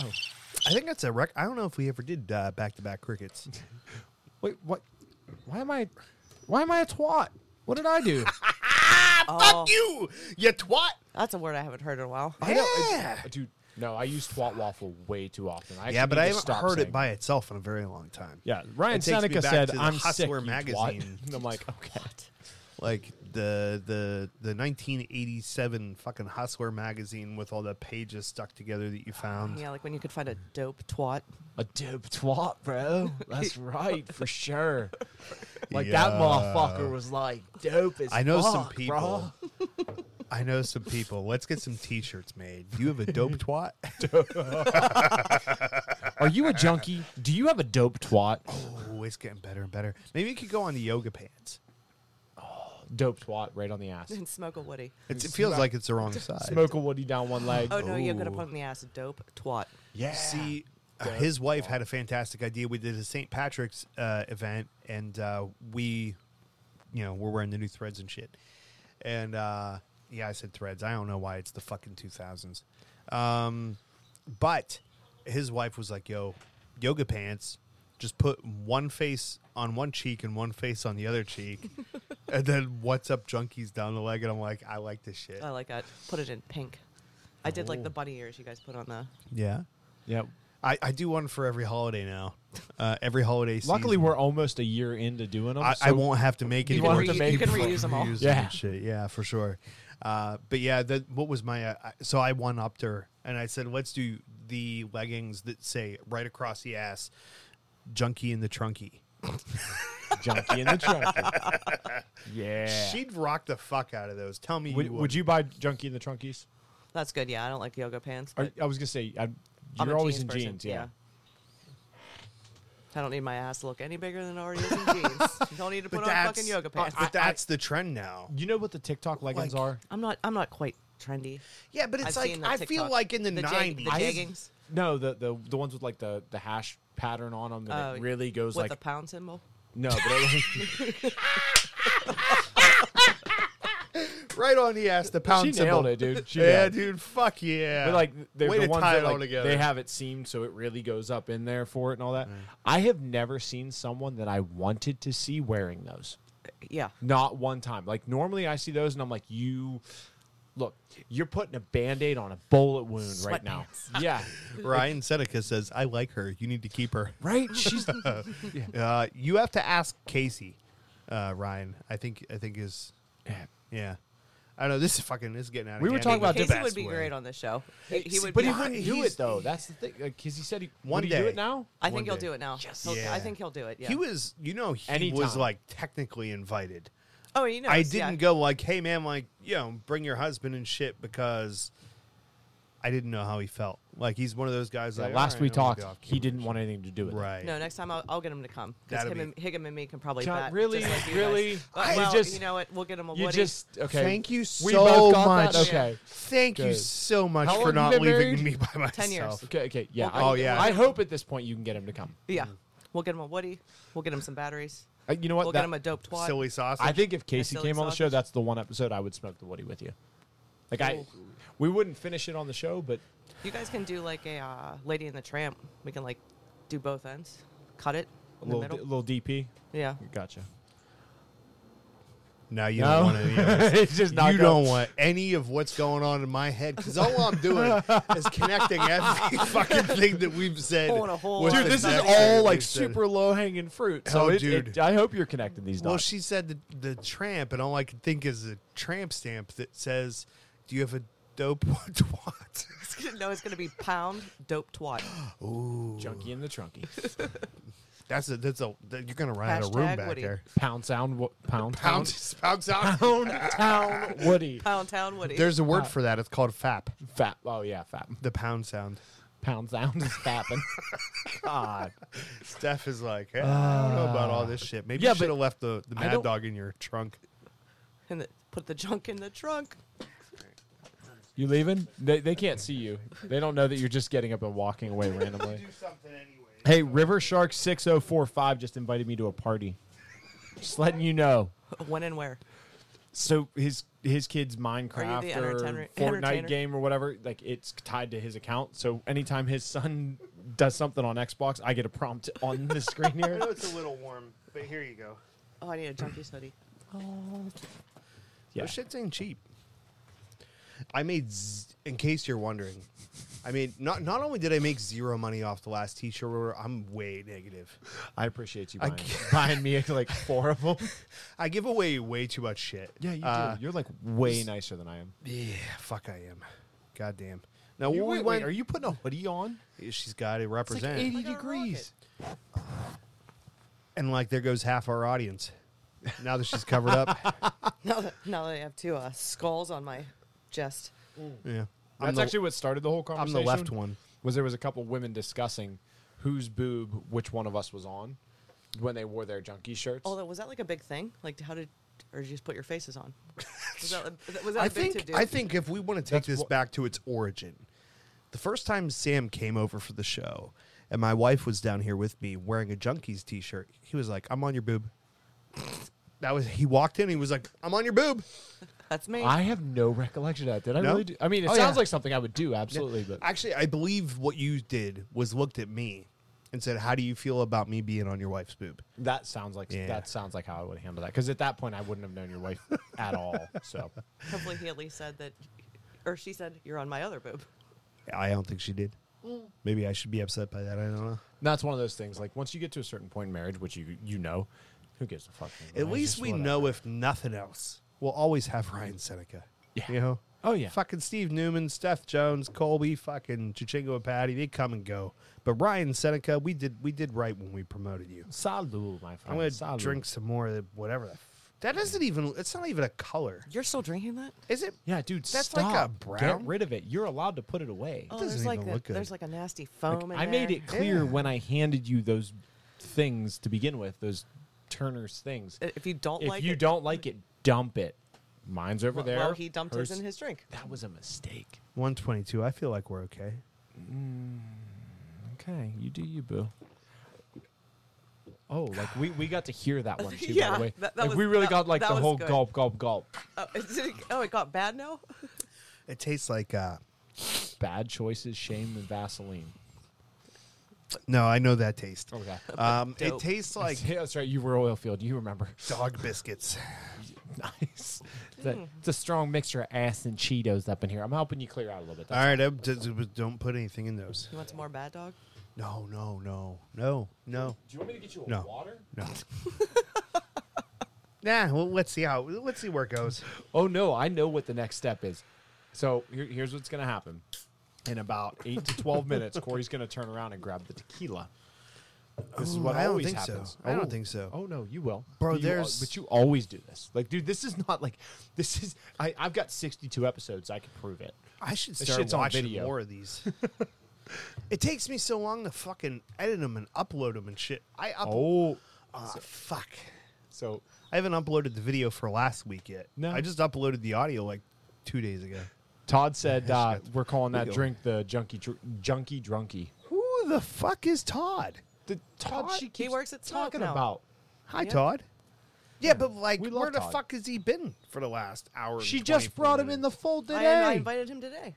A: I think that's a rec. I don't know if we ever did uh, back-to-back crickets.
B: Wait, what? Why am I? Why am I a twat? What did I do?
C: Oh,
A: Ah, you, you twat.
C: that's a word I haven't heard in a while.
B: I know, it-
A: Yeah.
B: dude. No, I use twat waffle way too often. I
A: Yeah, but
B: actually need
A: I
B: to
A: haven't
B: stop
A: heard
B: saying
A: it by itself in a very long time.
B: Yeah, Ryan
A: It takes me
B: Seneca
A: back
B: said,
A: to the
B: "I'm sick."
A: Hustler
B: you twat."
A: magazine.
B: And I'm like, okay.
A: like the the the 1987 fucking Hustler magazine with all the pages stuck together that you found.
C: Yeah, like when you could find a dope twat.
B: A dope twat, bro. That's right, for sure. Like that
A: Yeah.
B: motherfucker was like dope as
A: I know some
B: fuck,
A: people.
B: bro.
A: I know some people. Let's get some T-shirts made. You have a dope twat.
B: Are you a junkie? Do you have a dope twat?
A: oh, it's getting better and better. Maybe you could go on the yoga pants.
B: Dope twat right on the ass.
C: And smoke a woody.
A: It's, it feels like it's the wrong side.
B: Smoke a woody down one leg.
C: Oh no, you got to
A: Ooh.
C: put in the ass. Dope twat.
B: yeah.
A: See, uh, his wife had a fantastic idea. We did a St. Patrick's uh, event, and uh, we, you know, we're wearing the new threads and shit. And uh, yeah, I said threads. I don't know why it's the fucking two thousands. Um, but his wife was like, "Yo, yoga pants." Just put one face on one cheek and one face on the other cheek, and then what's up, junkies down the leg. And I'm like, I like this shit.
C: I like that. Put it in pink. I did
B: Oh.
C: like the bunny ears you guys put on the.
A: Yeah,
B: Yeah.
A: I, I do one for every holiday now. Uh, every holiday.
B: Luckily,
A: season.
B: we're almost a year into doing them.
A: I,
B: so
A: I won't have to make any
B: won't
A: more
B: have to
A: shit.
B: make- you can
C: reuse 'em all.
A: Reuse
B: Yeah.
A: and shit. yeah, for sure. Uh, but yeah, that what was my uh, I- so I one upped her and I said let's do the leggings that say right across the ass, junkie in the trunky.
B: junkie in the trunkie. yeah.
A: She'd rock the fuck out of those. Tell me,
B: would,
A: you
B: would you buy junkie in the trunkies?
C: That's good. Yeah, I don't like yoga pants.
B: Are,
C: but
B: I was gonna say I,
C: I'm
B: you're
C: a
B: always
C: jeans
B: in
C: person,
B: jeans. Yeah.
C: I don't need my ass to look any bigger than it already is in jeans. You don't need to put on fucking
B: uh,
C: yoga pants.
A: But that's the trend now.
B: You know what the TikTok leggings
A: Like-
B: are?
C: I'm not. I'm not quite trendy.
A: Yeah, but it's
C: I've seen
A: like
C: the
A: I feel
C: TikTok.
A: like in the
C: The jag-
A: nineties.
C: the jeggings
B: No, the, the the ones with like the the hash pattern on them, and
C: Oh,
B: it really goes
C: with
B: like
C: the pound symbol.
B: no, but it,
A: right on the ass, the pound
B: she
A: symbol.
B: nailed it, dude. She
A: Yeah,
B: did.
A: dude, fuck yeah.
B: But like they
A: Way
B: the
A: to
B: ones
A: tie
B: that
A: it all
B: like,
A: together.
B: they have it seamed so it really goes up in there for it and all that. I have never seen someone that I wanted to see wearing those.
C: Yeah.
B: Not one time. Like normally I see those and I'm like, you look, you're putting a band-aid on a bullet wound right now. Yeah.
A: Ryan Seneca says, I like her. You need to keep her.
B: Right? She's
A: Uh, you have to ask Casey, uh, Ryan. I think I think is yeah. I don't know. This is fucking. This is getting out of
B: We were
A: hand.
B: talking about
A: The
B: the
C: Casey
A: best
C: would be
A: way.
C: great on this show. He, he
B: See,
C: would.
B: but
C: be-
B: he wouldn't do
A: he's-
B: it though. That's the thing, because he said he
A: One
B: would he do
A: day.
B: it now.
C: I
A: one
C: think he'll
A: day.
C: do it now. He'll-
A: Yeah.
C: I think he'll do it. Yeah.
A: He was. You know, he was
B: Anytime.
A: like technically invited.
C: Oh, you know.
A: I didn't go like, hey man, like you know, bring your husband and shit because I didn't know how he felt. Like he's one of those guys.
B: So
A: like,
B: last
A: "All
B: we
A: right, I'm gonna
B: talked,
A: go off
B: he
A: camera."
B: didn't want anything to do with it.
A: Right.
C: No, next time I'll, I'll get him to come because
A: That'll
C: him,
A: be-
C: and Higgin and me can probably
B: God,
C: bat,
B: really?
C: just like you guys.
B: Really?
C: But,
B: I- You
C: well,
B: just-
C: you know what? We'll get him a
B: You
C: Woody.
B: just okay.
A: Thank you so
B: we both got
A: much.
B: That? Okay.
A: Thank you
B: Good.
A: so much
B: How long
A: for
B: have you
A: not
B: been
A: leaving
B: married?
A: me by myself.
C: years.
B: Okay, okay, yeah.
C: We'll
B: I,
A: go- Oh, yeah.
B: I hope at this point you can get him to come.
C: yeah. We'll get him a Woody. We'll get him some batteries.
B: Uh, you know what?
C: We'll
B: That-
C: get him a dope twat.
A: Silly sausage.
B: I think if Casey
C: silly
B: came on the show,
C: sausage.
B: that's the one episode I would smoke the Woody with you. Like
C: Oh.
B: I, we wouldn't finish it on the show, but
C: You guys can do like a uh, Lady in the Tramp. We can like do both ends, cut it, in the
B: little,
C: middle.
B: little DP.
C: Yeah.
B: Gotcha.
A: Now you
B: No.
A: don't want any of it.
B: it's just not
A: you
B: good.
A: don't want any of what's going on in my head because all I'm doing is connecting every fucking thing that we've said.
C: Pulling a whole
A: with
C: lot
B: Dude,
A: the
C: of
B: this is
A: next
C: Exactly.
A: thing that
B: all
A: we've
B: like
A: said.
B: super low hanging fruit. So,
A: Oh,
B: it,
A: dude.
B: it- I hope you're connecting these dots.
A: Well, she said the, the tramp, and all I could think is a tramp stamp that says, "Do you have a dope twat?"
C: no, it's going to be pound dope twat.
B: junkie in the trunky.
A: that's a that's a that- you're gonna run out of room
C: Hashtag
A: back
C: Woody.
A: there.
B: Pound sound. wo- Pound
A: Pound, pound sound.
B: Pound town Woody.
C: Pound town Woody.
A: There's a word for that. It's called fap.
B: Fat. Oh yeah, fat.
A: The pound sound.
B: Pound sound is fapping. God.
A: Steph is like, "Eh, I don't know about all this shit. Maybe
B: yeah,
A: you should
B: but
A: have left the, the
B: I
A: mad
B: don't-
A: dog in your trunk.
C: and the, put the junk in the trunk.
B: You leaving? They, they can't see you. They don't know that you're just getting up and walking away randomly.
A: something anyway.
B: Hey, River Shark 6045 just invited me to a party. Just letting you know.
C: When and where?
B: So his his kid's Minecraft
C: entertainer-
B: or
C: entertainer?
B: Fortnite game or whatever, like it's tied to his account. So anytime his son does something on Xbox, I get a prompt on the screen here.
A: Oh, it's a little warm, but here you go.
C: Oh, I need a junkies hoodie.
B: Yeah.
A: Those shits ain't cheap. I made, z- in case you're wondering, I mean, not not only did I make zero money off the last t-shirt order, I'm way negative.
B: I appreciate you
A: I
B: buying,
A: can't-
B: buying me like four of them.
A: I give away way too much shit.
B: Yeah, you
A: Uh,
B: do. You're like way nicer than I am.
A: Yeah, fuck, I am. Goddamn. Now
B: You-
A: when we
B: wait,
A: went,
B: wait, are you putting a hoodie on?
A: She's got to represent,
C: Like a rocket.
A: and like there goes half our audience. Now that she's covered up,
C: Now that, now that I have two uh, skulls on my chest.
A: yeah,
B: That's
A: the,
B: actually what started the whole
A: I'm
B: conversation.
A: the left one.
B: Was there was a couple women discussing whose boob which one of us was on when they wore their junkie shirts.
C: Although, was that like a big thing? Like, how did, or did you just put your faces on? Was that, was that
A: I
C: a big
A: think
C: to do?
A: I think if we want to take
B: That's
A: this
B: what-
A: back to its origin, the first time Sam came over for the show, and my wife was down here with me wearing a junkies T-shirt, he was like, "I'm on your boob." That was he walked in. He was like, "I'm on your boob."
C: That's me.
B: I have no recollection of that. Did I
A: No?
B: really? Do? I mean, it
A: Oh,
B: sounds
A: yeah.
B: like something I would do, absolutely. But
A: Actually, I believe what you did was looked at me and said, "How do you feel about me being on your wife's boob?"
B: that sounds like
A: Yeah.
B: that sounds like how I would handle that. Because at that point, I wouldn't have known your wife at all. So
C: Hopefully, he at least said that, or she said, "You're on my other boob."
A: I don't think she did.
C: Mm.
A: Maybe I should be upset by that. I don't know.
B: that's one of those things. Like once you get to a certain point in marriage, which you you know, who gives a fuck?
A: At
B: Right?
A: least
B: Just
A: we
B: whatever.
A: know if nothing else, we'll always have Ryan Seneca.
B: Yeah.
A: You know?
B: Oh, yeah.
A: Fucking Steve Newman, Steph Jones, Colby, fucking Chichingo and Patty, they come and go. But Ryan Seneca, we did we did right when we promoted you.
B: Salud, my friend.
A: I'm gonna
B: Salud.
A: drink some more of the- whatever the f- that isn't even it's not even a color.
C: You're still drinking that?
A: Is it
B: Yeah, dude,
A: That's
B: stop.
A: like a
B: Get
A: brown-
B: rid of it. You're allowed to put it away.
C: Oh,
A: doesn't
C: there's like
A: even
C: a,
A: look good.
C: there's like a nasty foam. in
B: I made
C: there.
B: it clear
A: Yeah.
B: when I handed you those things to begin with, those Turner's things.
A: Uh,
C: I- If you don't
B: if
C: like
B: you
C: it,
B: don't like it, dump it. Mine's over there.
C: well, he dumped his
B: Hers-
C: in his drink.
B: That was a mistake.
A: one twenty two? I feel like we're okay.
B: Okay, you do you, boo. Oh, like we, we got to hear that one too. by
C: Yeah,
B: the way,
C: that- that
B: like
C: was-
B: we really
C: that-
B: got like
C: that
B: the
C: was
B: whole
C: good.
B: gulp, gulp, gulp.
C: Oh, is it, oh, it got bad now.
A: It tastes like uh
B: Bad choices, shame, and Vaseline.
A: no, I know that taste.
B: Okay,
A: Um, it
C: Dope.
A: tastes like
B: Oh, that's right. You were oil field. You remember?
A: dog biscuits.
B: Nice. It's
C: Hmm.
B: a, it's a strong mixture of ass and Cheetos up in here. I'm helping you clear out a little bit.
A: All
B: That's-
A: right, I- d- d- don't put anything in those.
C: You want some more bad dog?
A: No, no, no, no, no.
B: Do you want me to get you a
A: No.
B: water?
A: No. nah, well, let's see how let's see where it goes.
B: Oh no, I know what the next step is. So here, here's what's gonna happen. In about eight to twelve minutes, Corey's gonna turn around and grab the tequila. This is
A: Ooh,
B: what
A: I don't
B: always
A: think so.
B: happens.
A: I don't
B: Oh,
A: think so.
B: Oh no, you will,
A: Bro,
B: You al-
A: there's-
B: but you always do this. Like, dude, this is not like this is. I, I've got sixty-two episodes. I can prove it.
A: I should
B: This
A: start
B: shit's on
A: watching
B: video.
A: more of these. it takes me so long to fucking edit them and upload them and shit. I up-
B: Oh,
A: Ah, fuck.
B: so
A: I haven't uploaded the video for last week yet.
B: No.
A: I just uploaded the audio like two days ago.
B: Todd said uh,
A: Shit.
B: we're calling that
A: go.
B: drink the junkie, dr- junkie, drunkie.
A: Who the fuck is Todd?
B: The Todd,
C: Todd?
B: she
C: He
B: keeps
C: works at Smoke
B: talking
C: now.
B: about.
A: Hi,
C: Yeah.
A: Todd. Yeah, but like,
B: We love
A: where the
B: Todd.
A: fuck has he been for the last hour? and
B: She just
A: 24
B: brought him in the
A: minutes?
B: fold
C: I,
B: today.
C: I invited him today.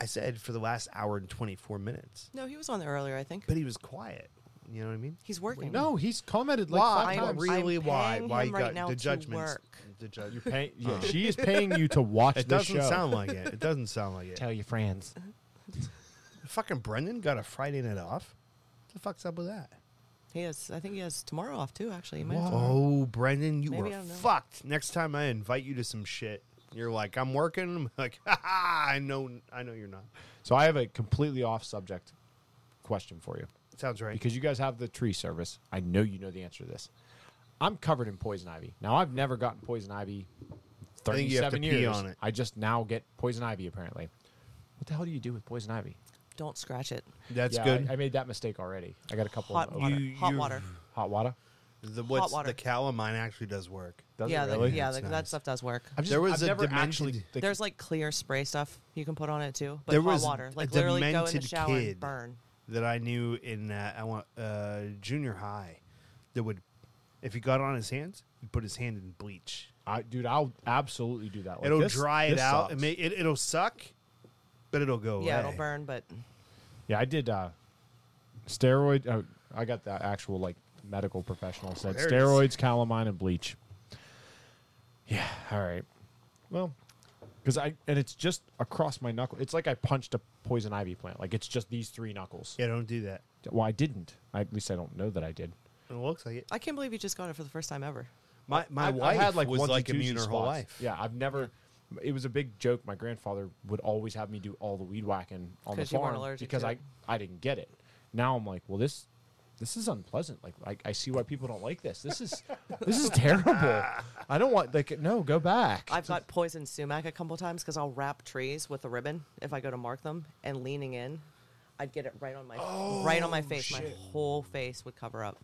A: I said for the last hour and twenty four minutes,
C: No, he was on there earlier. I think.
A: but he was quiet. You know what I mean?
C: He's working.
B: No, Oh, he's commented like
A: Why?
B: five
C: I'm-
B: times.
A: really?
C: I'm
A: why?
C: paying
A: Why
C: him
A: you
C: right
A: got
C: now
A: the
C: to
A: judgments?
C: work.
A: The judge.
B: You're paying. Yeah, she is paying you to watch.
A: It
B: the
A: doesn't
B: show.
A: sound like it. It doesn't sound like it.
F: Tell your friends.
A: Fucking Brendan got a Friday night off. What the fuck's up with that?
C: He has. I think he has tomorrow off too. Actually, he might have to-
A: Oh, Brendan, you
C: Maybe
A: were
C: I don't know.
A: fucked. Next time I invite you to some shit, you're like, I'm working. I'm like, ha ha, I know, I know you're not.
B: So I have a completely off subject question for you
A: Sounds right.
B: because you guys have the tree service. I know you know the answer to this. I'm covered in poison ivy. Now I've never gotten poison ivy.
A: I think you have to
B: Thirty-seven
A: pee
B: years.
A: on it.
B: I just now get poison ivy apparently. What the hell do you do with poison ivy?
C: Don't scratch it.
A: That's
B: Yeah,
A: good.
B: I, I made that mistake already. I got a couple
C: Hot
B: of
C: water.
A: Oh, You-
C: hot
A: you-
C: water.
B: hot water.
A: the what's
C: water.
A: the calamine actually does work.
B: Does
C: yeah,
B: it
C: the-
B: really?
C: yeah,
A: It's
C: the- that
A: nice.
C: stuff does work.
B: I've just,
A: There was
B: I've
A: a
B: never
A: demented-
B: actually. the-
C: There's like clear spray stuff you can put on it too, but
A: There
C: hot
A: was
C: water.
A: a
C: Like literally go in the
A: demented
C: shower
A: kid.
C: and burn.
A: that I knew in uh, I want uh, junior high that would, if he got on his hands, he'd put his hand in bleach.
B: I, dude, I'll absolutely do that. Like,
A: it'll
B: this-
A: dry it
B: this
A: out.
B: sucks.
A: It, may, it it'll suck, but it'll go away.
C: Yeah, it'll burn, but
B: Yeah, I did uh, steroid. Uh, I got the actual like medical professional said
A: There it is.
B: steroids, calamine, and bleach. Yeah. All right. Well, because I and it's just across my knuckle. It's like I punched a poison ivy plant. Like it's just these three knuckles.
A: Yeah, don't do that.
B: Well, I didn't. I, at least I don't know that I did.
A: It looks like it.
C: I can't believe you just got it for the first time ever.
A: My my
B: I-
A: wife
B: I had like
A: was
B: onesie,
A: like
B: twosie
A: immune her whole
B: spots.
A: life.
B: Yeah, I've never. It was a big joke. My grandfather would always have me do all the weed whacking on the
C: 'Cause you weren't
B: farm
C: allergic
B: because
C: to
B: I
C: it.
B: I didn't get it. Now I'm like, well, this this is unpleasant. Like, I, I see why people don't like this. This is this is terrible. I don't want like no, go back.
C: I've got poison sumac a couple times because I'll wrap trees with a ribbon if I go to mark them, and leaning in, I'd get it right on my right
A: Oh,
C: on my face. My whole face would cover up.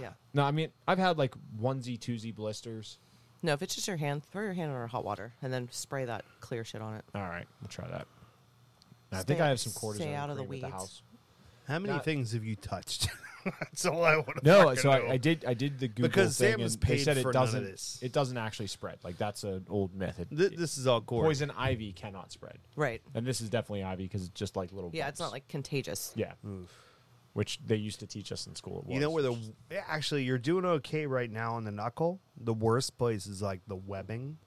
C: yeah.
B: no, I mean I've had like onesie twosie blisters.
C: No, if it's just your hand, throw your hand under hot water and then spray that clear shit on it.
B: All right, we'll try that. I
C: Stay-
B: think I have some cortisone.
C: stay out of the
B: cream at
C: weeds.
B: house.
A: How many
B: Not-
A: things have you touched? That's all I want to.
B: No, so I, I did. I did the Google
A: Because
B: thing
A: Sam was
B: and they
A: paid
B: said
A: for
B: it
A: none of
B: doesn't.
A: this.
B: It doesn't actually spread. Like that's an old myth. It-
A: Th- this is all gore.
B: poison ivy cannot spread.
C: Right.
B: And this is definitely ivy because it's just like little.
C: Yeah, it's not
B: bumps.
C: like contagious.
B: Yeah. Which they used to teach us in school. It was.
A: You know where the actually you're doing okay right now on the knuckle. The worst place is like the webbing.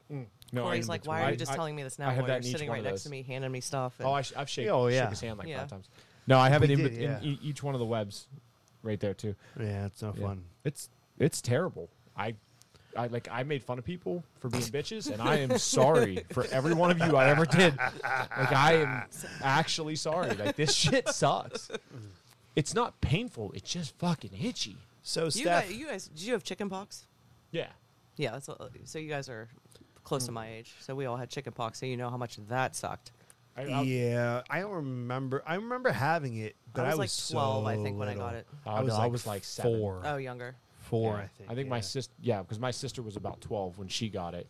B: No,
C: Corey's
B: in
C: like,
B: between.
C: why are
B: I-
C: you just
B: I-
C: telling me this
B: I
C: now?
B: have
C: Boy,
B: that
C: you're
B: in each
C: sitting
B: one
C: right
B: of
C: next to
B: those.
C: me, handing me stuff. and-
B: Oh, I sh- I've shaken,
A: Oh,
B: shook
A: yeah.
B: his hand like
C: Yeah.
B: five times. No, I have
A: We
B: it in,
A: did,
B: bet-
A: yeah.
B: in e- each one of the webs, right there too.
A: Yeah, it's no
B: Yeah.
A: fun.
B: It's it's terrible. I I like I made fun of people for being bitches, and I am sorry for every one of you I ever did. Like I am actually sorry. Like this shit sucks. It's not painful. It's just fucking itchy.
A: So
C: you
A: Steph,
C: guys, you guys, did you have chicken pox?
B: Yeah. Hmm.
C: Yeah, that's what, so you guys are close to my age, so we all had chicken pox, so you know how much that sucked.
B: I, I,
A: yeah, I don't remember. I remember having it, but
C: I
A: I
C: was
A: was,
C: like 12, I
A: so
C: think, when I got
A: little.
C: it.
B: Oh, no, I was like seven.
A: four,
C: Oh, younger.
A: four.
B: yeah.
A: I think.
B: I think my
A: yeah.
B: sister. Yeah, because my sister was about twelve when she got it,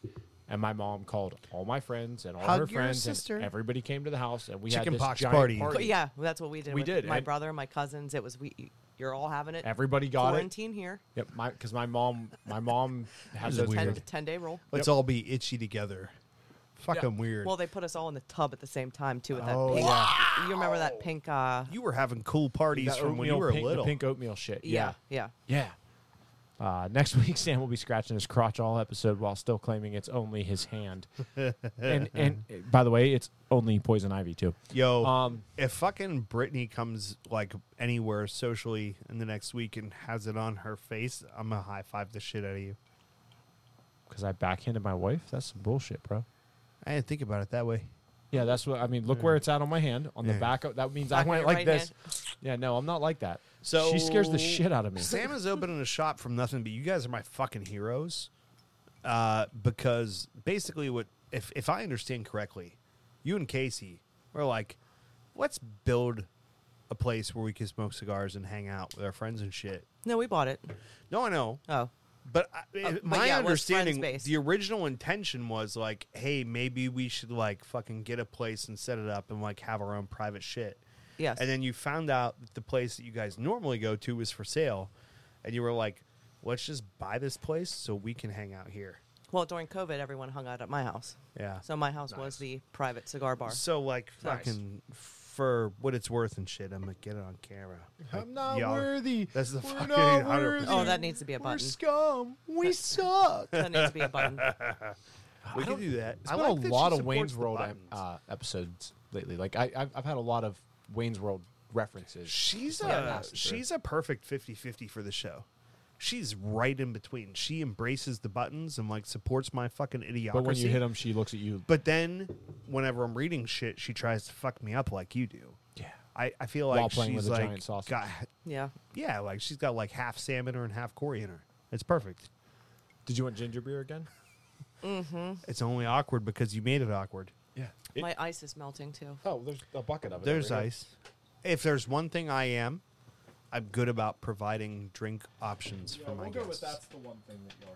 B: and my mom called all my friends and all
A: Hug
B: her
A: your
B: friends,
A: sister.
B: and everybody came to the house, and we had
A: Chicken
B: this
A: pox
B: giant
A: party.
C: But yeah, that's what we did.
B: We
C: with
B: did,
C: My
B: and-
C: brother, my cousins. It was we. You're all having it.
B: Everybody got it.
C: Quarantine here.
B: Yep, my because my mom, my mom has
A: This
B: a
A: is
C: Ten,
A: Weird.
C: ten day rule.
A: Let's all be itchy together. Fucking weird.
C: Well, they put us all in the tub at the ten- time too. With that
A: Oh,
C: pink.
A: yeah.
C: You remember that pink? Uh,
A: you were having cool parties from when you were
B: pink, the
A: little.
B: pink oatmeal shit.
C: yeah,
B: Yeah,
C: yeah.
B: yeah. Uh, next week, Sam will be scratching his crotch all episode while still claiming it's only his hand. and and uh, by the way, it's only poison ivy too.
A: Yo,
B: Um,
A: if fucking Brittany comes like anywhere socially in the next week and has it on her face, I'm gonna high five the shit out of you.
B: Because I backhanded my wife. That's some bullshit, bro.
A: I didn't think about it that way.
B: Yeah, that's what I mean. Look where it's at on my hand on
A: Yeah.
B: the back. Of, that means
C: Back of
B: I went
C: your
B: like
C: right
B: this. Yeah, no, I'm not like that.
A: So
B: she scares the shit out of me.
A: Sam is opening a shop from nothing, but you guys are my fucking heroes. Uh, because basically, what if if I understand correctly, you and Casey were like, let's build a place where we can smoke cigars and hang out with our friends and shit.
C: No, we bought it.
A: No, I know.
C: Oh,
A: But I,
C: but
A: my
C: yeah, it was
A: understanding,
C: friends-based.
A: the original intention was like, hey, maybe we should like fucking get a place and set it up and like have our own private shit.
C: Yes.
A: And then you found out that the place that you guys normally go to was for sale, and you were like, let's just buy this place so we can hang out here.
C: well, during COVID, everyone hung out at my house.
A: Yeah.
C: So my house was the private cigar bar.
A: So like
C: Nice.
A: fucking for what it's worth and shit. I'm gonna get it on camera.
B: I'm not
A: y'all-
B: worthy.
A: that's the
B: We're
A: fucking
B: not
A: 100%.
B: worthy.
C: Oh, that needs to be a
B: We're
C: button.
B: scum. We suck.
C: That needs to be a button.
A: We can do that. It's
B: I
A: not
B: want
A: like
B: a
A: that
B: lot
A: she
B: of Wayne's
A: supports
B: World
A: the
B: ep-
A: buttons.
B: uh, episodes lately. Like I, I've, I've had a lot of Wayne's World references.
A: she's
B: Yeah,
A: a
B: that's true.
A: she's a perfect 50-50 for the show. She's right in between. She embraces the buttons and like supports my fucking idiocracy.
B: But when you hit them, she looks at you.
A: But then, whenever I'm reading shit, she tries to fuck me up like you do.
B: Yeah.
A: I, I feel like
B: While playing
A: she's
B: with a
A: like
B: giant sausage.
A: got
C: Yeah.
A: yeah, like she's got like half salmon or and half Cory in her. It's perfect.
B: Did you want ginger beer again?
A: It's only awkward because you made it awkward.
B: Yeah.
C: My ice is melting too.
B: oh, there's a bucket of it.
A: There's
B: over here.
A: ice. If there's one thing I am, I'm good about providing drink options for Oh my guests.
B: the one thing that you're.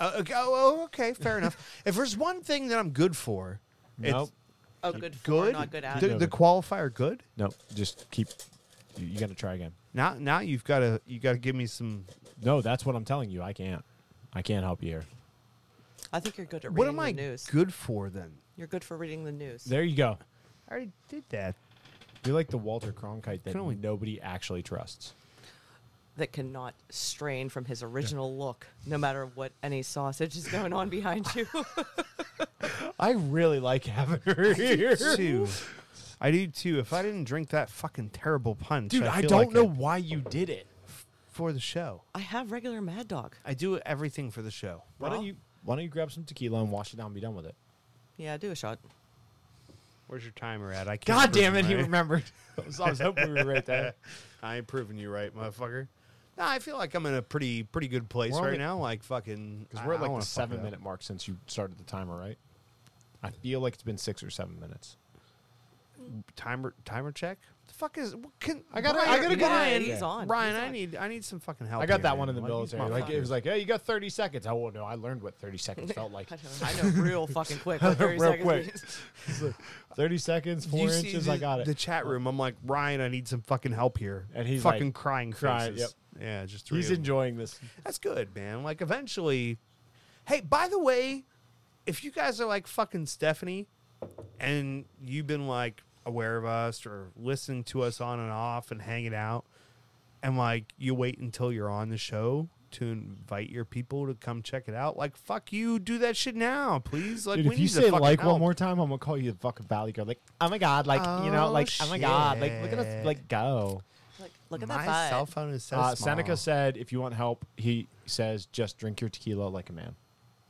A: Uh, okay, oh, oh, okay, fair enough. If there's one thing that I'm good for,
B: Nope.
C: Oh, good for,
A: good.
C: not good at.
A: the,
B: it.
A: the qualifier good.
B: Nope. Just keep. You, you got to try again.
A: Now, now you've got to you got to give me some.
B: No, that's what I'm telling you. I can't. I can't help you here.
C: I think you're good at reading
A: What am
C: the
A: I
C: news.
A: good for then?
C: You're good for reading the news.
B: There you go.
A: I already did that.
B: You're like the Walter Cronkite that
A: Can only-
B: nobody actually trusts.
C: that cannot strain from his original look, no matter what any sausage is going on behind you.
B: I really like having her here.
A: Too. I do too. If I didn't drink that fucking terrible punch,
B: Dude, I,
A: feel
B: don't
A: like
B: know
A: I-
B: why you did it.
A: for the show.
C: I have regular Mad Dog.
A: I do everything for the show.
B: Why
C: Well-
B: don't you Why don't you grab some tequila and wash it down and be done with it?
C: Yeah, do a shot.
A: Where's your timer at? I can't.
B: God damn it,
A: prove
B: he
A: you right.
B: remembered. I was, I was hoping we were right there.
A: I ain't proving you right, motherfucker. Nah, I feel like I'm in a pretty pretty good place
B: We're
A: right
B: only-
A: now. Like fucking,
B: Because
A: I-
B: we're
A: I
B: at like
A: wanna
B: the
A: fuck it
B: seven
A: up.
B: minute mark since you started the timer, right? I feel like it's been six or seven minutes.
A: timer timer check. The fuck is what can
B: I gotta-
A: Ryan-
B: I gotta go
C: Yeah,
B: Ryan.
C: he's on.
A: Ryan,
C: He's
A: I
C: on.
A: need I need some fucking help.
B: I got
A: here,
B: that
A: man.
B: one in the
A: Like, these
B: military. Like it was
A: motherfuckers.
B: like, hey, you got thirty seconds. Oh well, no, I learned what thirty seconds felt like.
C: I know, I know real fucking quick. what 30
B: Real
C: seconds
B: quick.
C: means.
B: Thirty seconds,
A: You
B: four
A: see
B: inches.
A: the,
B: I got it.
A: The chat room. I'm like Ryan, I need some fucking help here.
B: And he's
A: fucking
B: like,
A: crying,
B: crying,
A: faces. Yeah, just three
B: He's
A: of them.
B: enjoying this.
A: That's good, man. Like eventually, hey, by the way, if you guys are like fucking Stephanie, and you've been like aware of us or listening to us on and off and hanging out, and like you wait until you're on the show to invite your people to come check it out, like fuck you, do that shit now, please. Like
B: Dude,
A: we
B: if you
A: need to
B: say
A: fucking
B: like
A: help.
B: one more time, I'm gonna call you the fucking valley girl. Like, oh my god, like you know,
A: Oh,
B: like oh my god, like look at
A: shit.
B: us, like go.
C: Like, look at
A: my
C: that vibe.
A: cell phone is so
B: Uh,
A: small.
B: Seneca said, if you want help, he says just drink your tequila like a man.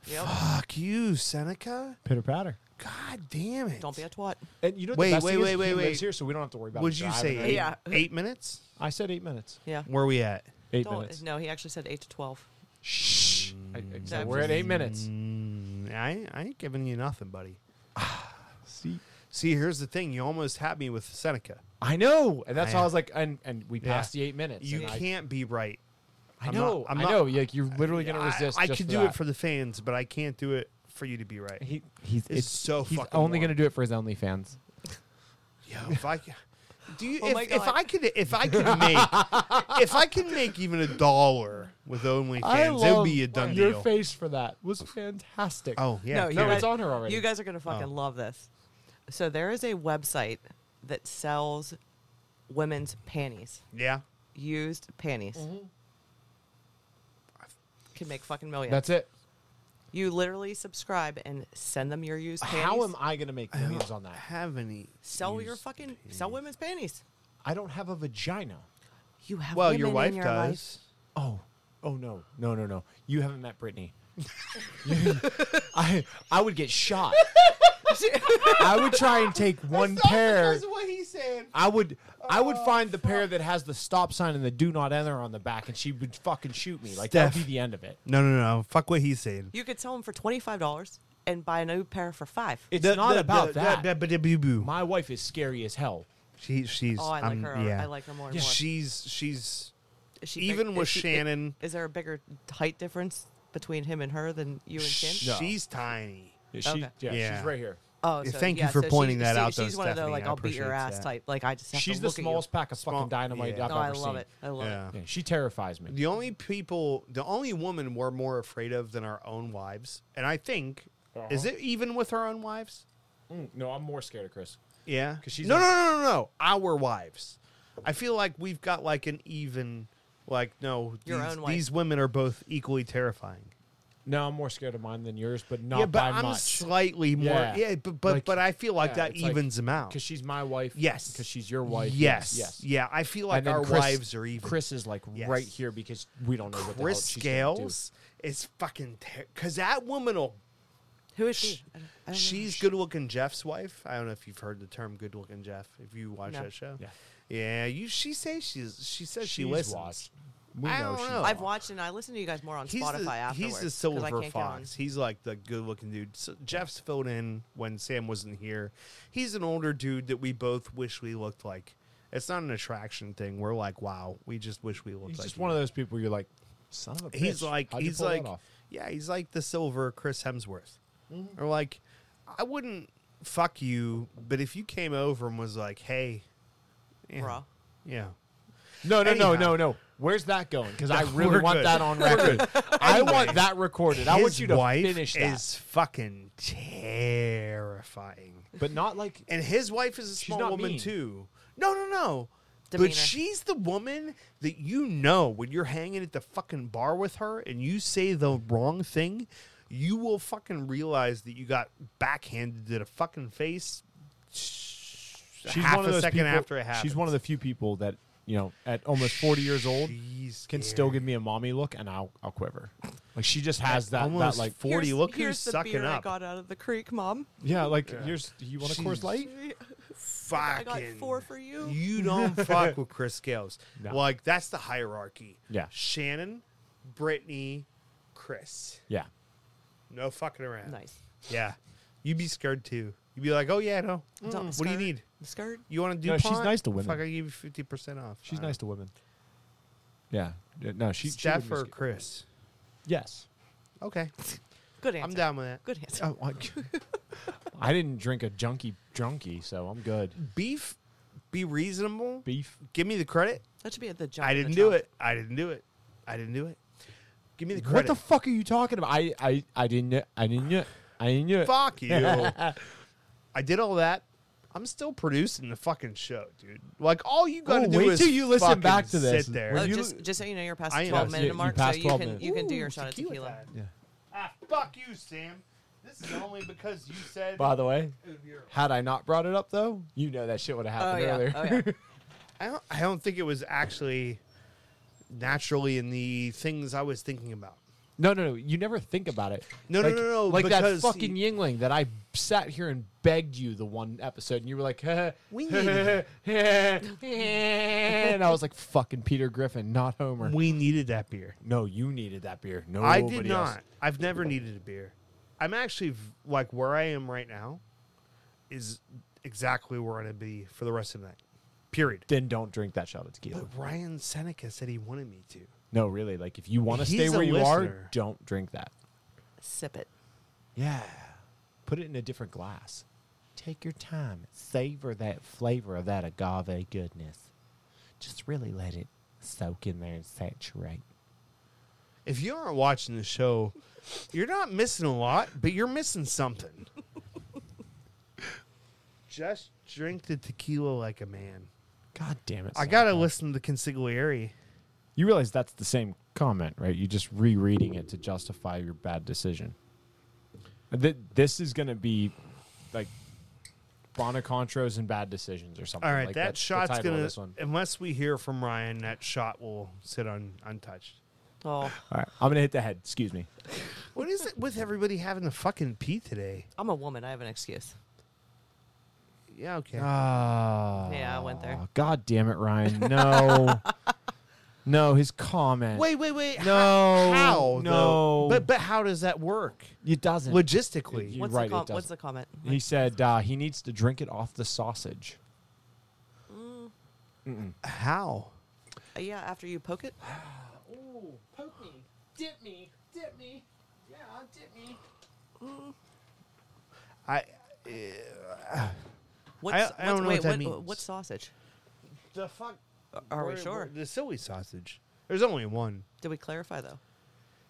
C: Yep.
A: fuck you, Seneca.
B: Pitter patter.
A: God damn it!
C: Don't be a twat.
B: And you know,
A: Wait,
B: the best
A: wait,
B: thing
A: wait,
B: is
A: wait,
B: he
A: wait.
B: lives here, so we don't have to worry about.
A: Would you say
B: driving.
A: eight,
C: Yeah.
A: eight minutes?
B: I said eight minutes.
C: Yeah.
A: Where we at?
B: 8
C: Don't-
B: minutes.
C: No, he actually said 8 to 12.
B: Shh. I- I-
C: That
B: we're at eight minutes.
A: Mm, I, I ain't giving you nothing, buddy.
B: See,
A: See, here's the thing. You almost had me with Seneca.
B: I know, and that's
A: I
B: why
A: know.
B: I was like, and and we
A: Yeah.
B: passed the eight minutes.
A: You
B: and I-
A: can't be right.
B: I,
A: I'm not-
B: know.
A: I'm
B: i
A: not-
B: know. Like you're literally gonna resist.
A: I, I
B: just
A: could
B: for
A: do it
B: that.
A: for the fans, but I can't do it for you to be right.
B: He, he's
A: It's so
B: he's
A: fucking
B: only
A: warm.
B: gonna do it for his OnlyFans.
A: Yo, if I c- do you,
C: Oh
A: if,
C: my
A: if
C: God.
A: I could if I could make if I could make even a dollar with OnlyFans, it would be a done
B: your
A: deal.
B: face for that was fantastic.
A: Oh yeah,
C: no, you
B: No,
C: guys,
B: it's on her already. Oh.
C: You guys are gonna fucking love this. So there is a website that sells women's panties,
A: yeah.
C: used panties.
B: Mm-hmm.
C: Can make fucking millions.
B: that's it.
C: You literally subscribe and send them your used panties.
B: How am I gonna make millions on that?
A: Have any?
C: sell your
A: used
C: fucking sell women's panties?
B: I don't have a vagina.
C: You have
A: Well,
C: women
A: your wife
C: in your life.
A: does.
B: Oh, oh no, no, no, no. You haven't met Brittany. I I would get shot. I would try and take one pair.
A: what he's saying.
B: I would I would
A: Oh,
B: find the pair that has the stop sign and the do not enter on the back, and she would fucking shoot me. Like that'd
A: Steph.
B: be the end of it.
A: No, no, no. Fuck what he's saying.
C: You could sell them for twenty five dollars and buy a new pair for five.
B: It's not about that.
A: that.
B: My wife is scary as hell.
A: She, she's.
C: Oh, I like
A: um,
C: her.
A: Yeah.
C: I like her more and
A: Yeah.
C: more.
A: She's she's
C: Is she
A: even with
C: is she-
A: Shannon-
C: Is there a bigger height difference between him and her than you and Ken?
A: she's tiny.
B: She,
C: Okay.
B: yeah,
A: Yeah.
B: she's right here.
C: Oh,
A: Yeah,
C: so,
A: thank you
C: yeah,
A: for
C: so
A: pointing
C: she's,
A: that
C: she-
A: out, though,
C: She's one of the
A: Stephanie.
C: like
A: I
C: I'll beat your
A: appreciate
C: ass
A: that.
C: type. Like I just have
B: She's
C: to
B: the
C: look
B: smallest pack of
A: Small-
B: fucking dynamite
A: yeah.
C: At you.
B: I've
C: No,
B: ever
C: I love
B: seen.
C: it. I love
A: Yeah.
C: it.
B: Yeah, she terrifies me.
A: The only people, the only woman we're more afraid of than our own
B: Uh-huh.
A: wives, and I think, is it even with our own wives?
B: Mm, No, I'm more scared of Chris.
A: Yeah.
F: 'Cause she's
A: no,
F: like-
A: no, no, no, no. Our wives. I feel like we've got like an even, like no.
C: Your
A: these,
C: own wife.
A: these women are both equally terrifying.
B: No, I'm more scared of mine than yours, but not
A: yeah, but
B: by
A: I'm
B: much.
A: slightly more. Yeah,
B: Yeah.
A: but but
B: Like-
A: but I feel like
B: Yeah,
A: that
B: it's like-
A: evens them out.
B: Because she's my wife.
A: Yes.
B: Because she's your wife.
A: yes,
B: Yes.
A: yeah. I feel like
B: And then
A: our
B: Chris-
A: wives are even.
B: Chris is like
A: Yes.
B: right here because we don't know what the hell
A: Chris
B: she's gonna do.
A: Scales is fucking because that woman will.
C: Who is she? I don't- I don't know.
A: She's good looking Jeff's wife. I don't know if you've heard the term good looking Jeff. If you watch
C: No.
A: that show,
B: Yeah.
A: yeah. You she says she's she says she
B: She's
A: listens.
B: watched. We
A: I
B: know
A: don't
B: she's
A: know.
B: watched.
C: I've watched and I listen to you guys more on
A: He's
C: Spotify
A: the,
C: afterwards.
A: he's the
C: 'cause I
A: silver
C: can't get on.
A: fox. He's like the good looking dude. So Jeff's filled in when Sam wasn't here. He's an older dude that we both wish we looked like. It's not an attraction thing. We're like, wow, we just wish we looked
B: He's
A: like.
B: just
A: you.
B: one of those people you're like, son of a bitch.
A: He's like,
B: how'd you
A: he's
B: pull that
A: like,
B: off?
A: yeah, he's like the silver Chris Hemsworth.
B: Mm-hmm.
A: Or like, I wouldn't fuck you, but if you came over and was like, hey, yeah,
C: Bruh.
A: yeah.
B: No, no, no,
A: Anyhow.
B: no, no. Where's that going? Because I
A: we're
B: really want
A: good.
B: that on record. I want that recorded. I want
A: His
B: you to
A: wife
B: finish that.
A: is fucking terrifying.
B: but not like
A: And his wife is a small
B: not
A: woman
B: mean.
A: too. No, no, no.
C: Demeanor.
A: But she's the woman that you know when you're hanging at the fucking bar with her and you say the wrong thing, you will fucking realize that you got backhanded to the fucking face.
B: she's
A: half
B: one of
A: a
B: those
A: second
B: people-
A: after it happens.
B: She's one of the few people that you know at almost forty years old
A: She's
B: can
A: scary.
B: still give me a mommy look, and I'll I'll quiver. Like she just has that
A: Almost
B: that like
A: four- 40,
C: Here's-
A: look who's
C: here's the
A: sucking
C: beer I
A: up.
C: got out of the creek, Mom.
B: yeah like yours. You want a
A: She's-
B: Coors Light?
A: fucking.
C: I got four for you.
A: You don't fuck with Chris Scales.
B: No.
A: Like that's the hierarchy.
B: Yeah.
A: Shannon, Brittany, Chris.
B: Yeah.
A: No fucking around.
C: Nice.
A: Yeah. You'd be scared too. You'd be like, oh yeah, no.
C: Don't-
A: Mm, What do you
C: skirt.
A: need?
C: Skirt.
A: You want to do?
B: No, she's nice to women.
A: Fuck, I give you fifty percent off. Uh,
B: She's
A: I don't
B: nice to women. Yeah. Yeah, No, she.
A: know.
B: she
A: Steph
B: wouldn't be
A: or
B: scared.
A: Chris?
B: Yes.
A: Okay,
C: Good
A: I'm
C: answer.
A: down with that.
C: Good answer.
B: Oh, I, I didn't drink a junkie drunkie, so I'm good.
A: Beef, be reasonable.
B: Beef.
A: Give me the credit.
C: That should be at the jump.
A: I
C: in the
A: didn't do
C: trunk.
A: it. I didn't do it. I didn't do it. Give me the
B: What
A: credit.
B: the fuck are you talking about? I I I didn't I didn't I didn't
A: fuck you? I did all that. I'm still producing the fucking show, dude. Like all you gotta
B: Oh,
A: do
B: wait
A: is
B: till you listen
A: fucking
B: back to this.
A: Sit there.
C: Oh,
B: When you-
C: just, just so you know, you're past
A: I
C: the
A: am.
C: 12
A: Yeah,
C: minute
B: you
C: mark, so
B: passed
C: you
B: 12
C: can
B: minutes.
C: you can do your
A: Ooh,
C: shot of
A: tequila
C: tequila.
A: time.
B: Yeah.
A: Ah, fuck you, Sam. This is only because you said.
B: By the way,
A: it would be your-
B: had I not brought it up though, you know that shit would have
C: Oh
B: happened
C: yeah.
B: earlier.
C: Oh yeah.
A: I don't, I don't think it was actually naturally in the things I was thinking about.
B: no, no, no. You never think about it.
A: No, no,
B: like,
A: no, no,
B: Like that
A: because
B: fucking
A: he-
B: Yingling that I sat here and begged you the one episode, and you were like,
A: We needed-
B: and I was like, fucking Peter Griffin, not Homer.
A: We needed that beer.
B: no, you needed that beer. No,
A: I did not. I've never needed a beer. I'm actually v- like where I am right now is exactly where I'm gonna be for the rest of the night. Period.
B: Then don't drink that shot of tequila.
A: But Ryan Seneca said he wanted me to.
B: No, really. Like if you want to stay
A: He's a
B: where you
A: listener.
B: are, don't drink that.
C: Sip it.
B: Yeah. Put it in a different glass. Take your time. Savor that flavor of that agave goodness. Just really let it soak in there and saturate.
A: If you aren't watching the show, you're not missing a lot, but you're missing something. Just drink the tequila like a man.
B: God damn it.
A: I gotta listen to Consigliere.
B: You realize that's the same comment, right? You're just rereading it to justify your bad decision. Th- This is going to be like Bonacontros and bad decisions or something.
A: All right,
B: like
A: that
B: that's the
A: shot's
B: title of
A: gonna.
B: This one.
A: Unless we hear from Ryan, that shot will sit un, untouched.
C: Oh,
B: All right, I'm going to hit the head. Excuse me.
A: What is it with everybody having to fucking pee today?
C: I'm a woman. I have an excuse.
A: Yeah, okay.
B: Ah.
C: Yeah, I went there.
B: God damn it, Ryan. No. no, his comment.
A: wait, wait, wait.
B: No.
A: how? though?
B: No.
A: But but how does that work
B: it doesn't.
A: logistically?
B: You-
C: What's
B: right, it
C: the com- What's
B: doesn't.
C: the comment?
B: He said uh, he needs to drink it off the sausage.
A: How?
C: Uh, yeah, after you poke it.
F: Poke me, dip me, dip me. Yeah, dip me.
A: I
C: What's,
A: I
C: what's-
A: don't know
C: wait,
A: what that
C: what,
A: means.
C: what sausage?
A: the fuck.
C: Are we
A: where-
C: sure?
A: The silly sausage. There's only one.
C: Did we clarify though?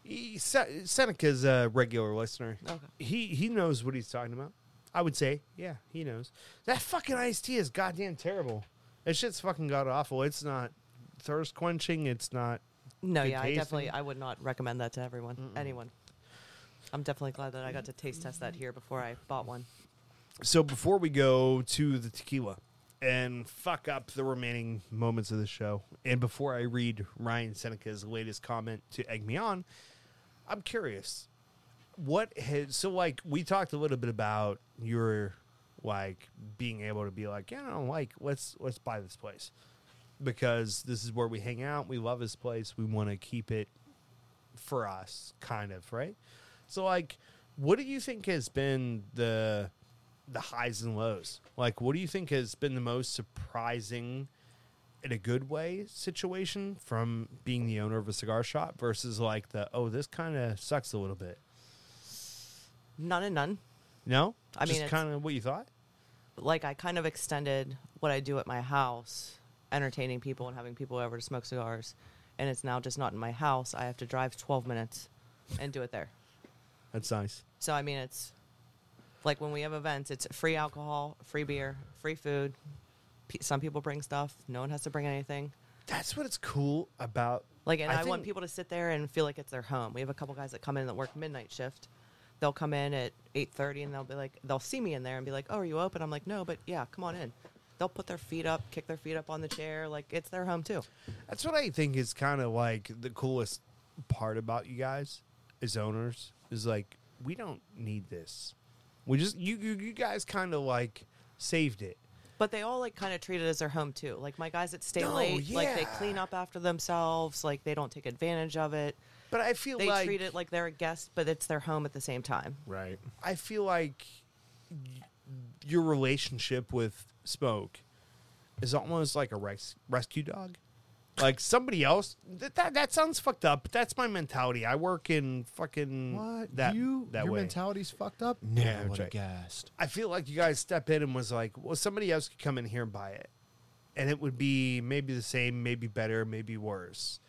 A: He, Se- Seneca's a regular listener.
C: Okay.
A: He he knows what he's talking about. I would say, yeah, he knows. That fucking iced tea is goddamn terrible. That shit's fucking god awful. It's not thirst quenching. It's not.
C: No,
A: Good
C: yeah, I
A: taste
C: definitely
A: and-
C: I would not recommend that to everyone, anyone. I'm definitely glad that I got to taste test that here before I bought one.
A: So before we go to the tequila and fuck up the remaining moments of the show, and before I read Ryan Seneca's latest comment to egg me on, I'm curious. What has so like we talked a little bit about your like being able to be like, yeah, I don't like let's let's buy this place because this is where we hang out. We love this place. We want to keep it for us, kind of, right? So, like, what do you think has been the the highs and lows? Like, what do you think has been the most surprising, in a good way, situation from being the owner of a cigar shop versus like the oh, this kind of sucks a little bit?
C: None and none.
A: No,
C: I mean,
A: just
C: it's-
A: kind of what you thought.
C: Like I kind of extended what I do at my house, entertaining people and having people over to smoke cigars, and it's now just not in my house. I have to drive 12 minutes and do it there.
A: That's nice.
C: So I mean, it's like when we have events, it's free alcohol, free beer, free food. P- some people bring stuff. No one has to bring anything.
A: That's what it's cool about.
C: Like, and I,
A: think-
C: want people to sit there and feel like it's their home. We have a couple guys that come in that work midnight shift. They'll come in at eight thirty, and they'll be like, they'll see me in there and be like, "Oh, are you open?" I'm like, "No, but yeah, come on in." They'll put their feet up, kick their feet up on the chair, like it's their home too.
A: That's what I think is kind of like the coolest part about you guys as owners is like we don't need this. We just you you, you guys kind of like saved it.
C: But they all like kind of treat it as their home too. Like my guys that stay
A: No,
C: late, like they
A: yeah.
C: clean up after themselves, like they don't take advantage of it.
A: But I feel
C: They
A: like
C: treat it like they're a guest, but it's their home at the same time.
B: Right.
A: I feel like y- your relationship with Smoke is almost like a res- rescue dog. Like somebody else. That, that that sounds fucked up. But that's my mentality. I work in fucking
B: What?
A: that
B: you,
A: that
B: your
A: way.
B: mentality's fucked up?
A: No,
B: what a
A: Jake.
B: guest.
A: I feel like you guys step in and was like, well, somebody else could come in here and buy it. And it would be maybe the same, maybe better, maybe worse.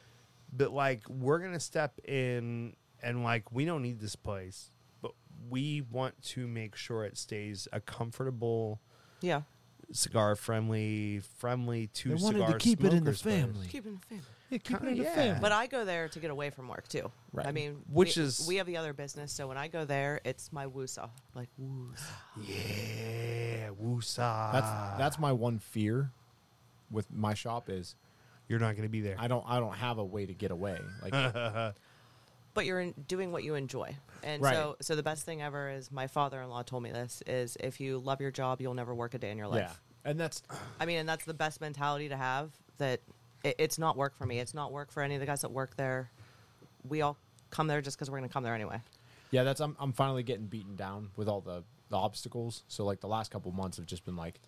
A: But like, we're going to step in and like, we don't need this place, but we want to make sure it stays a comfortable,
C: Yeah,
A: cigar friendly, friendly to
B: They
A: cigar
B: wanted to keep it in the
A: smokers place.
B: family.
C: keep it in the family.
B: Yeah, keep it in the
A: yeah.
B: family.
C: But I go there to get away from work too.
B: Right.
C: I mean,
A: Which
C: we-
A: is-
C: we have the other business, so when I go there, it's my woosa. Like woos.
A: Yeah, woosah.
B: That's that's my one fear with my shop is
A: You're not going to be there.
B: I don't I don't have a way to get away. Like
C: But you're in, doing what you enjoy, and
B: Right.
C: so so the best thing ever is my father-in-law told me this is if you love your job, you'll never work a day in your life.
B: yeah. And that's
C: I mean, and that's the best mentality to have. That it, it's not work for me. It's not work for any of the guys that work there. We all come there just because we're going to come there anyway.
B: yeah, that's I'm I'm finally getting beaten down with all the, the obstacles. So like the last couple months have just been like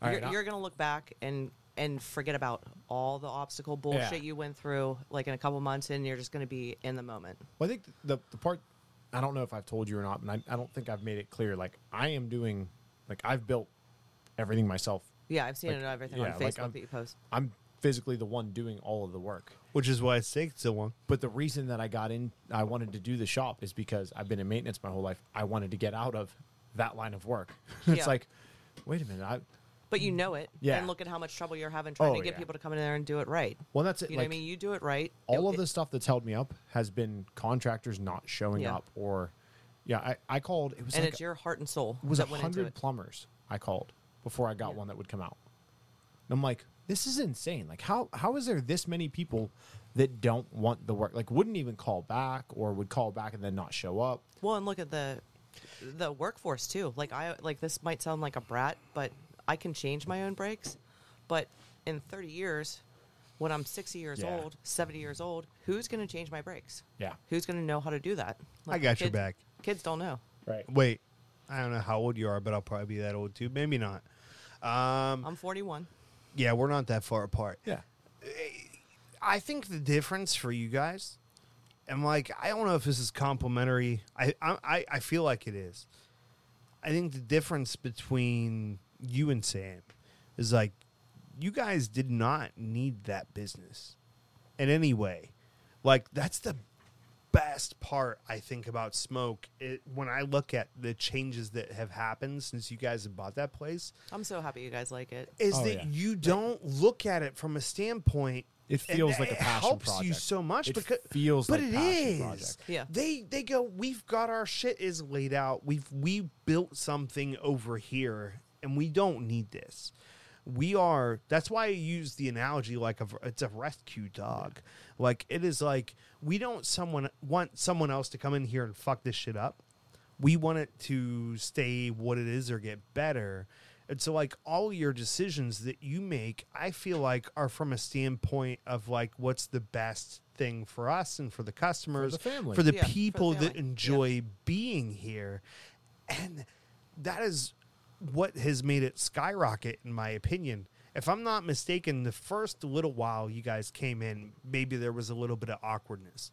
B: all
C: you're,
B: right, I-
C: you're gonna look back and and forget about all the obstacle bullshit you went through like in a couple months and you're just gonna be in the moment
B: Well, I think the the part I don't know if I've told you or not, and I, I don't think I've made it clear. Like I am doing, like I've built everything myself.
C: yeah i've seen
B: Like,
C: it on everything
B: yeah,
C: on
B: like, um,
C: facebook
B: I'm-
C: that you post
B: I'm physically the one doing all of the work.
A: Which is why it's taken so long.
B: But the reason that I got in, I wanted to do the shop is because I've been in maintenance my whole life. I wanted to get out of that line of work. it's
C: Yeah.
B: like, wait a minute. I
C: but you know it
B: Yeah.
C: and look at how much trouble you're having trying
B: Oh,
C: to get
B: yeah.
C: people to come in there and do it right
B: well, that's it.
C: you know
B: like
C: what i mean you do it right
B: all
C: It-
B: of
C: it-
B: the stuff that's held me up has been contractors not showing
C: Yeah.
B: up or, yeah. I, I called. It was
C: and
B: like
C: it's your heart and soul
B: It was a
C: that went into
B: hundred
C: it
B: plumbers I called before I got
C: Yeah.
B: one that would come out. And I'm like, this is insane. Like, how how is there this many people that don't want the work? Like, wouldn't even call back or would call back and then not show up.
C: well and look at the the workforce too like i like this might sound like a brat but i can change my own breaks but in 30 years when i'm 60 years
B: Yeah.
C: old 70 years old who's going to change my breaks
B: Yeah.
C: who's going to know how to do that
A: I got your
C: kids-
A: back.
C: kids don't know
B: Right.
A: Wait, I don't know how old you are, but I'll probably be that old too. Maybe not. Um,
C: i'm 41
A: Yeah, we're not that far apart.
B: Yeah.
A: I think the difference for you guys, and like I don't know if this is complimentary. I I I- I feel like it is. I think the difference between you and Sam is like you guys did not need that business in any way. Like that's the best part I think about smoke it, when I look at the changes that have happened since you guys have bought that place
C: I'm so happy you guys like it.
A: is
B: Oh,
A: that
B: yeah.
A: you don't look at it from a standpoint.
B: It
A: and
B: feels like a
A: it
B: passion
A: helps you
B: project.
A: so much
B: It
A: because
B: feels
A: but
B: like
A: it
B: passion
A: is.
B: project.
C: Yeah.
A: They they go. We've got our shit is laid out. We've we built something over here, and we don't need this. We are. That's why I use the analogy like a, it's a rescue dog. Like it is like we don't someone want someone else to come in here and fuck this shit up we want it to stay what it is or get better. And so, like, all your decisions that you make, I feel like are from a standpoint of like what's the best thing for us and for the customers,
B: family.
A: for the
C: Yeah, for the
A: people that
C: family.
A: enjoy being here. And that is what has made it skyrocket, in my opinion. If I'm not mistaken, the first little while you guys came in, maybe there was a little bit of awkwardness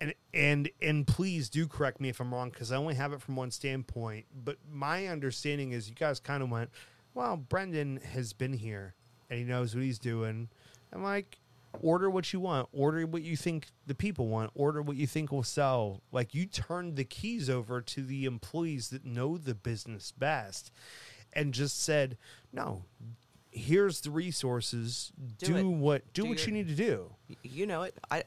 A: and and and please do correct me if I'm wrong because I only have it from one standpoint. But my understanding is you guys kind of went, well, Brendan has been here and he knows what he's doing, and like order what you want, order what you think the people want, order what you think will sell. Like you turned the keys over to the employees that know the business best, and just said, no, here's the resources. Do,
C: Do it.
A: what do,
C: Do
A: what
C: your-
A: you need to do.
C: Y- You know it. I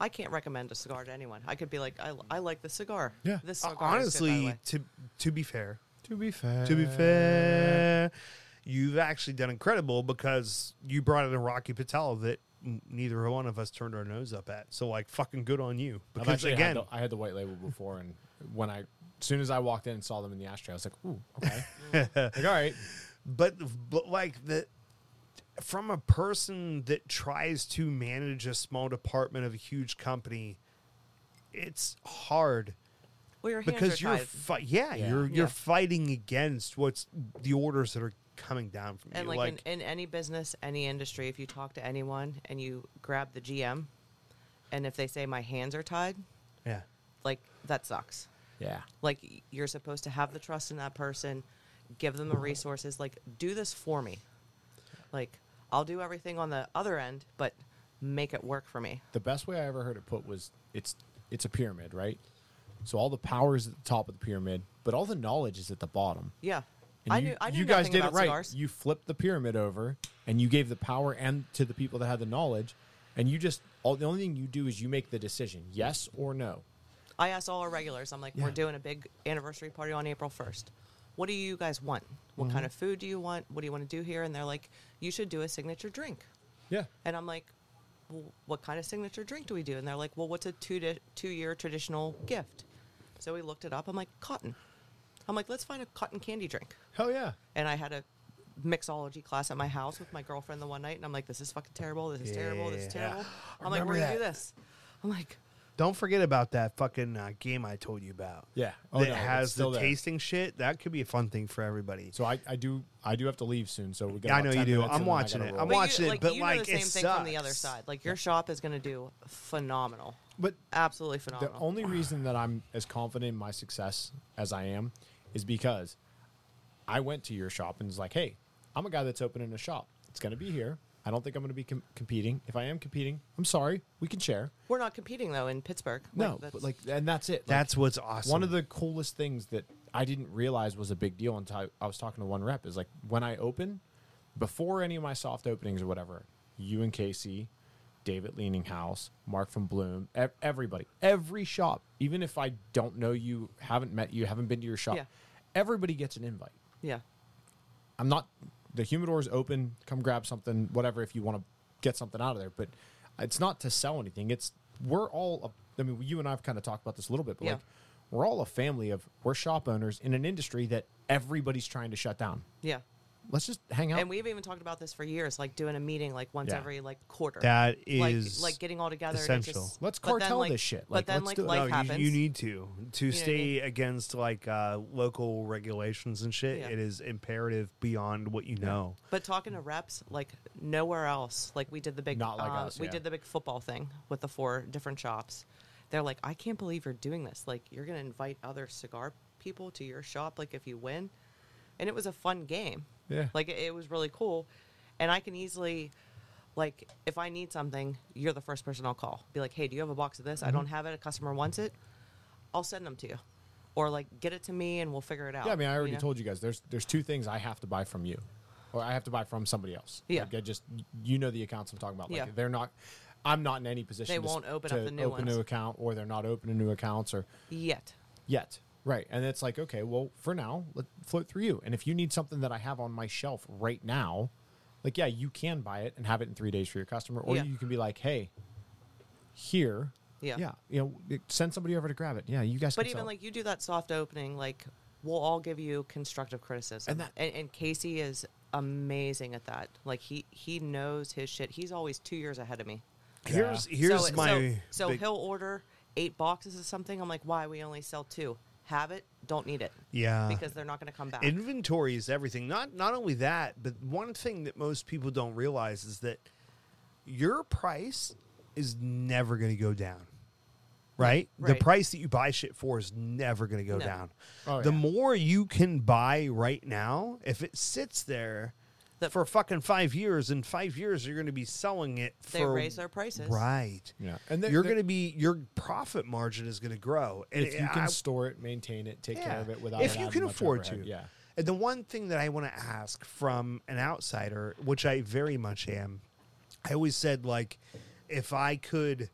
C: I can't recommend a cigar to anyone. I could be like, I, I like the cigar.
B: Yeah.
C: This
A: Uh,
C: cigar is good, by the
A: honestly
C: way.
A: to to be fair
B: To be fair.
A: to be fair you've actually done incredible because you brought in a rocky patel that n- neither one of us turned our nose up at so like fucking good on you
B: I've
A: because
B: actually
A: again
B: had the, I had the white label before, and when I, as soon as I walked in and saw them in the ashtray, I was like, ooh, okay, like all right,
A: but but like the from a person that tries to manage a small department of a huge company it's hard
C: well, your hands
A: because
C: are
A: you're
C: tied.
A: fi- yeah,
B: Yeah.
A: you're
C: Yeah.
A: you're fighting against what's the orders that are coming down from
C: and
A: you
C: like, in, in any business, any industry, if you talk to anyone and you grab the GM, and if they say my hands are tied,
A: yeah
C: like that sucks.
B: yeah,
C: Like y- you're supposed to have the trust in that person, give them the
B: Uh-huh.
C: resources. Like do this for me. Like I'll do everything on the other end, but make it work for me.
B: the best way I ever heard it put was it's it's a pyramid, right? So all the power is at the top of the pyramid, but all the knowledge is at the bottom.
C: Yeah,
B: And
C: I
B: you,
C: knew. I knew
B: you guys
C: nothing
B: did it
C: about
B: right.
C: Cigars.
B: You flipped the pyramid over, and you gave the power and to the people that had the knowledge, and you just all the only thing you do is you make the decision, yes or no.
C: I asked all our regulars, I'm like, we're
B: Yeah.
C: doing a big anniversary party on April 1st. What do you guys want? What
B: Mm-hmm.
C: kind of food do you want? What do you want to do here? And they're like, you should do a signature drink.
B: Yeah,
C: And I'm like, well, what kind of signature drink do we do? And they're like, well, what's a two, di- two year traditional gift? So we looked it up. I'm like, cotton. I'm like, let's find a cotton candy drink.
B: hell yeah.
C: And I had a mixology class at my house with my girlfriend the one night. And I'm like, this is fucking terrible. This is terrible. This is
A: Yeah.
C: terrible. I'm like,
A: Remember
C: we're going to do
A: that.
C: this. I'm like,
A: Don't forget about that fucking uh, game I told you about.
B: Yeah.
A: Oh,
B: Oh,
A: that
B: no, it's
A: has the
B: still there.
A: tasting shit. That could be a fun thing for everybody.
B: So I, I do I do have to leave soon. So we got.
A: Yeah, I
B: about
A: know
B: 10
A: you do.
B: minutes,
A: I'm
B: and then I
A: watching
B: gotta
A: it.
B: roll.
A: I'm
C: But
A: watching
C: you,
A: it,
C: like,
A: but,
C: you
A: like,
C: know
A: it
C: the same thing from the other
A: sucks.
C: side. Like your shop is going to do phenomenal,
B: But
C: absolutely
B: the
C: phenomenal.
B: only reason that I'm as confident in my success as I am is because I went to your shop and was like, "Hey, I'm a guy that's opening a shop. It's going to be here. I don't think I'm going to be com- competing. If I am competing, I'm sorry. We can share.
C: We're not competing though in Pittsburgh.
B: No,
C: that's-
B: but like, and that's it. Like,
A: That's what's awesome.
B: one of the coolest things that I didn't realize was a big deal until I, I was talking to one rep is like when I open, before any of my soft openings or whatever, you and Casey, David Leaninghouse, Mark from Bloom, ev- everybody, every shop, even if I don't know you, haven't met you, haven't been to your shop,
C: Yeah.
B: everybody gets an invite.
C: yeah,
B: I'm not. The humidor is open. Come grab something, whatever, if you want to get something out of there. But it's not to sell anything. It's we're all. a- I mean, you and I've kind of talked about this a little bit, but
C: Yeah.
B: like we're all a family of we're shop owners in an industry that everybody's trying to shut down.
C: yeah.
B: Let's just hang out.
C: And we've even talked about this for years, like doing a meeting like once
B: Oh. Yeah.
C: every like quarter.
A: That
C: like,
A: is
C: like getting all together. And
A: essential.
C: it just,
B: Let's
C: but then,
B: cartel
C: like-
B: this shit.
C: but
B: Like,
C: then
B: let's
C: like
B: do it.
C: life
B: No,
A: you-
C: happens.
A: You, need to to
C: what I
A: stay
C: mean?
A: against like uh, local regulations and shit.
C: Yeah.
A: It is imperative beyond what you know.
C: But talking to reps, like nowhere else, like we did the big,
B: Not like
C: uh,
B: us,
C: we
B: yeah.
C: did the big football thing with the four different shops. They're like, I can't believe you're doing this. Like, you're gonna invite other cigar people to your shop. Like, if you win, and it was a fun game.
B: Yeah.
C: like it, it was really cool, and I can easily, Like if I need something, you're the first person I'll call. Be like, hey, do you have a box of this?
B: Mm-hmm.
C: I don't have it. A customer wants it. I'll send them to you, or like get it to me and we'll figure it out.
B: Yeah, I mean, I already
C: know?
B: told you guys there's there's two things I have to buy from you, or I have to buy from somebody else.
C: Yeah.
B: like I just you know the accounts I'm talking about. Like
C: Yeah.
B: they're not. I'm not in any position.
C: They
B: to s-
C: won't open
B: to
C: up the new
B: open
C: ones.
B: new account, or they're not opening new accounts, or
C: Yet,
B: yet. Right, and it's like okay, well, for now, let float through you. And if you need something that I have on my shelf right now, like yeah, you can buy it and have it in three days for your customer, or
C: Yeah.
B: you can be like, hey, here,
C: Yeah.
B: yeah, you know, send somebody over to grab it. Yeah, you guys.
C: but
B: can
C: even
B: sell it.
C: like you do that soft opening, like we'll all give you constructive criticism.
B: And that-
C: and, and Casey is amazing at that. Like he he knows his shit. He's always two years ahead of me.
A: Here's here's
C: so,
A: my
C: so, so
A: big-
C: he'll order eight boxes of something. I'm like, why? We only sell two. Have it. Don't need it.
A: Yeah.
C: because they're not going to come back.
A: inventory is everything. Not not only that, but one thing that most people don't realize is that your price is never going to go down. Right? The
C: Right.
A: price that you buy shit for is never going to go
C: No.
A: down.
B: Oh,
A: the
B: yeah.
A: more you can buy right now, if it sits there
C: The-
A: for fucking 5 years in 5 years you're going to be selling it
C: They
A: for
C: raise their prices.
A: Right.
B: Yeah. And they're-
A: you're
B: they're-
A: going to be your profit margin is going to grow. And
B: if you can
A: I-
B: store it, maintain it, take care of it without
A: if
B: it
A: you
B: adding
A: can
B: much
A: afford
B: overhead,
A: to.
B: Yeah.
A: And the one thing that I want to ask from an outsider, which I very much am, I always said like, if I could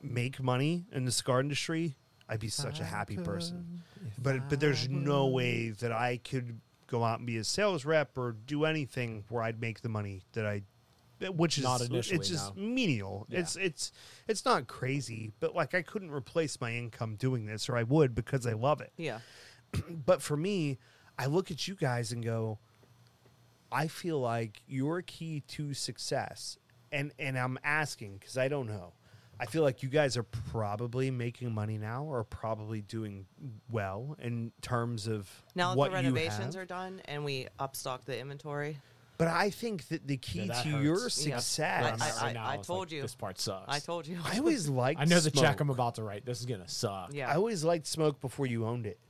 A: make money in the cigar industry, I'd be such a happy person. But but there's no way that I could go out and be a sales rep or do anything where I'd make the money that I which is
B: Not initially,
A: it's just
B: no.
A: menial. It's it's it's not crazy, but like I couldn't replace my income doing this or I would because I love it
C: yeah,
A: but for me, I look at you guys and go, I feel like your key to success, and and I'm asking because I don't know. I feel like you guys are probably making money now, or probably doing well in terms of
C: now
A: what
C: that the renovations
A: you
C: are
A: have.
C: done and we upstock the inventory,
A: But I think that the key
B: Yeah, that
A: to your
B: hurts.
C: Yeah.
A: success.
C: I-
B: I'm at
C: I-
B: right now,
C: I
B: it's
C: told
B: like,
C: you.
B: This part sucks.
C: I told you.
A: I always liked.
B: I know the
A: smoke.
B: check I'm about to write. This is gonna suck.
C: yeah,
A: I always liked smoke before you owned it,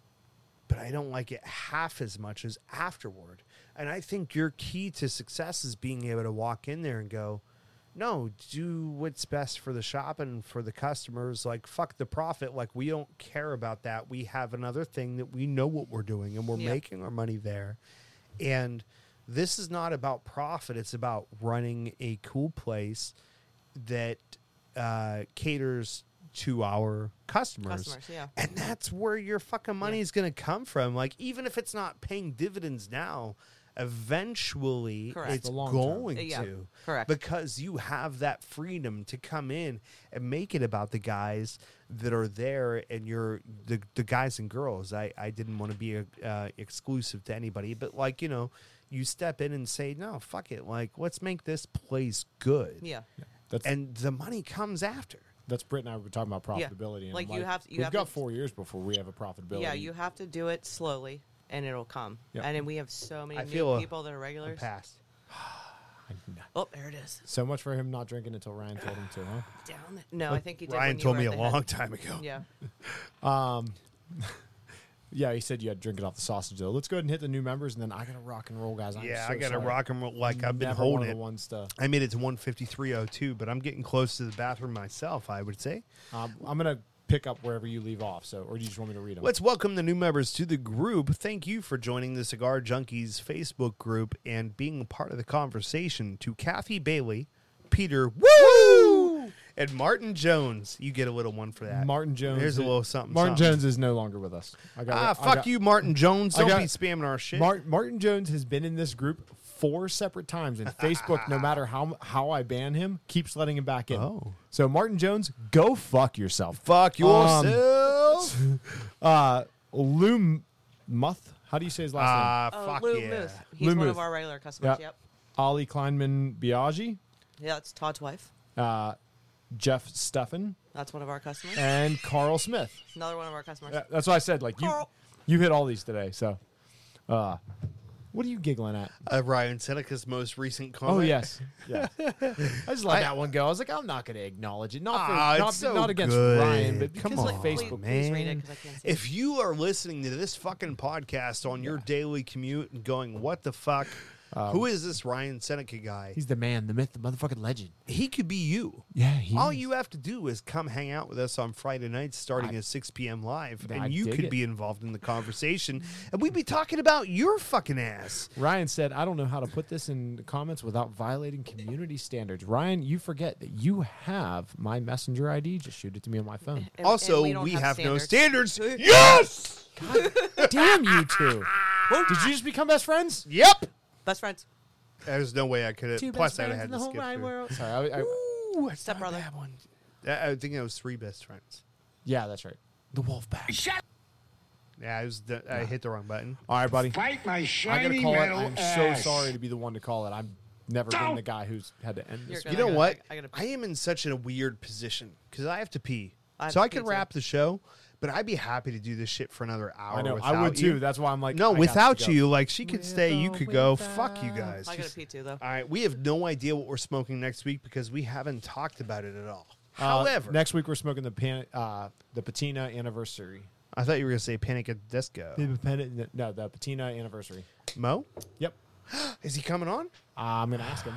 A: but I don't like it half as much as afterward. And I think your key to success is being able to walk in there and go, no, do what's best for the shop and for the customers. Like, fuck the profit. Like, we don't care about that. We have another thing that we know what we're doing and we're
C: Yeah.
A: making our money there. And this is not about profit, it's about running a cool place that uh, caters to our customers.
C: Customers, yeah.
A: And that's where your fucking money is going to come from. Like, even if it's not paying dividends now, eventually
C: Correct.
A: it's
B: The long term.
A: going
C: Yeah,
A: to.
C: correct.
A: Because you have that freedom to come in and make it about the guys that are there and you're the, the guys and girls. I, I didn't want to be uh, exclusive to anybody, but like, you know, you step in and say, no, fuck it. Like, let's make this place good
C: yeah.
B: That's
A: and the money comes after.
B: that's Britt and I were talking about profitability. And
C: Like,
B: I'm
C: you have- you
B: we've
C: have
B: got
C: to-
B: four years before we have a profitability.
C: Yeah, you have to do it slowly, and it'll come.
B: Yeah.
C: And then we have so many
A: I
C: new
A: feel a-
C: people that are regulars.
A: Past.
C: Oh, there it is.
B: so much for him not drinking until Ryan told him to, huh?
C: Down. The- no, I think he did. when
A: Ryan
C: you
A: told
C: were
A: me
C: at
A: a
C: the head.
A: long time ago.
C: Yeah,
B: Yeah, he said you had to drink it off the sausage though. Let's go ahead and hit the new members, and then I gotta rock and roll, guys. I'm
A: Yeah,
B: so
A: I gotta
B: sorry.
A: rock and roll like I've been
B: Never one
A: holding.
B: of
A: it.
B: the ones to.
A: I made it to 153.02, but I'm getting close to the bathroom myself. I would say.
B: Um, I'm gonna pick up wherever you leave off. So, or do you just want me to read them?
A: Let's welcome the new members to the group. Thank you for joining the Cigar Junkies Facebook group and being a part of the conversation. To Kathy Bailey, Peter Woo, and Martin Jones. You get a little one for that.
B: Martin Jones.
A: Here's a little something.
B: Martin
A: something.
B: Jones is no longer with us. I got
A: Ah,
B: I
A: fuck
B: got-
A: you, Martin Jones.
B: I
A: Don't
B: got-
A: be spamming our shit.
B: Mar- Martin Jones has been in this group four separate times, and Facebook, no matter how how I ban him, keeps letting him back in.
A: Oh.
B: So Martin Jones, go fuck yourself.
A: Fuck
B: Um,
A: yourself.
B: Uh, Lou Muth, how do you say his last name?
A: Ah,
C: Oh,
A: fuck
C: Lou
A: yeah.
C: Moose. He's
B: Lou
C: one
B: Muth.
C: of our regular customers. Yep.
A: Uh,
B: Ollie Kleinman Biaggi,
C: Yeah, that's Todd's wife.
B: Jeff Steffen,
C: That's one of our customers.
B: and Carl Smith.
C: Another one of our customers.
B: Yeah, That's why I said like you
C: Carl.
B: you hit all these today. So, uh, what are you giggling at?
A: Uh, Ryan Seneca's most recent comment.
B: Oh yes, yeah. I just let that one go. I was like, I'm not going to acknowledge it. Not for,
A: Ah,
B: not,
A: it's so
B: not against
A: good.
B: Ryan, but because
A: Come
B: of
A: on,
B: Facebook.
C: Please read it
A: man.
C: 'cause I can't see
A: If you are listening to this fucking podcast on your daily commute and going, "What the fuck," Who is this Ryan Seneca guy?
G: He's the man, the myth, the motherfucking legend.
A: he could be you.
G: Yeah, he
A: All
G: is.
A: you have to do is come hang out with us on Friday nights starting at 6 p.m. live,
G: I
A: and you
G: dig
A: could
G: it.
A: be involved in the conversation, and we'd be talking about your fucking ass.
G: Ryan said, I don't know how to put this in the comments without violating community standards. Ryan, you forget that you have my messenger ID. Just shoot it to me on my phone.
C: And-
A: also,
C: and
A: we,
C: don't
A: have, no standards.
G: yes! God damn you two. Did you just become best friends?
A: yep.
C: Best friends.
A: There's no way I could have. Plus, I'd have had to skip. through.
G: Sorry, I, I,
A: Ooh, that's
C: Step
A: not a
C: brother.
A: bad one. I I think that was three best friends.
G: yeah, that's right.
A: The wolf pack. Yeah, I was. The, I hit the wrong button.
G: All right, buddy.
E: Fight my
G: I gotta
E: shiny
G: call it.
E: metal
G: I'm so
E: ass.
G: sorry to be the one to call it. I've never been
E: Don't.
G: the guy who's had to end
C: You're
G: this.
C: good.
A: You
C: I
A: know
C: gotta-
A: what?
C: I gotta-
A: I am in such a weird position because I have to pee,
C: I have
A: so
C: to
A: I could
C: pee, too.
A: wrap the show. But I'd be happy to do this shit for another hour.
G: I know.
A: Without
G: I would
A: you.
G: too. That's why I'm like,
A: no,
G: I got to
A: without
G: go.
A: you, like she could stay, you could go. Fuck you guys.
C: I got
A: Just-
C: a P two though.
A: All right, we have no idea what we're smoking next week because we haven't talked about it at all.
G: Uh,
A: However,
G: next week we're smoking the pan, uh, the patina anniversary.
A: I thought you were gonna say Panic at the Disco.
G: The patina- no, the patina anniversary.
A: Mo,
G: Yep.
A: is he coming on?
G: I'm gonna ask him.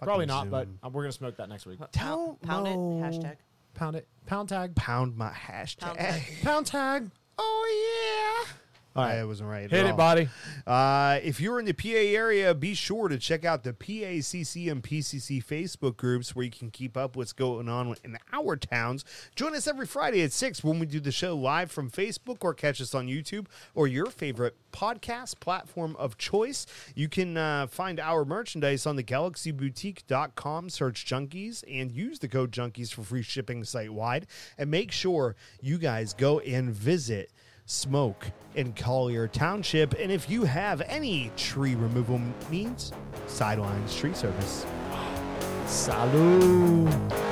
G: Probably not, but um, we're gonna smoke that next week.
A: Uh, Tell
C: Pound it.
A: Mo-
C: Hashtag.
G: Pound it. Pound tag.
A: pound my hashtag.
C: Pound tag.
G: Pound tag.
A: Oh yeah.
G: All
A: I
G: right.
A: wasn't right. at
G: Hit
A: all.
G: it, body.
A: Uh, if you're in the PA area, be sure to check out the PACC and PCC Facebook groups where you can keep up what's going on in our towns. Join us every Friday at 6 when we do the show live from Facebook or catch us on YouTube or your favorite podcast platform of choice. You can uh, find our merchandise on the galaxyboutique.com search junkies and use the code junkies for free shipping site wide. And make sure you guys go and visit smoke in Collier Township. And if you have any tree removal needs, Sidelines Tree Service.
G: Salud.